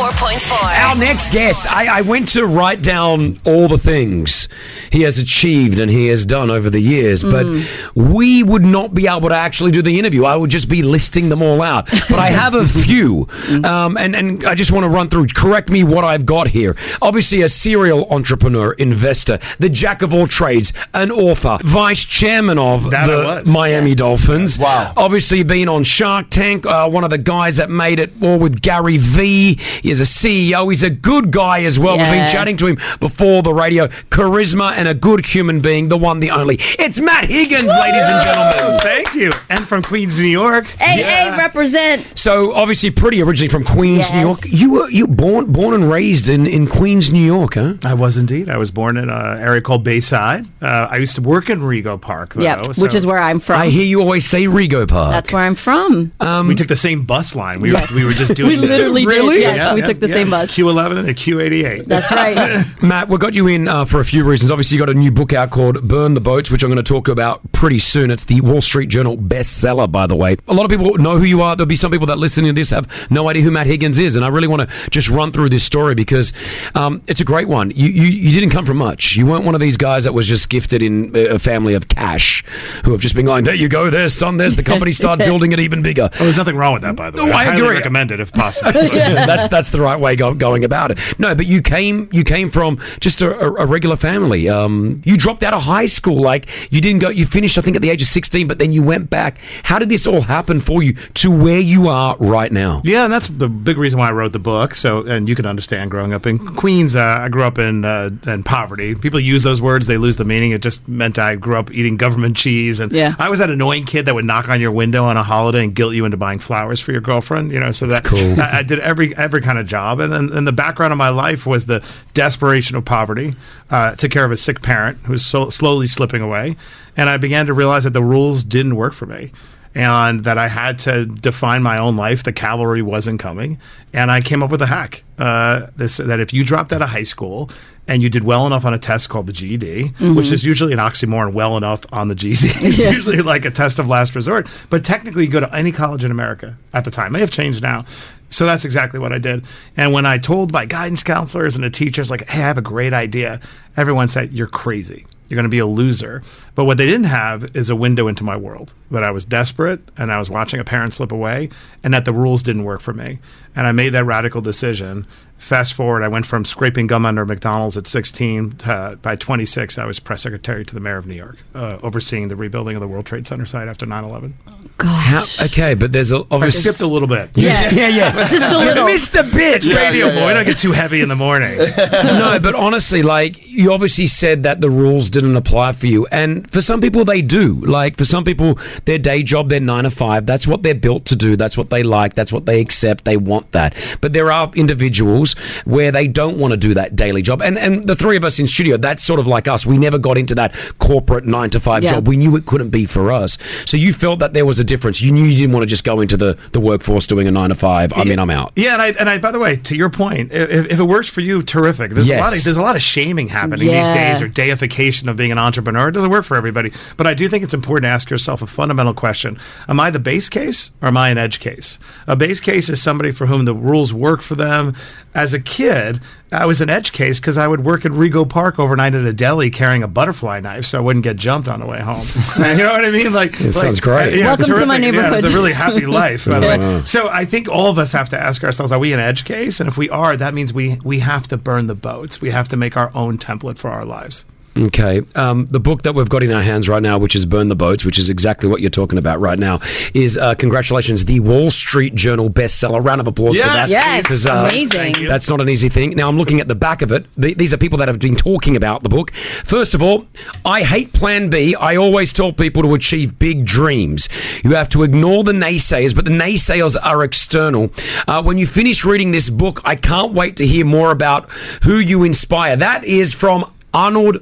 Speaker 14: 104.4.
Speaker 3: Our next guest, I, I went to write down all the things he has achieved and he has done over the years, but
Speaker 4: Mm.
Speaker 3: we would not be able to actually do the interview. I would just be listing them all out. But I have a few, um, and, and I just want to run through. Correct me what I've got here. Obviously, a serial entrepreneur, investor, the jack of all trades, an author, vice chairman of
Speaker 13: That I
Speaker 3: the
Speaker 13: was.
Speaker 3: Miami Dolphins. Wow. Obviously, been on Shark Tank, uh, one of the guys that made it all with Gary Vee. He is a CEO. He's a good guy as well. We've
Speaker 13: Yeah.
Speaker 3: been chatting to him before the radio. Charisma and a good human being, the one, the only. It's Matt Higgins, ladies and gentlemen.
Speaker 13: Thank you. And from Queens, New York.
Speaker 4: Hey, hey, represent.
Speaker 3: So obviously, pretty originally from Queens, New York. You were you were born born and raised in, in Queens, New York, huh?
Speaker 13: I was indeed. I was born in an area called Bayside. Uh, I used to work in Rigo Park, though.
Speaker 4: Yeah, which is where I'm from.
Speaker 13: I
Speaker 3: hear you always say Rigo Park. Um,
Speaker 4: That's where I'm from.
Speaker 13: we took the same bus line. We,
Speaker 4: Yes.
Speaker 13: were, we were just
Speaker 4: We
Speaker 13: doing the-
Speaker 4: literally did, Really? yes, we took the same bus.
Speaker 13: Q11 and the Q88.
Speaker 4: That's right.
Speaker 3: Matt, we got you in uh, for a few reasons. Obviously, you got a new book out called Burn the Boats, which I'm going to talk about pretty soon. It's the Wall Street Journal bestseller, by the way. A lot of people know who you are. There'll be some people that listen to this have no idea who Matt Higgins is. And I really want to just run through this story because um, it's a great one. You, you, you didn't come from much. You weren't one of these guys that was just gifted in a family of cash who have just been going, there you go, there's son, there's the company, start building it even bigger.
Speaker 13: Oh, there's nothing wrong with that, by the way.
Speaker 3: No, I
Speaker 13: I highly
Speaker 3: agree.
Speaker 13: recommend it if possible.
Speaker 3: that's that's the right way go, going about it. No, but you came you came from just a, a, a regular family. Um, you dropped out of high school, like you didn't go. You finished English, I think, at the age of 16, but then you went back. How did this all happen for you to where you are right now?
Speaker 13: Yeah, and that's the big reason why I wrote the book. So, and you can understand growing up in Queens, uh, I grew up in uh, in poverty. People use those words, they lose the meaning. It just meant I grew up eating government cheese, and
Speaker 2: Yeah.
Speaker 13: I was that annoying kid that would knock on your window on a holiday and guilt you into buying flowers for your girlfriend. You know, so that
Speaker 3: cool.
Speaker 13: I, I did every every kind of job, and then and the background of my life was the desperation of poverty. Uh, took care of a sick parent who was so, slowly slipping away, and I began to realize that the rules didn't work for me and that I had to define my own life. The cavalry wasn't coming, and I came up with a hack. Uh, this that if you dropped out of high school and you did well enough on a test called the GED,
Speaker 5: Mhm.
Speaker 13: which is usually an oxymoron, well enough on the GED. it's usually like a test of last resort, but technically you go to any college in America at the time. May have changed now. So that's exactly what I did. And when I told my guidance counselors and the teachers, like, hey, I have a great idea, everyone said, you're crazy. You're going to be a loser. But what they didn't have is a window into my world that I was desperate and I was watching a parent slip away and that the rules didn't work for me. And I made that radical decision. Fast forward, I went from scraping gum under McDonald's at 16 to, by 26, I was press secretary to the mayor of New York, uh, overseeing the rebuilding of the World Trade Center site after 9 11.
Speaker 3: How, okay, but there's a,
Speaker 13: I
Speaker 3: obviously.
Speaker 13: skipped a little bit.
Speaker 3: Yeah. Yeah, yeah. Just a little. Missed a bit.
Speaker 13: It's
Speaker 3: Yeah,
Speaker 13: radio
Speaker 3: yeah, yeah.
Speaker 13: boy. Don't get too heavy in the morning.
Speaker 3: no, but honestly, like you obviously said that the rules didn't apply for you, and for some people they do. Like for some people, their day job, their nine to five, that's what they're built to do. That's what they like. That's what they accept. They want that. But there are individuals where they don't want to do that daily job, and and the three of us in studio, that's sort of like us. We never got into that corporate nine to five
Speaker 27: Yeah.
Speaker 3: job. We knew it couldn't be for us. So you felt that there was a difference. You knew you didn't want to just go into the the workforce doing a nine to five. I'm in. I'm out.
Speaker 13: Yeah, and I and I. By the way, to your point, i- if, if it works for you, terrific. There's a lot.
Speaker 3: Yes.
Speaker 13: Of, there's a lot of shaming happening these
Speaker 3: Yeah.
Speaker 13: days, or deification of being an entrepreneur. It doesn't work for everybody. But I do think it's important to ask yourself a fundamental question: Am I the base case, or am I an edge case? A base case is somebody for whom the rules work for them. As a kid, I was an edge case because I would work at Rigo Park overnight at a deli carrying a butterfly knife, so I wouldn't get jumped on the way home. you know what I mean? Like,
Speaker 3: It
Speaker 13: like-
Speaker 3: sounds great.
Speaker 13: Yeah, it was
Speaker 3: Welcome to my
Speaker 13: terrific. Yeah, it was
Speaker 3: neighborhood.
Speaker 13: a really happy life, by the
Speaker 3: Wow.
Speaker 13: way. So I think all of us have to ask ourselves: Are we an edge case? And if we are, that means we we have to burn the boats. We have to make our own template for our lives.
Speaker 3: Okay. Um, the book that we've got in our hands right now, which is Burn the Boats, which is exactly what you're talking about right now, is uh, congratulations, the Wall Street Journal bestseller. Round of applause for that. uh,
Speaker 2: Yes. Yes.
Speaker 3: 'Cause,
Speaker 2: Amazing. Thank you.
Speaker 3: That's not an easy thing. Now, I'm looking at the back of it. Th- these are people that have been talking about the book. First of all, I hate plan B. I always tell people to achieve big dreams. You have to ignore the naysayers, but the naysayers are external. Uh, when you finish reading this book, I can't wait to hear more about who you inspire. That is from Arnold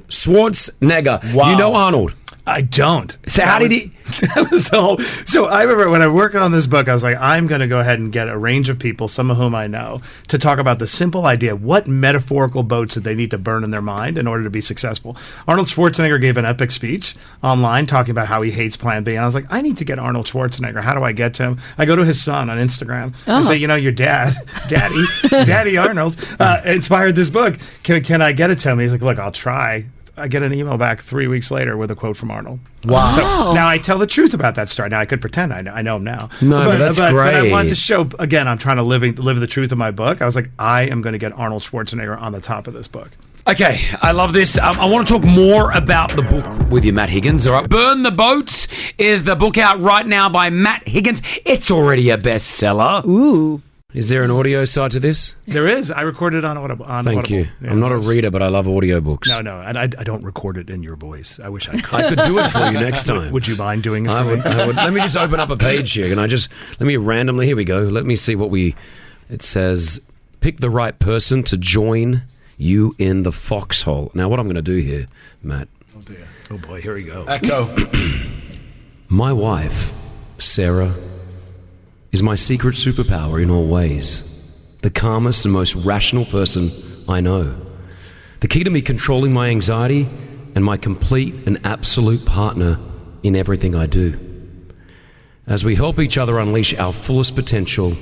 Speaker 3: Schwarzenegger. You know Arnold?
Speaker 13: I don't.
Speaker 3: So how did he?
Speaker 13: That was the whole. So I remember when I was working on this book, I was like, I'm going to go ahead and get a range of people, some of whom I know, to talk about the simple idea: what metaphorical boats that they need to burn in their mind in order to be successful. Arnold Schwarzenegger gave an epic speech online talking about how he hates Plan B, and I was like, I need to get Arnold Schwarzenegger. How do I get to him? I go to his son on Instagram
Speaker 5: Oh.
Speaker 13: and say, you know, your dad, Daddy, Daddy Arnold, uh, inspired this book. Can can I get it to him? He's like, look, I'll try. I get an email back three weeks later with a quote from Arnold.
Speaker 3: Wow.
Speaker 13: So now I tell the truth about that story. Now I could pretend I know, I know him now.
Speaker 3: No, but that's
Speaker 13: But I wanted to
Speaker 3: great.
Speaker 13: show again. I'm trying to live live the truth of my book. I was like, I am going to get Arnold Schwarzenegger on the top of this book.
Speaker 3: Okay, I love this. Um, I want to talk more about the book with you, Matt Higgins. All right, Burn the Boats is the book out right now by Matt Higgins. It's already a bestseller.
Speaker 2: Ooh.
Speaker 3: Is there an audio side to this?
Speaker 13: There is. I recorded on Audible. On
Speaker 3: Thank
Speaker 13: Audible.
Speaker 3: you.
Speaker 13: Yeah,
Speaker 3: I'm not a
Speaker 13: it was-
Speaker 3: reader, but I love audiobooks.
Speaker 13: No, no, and I, I don't record it in your voice. I wish I could.
Speaker 3: I could do it for you next time.
Speaker 13: Would you mind doing it?
Speaker 3: I
Speaker 13: for
Speaker 3: would,
Speaker 13: me?
Speaker 3: I would. Let me just open up a page here. Can I just, let me randomly, here we go. Let me see what we, it says, pick the right person to join you in the foxhole. Now, what I'm going to do here, Matt,
Speaker 13: Oh boy, here we go.
Speaker 28: Echo.
Speaker 3: My wife, Sarah, is my secret superpower in all ways. The calmest and most rational person I know. The key to me controlling my anxiety and my complete and absolute partner in everything I do. As we help each other unleash our fullest potential,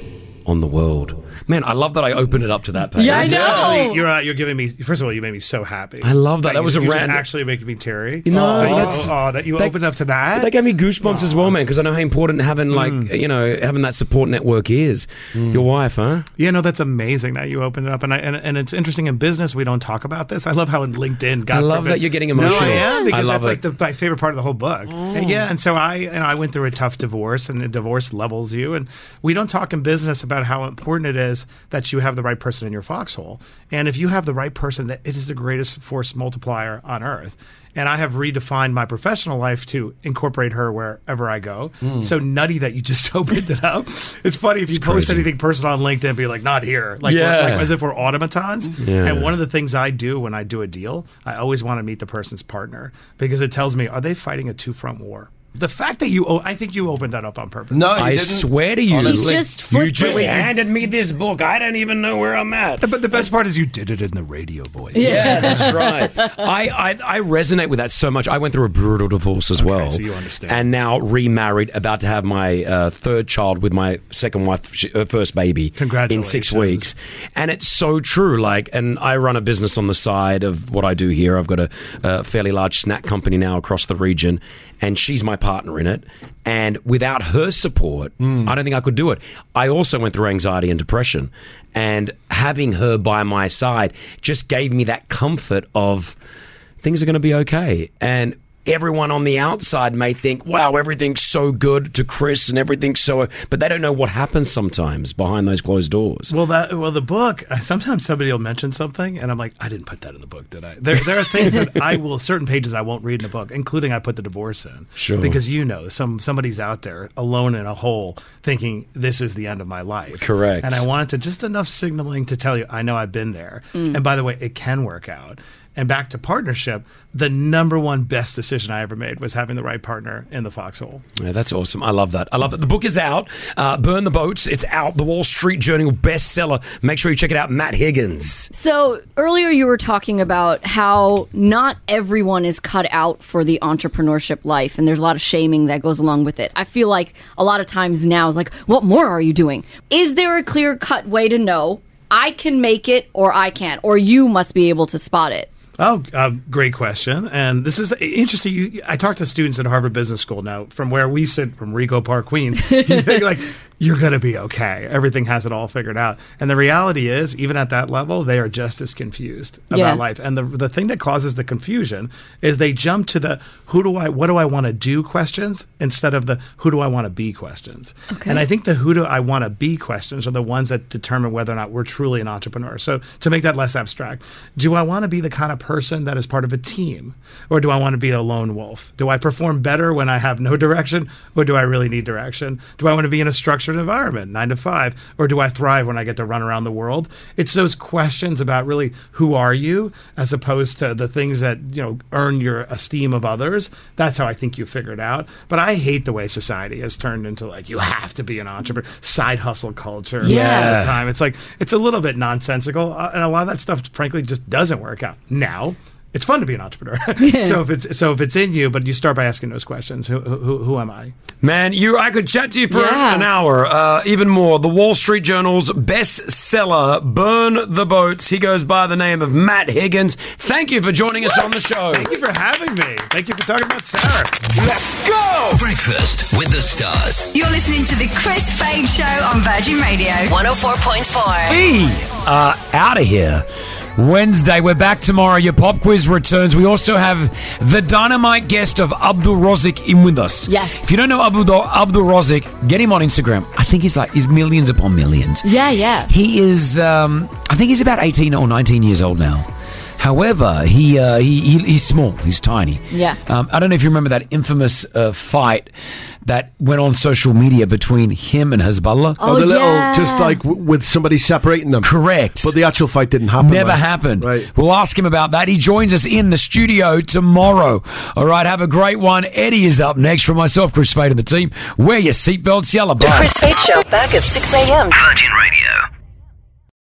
Speaker 3: on the world. Man, I love that I opened it up to that page.
Speaker 13: It's Actually, you're uh, you're giving me. First of all, you made me so happy.
Speaker 3: I love that. That
Speaker 13: you-
Speaker 3: was a
Speaker 13: you just
Speaker 3: random-
Speaker 13: Actually, making me teary.
Speaker 3: No,
Speaker 13: That you-
Speaker 3: that's-
Speaker 13: oh, that you
Speaker 3: that-
Speaker 13: opened up to that. Oh. Hmm.
Speaker 3: But that gave me goosebumps as well, man, because I know how important having like you know having that support network is. Your wife, huh?
Speaker 13: Yeah, no, that's amazing that you opened it up, and I and, and it's interesting in business we don't talk about this. I love how in LinkedIn. God
Speaker 3: I love
Speaker 13: forbid-
Speaker 3: that you're getting emotional.
Speaker 13: No, I am because
Speaker 3: I love
Speaker 13: that's like
Speaker 3: it. Oh.
Speaker 13: the, my favorite part of the whole book. And yeah, and so I and I went through a tough divorce, and the divorce levels you. And we don't talk in business about how important it is that you have the right person in your foxhole. And if you have the right person, that it is the greatest force multiplier on earth. And I have redefined my professional life to incorporate her wherever I go.
Speaker 8: Mm.
Speaker 13: So nutty that you just opened it up. It's funny if you
Speaker 8: It's
Speaker 13: post
Speaker 8: crazy.
Speaker 13: anything personal on LinkedIn, be like, not here. Like, we're-
Speaker 8: Yeah.
Speaker 13: like as if we're automatons.
Speaker 8: Yeah.
Speaker 13: And one of the things I do when I do a deal, I always want to meet the person's partner because it tells me, are they fighting a two front war? The fact that you, oh, I think you opened that up on purpose.
Speaker 3: No, you I didn't. swear to you. He's just You just flipping. handed me this book. I don't even know where I'm at.
Speaker 13: But the best part is you did it in the radio voice.
Speaker 3: Yeah, that's right. I, I I resonate with that so much. I went through a brutal divorce as well,
Speaker 13: so you understand.
Speaker 3: and now remarried, about to have my uh, third child with my second wife, sh- her first baby, in six weeks. And it's so true. Like, and I run a business on the side of what I do here. I've got a, a fairly large snack company now across the region, and she's my partner in it. And without her support, I don't think I could do it. I also went through anxiety and depression, and having her by my side just gave me that comfort of things are going to be okay. And everyone on the outside may think, wow, everything's so good to Chris and everything's so, but they don't know what happens sometimes behind those closed doors.
Speaker 13: Well, that well, the book. uh, Sometimes somebody will mention something, and I'm like, I didn't put that in the book, did I? There, there are things that I will certain pages I won't read in the book, including I put the divorce in,
Speaker 3: Sure.
Speaker 13: because you know, some somebody's out there alone in a hole, thinking this is the end of my life.
Speaker 3: Correct.
Speaker 13: And I wanted to just enough signaling to tell you, I know I've been there,
Speaker 8: Mm.
Speaker 13: and by the way, it can work out. And back to partnership, the number one best decision I ever made was having the right partner in the foxhole.
Speaker 3: Yeah, that's awesome. I love that. I love it. The book is out. Uh, Burn the Boats. It's out. The Wall Street Journal bestseller. Make sure you check it out. Matt Higgins.
Speaker 4: So earlier you were talking about how not everyone is cut out for the entrepreneurship life, and there's a lot of shaming that goes along with it. I feel like a lot of times now, it's like, what more are you doing? Is there a clear cut way to know I can make it or I can't, or you must be able to spot it?
Speaker 13: Oh, uh, great question. And this is interesting. You, I talk to students at Harvard Business School now from where we sit from Rico Park, Queens. You're like, you're going to be okay. Everything has it all figured out. And the reality is, even at that level, they are just as confused about
Speaker 8: Yeah.
Speaker 13: life. And the, the thing that causes the confusion is they jump to the who do I, what do I want to do questions instead of the who do I want to be questions.
Speaker 8: Okay.
Speaker 13: And I think the who do I want to be questions are the ones that determine whether or not we're truly an entrepreneur. So to make that less abstract, do I want to be the kind of person that is part of a team or do I want to be a lone wolf? Do I perform better when I have no direction or do I really need direction? Do I want to be in a structured environment, 9 to 5, or do I thrive when I get to run around the world? It's those questions about really who are you as opposed to the things that, you know, earn your esteem of others. That's how I think you figure it out. But I hate the way society has turned into like you have to be an entrepreneur, side hustle culture all
Speaker 8: Yeah.
Speaker 13: the time. It's like it's a little bit nonsensical uh, and a lot of that stuff frankly just doesn't work out. Now, it's fun to be an entrepreneur. so if it's so if it's in you, but you start by asking those questions. Who who, who am I?
Speaker 3: Man, you I could chat to you for
Speaker 13: Yeah.
Speaker 3: an hour, uh, even more. The Wall Street Journal's bestseller, Burn the Boats. He goes by the name of Matt Higgins. Thank you for joining us on the show. Thank
Speaker 13: you for having me. Thank you for talking about Sarah.
Speaker 3: Let's go!
Speaker 2: Breakfast with the stars.
Speaker 9: You're listening to the Chris Fade Show on Virgin Radio
Speaker 1: 104.4.
Speaker 12: We are out of here. Wednesday, we're back tomorrow. Your pop quiz returns. We also have the dynamite guest of Abdul Rozik in with us. Yes. If you don't know Abdul, Abdul Rozik, get him on Instagram. I think he's like, he's millions upon millions.
Speaker 4: Yeah, yeah.
Speaker 12: He is, um, I think he's about 18 or 19 years old now. However, he, uh, he, he he's small, he's tiny.
Speaker 4: Yeah.
Speaker 12: Um, I don't know if you remember that infamous uh, fight that went on social media between him and Hezbollah.
Speaker 5: Oh, the little, just like w- with somebody separating them.
Speaker 12: Correct.
Speaker 5: But the actual fight didn't happen.
Speaker 12: Never
Speaker 5: right?
Speaker 12: happened. We'll ask him about that. He joins us in the studio tomorrow. All right, have a great one. Eddie is up next for myself, Chris Fade, and the team. Wear your seatbelts, yellow.
Speaker 1: The
Speaker 12: Bye.
Speaker 1: Chris Fade Show back at 6 a.m. Virgin Radio.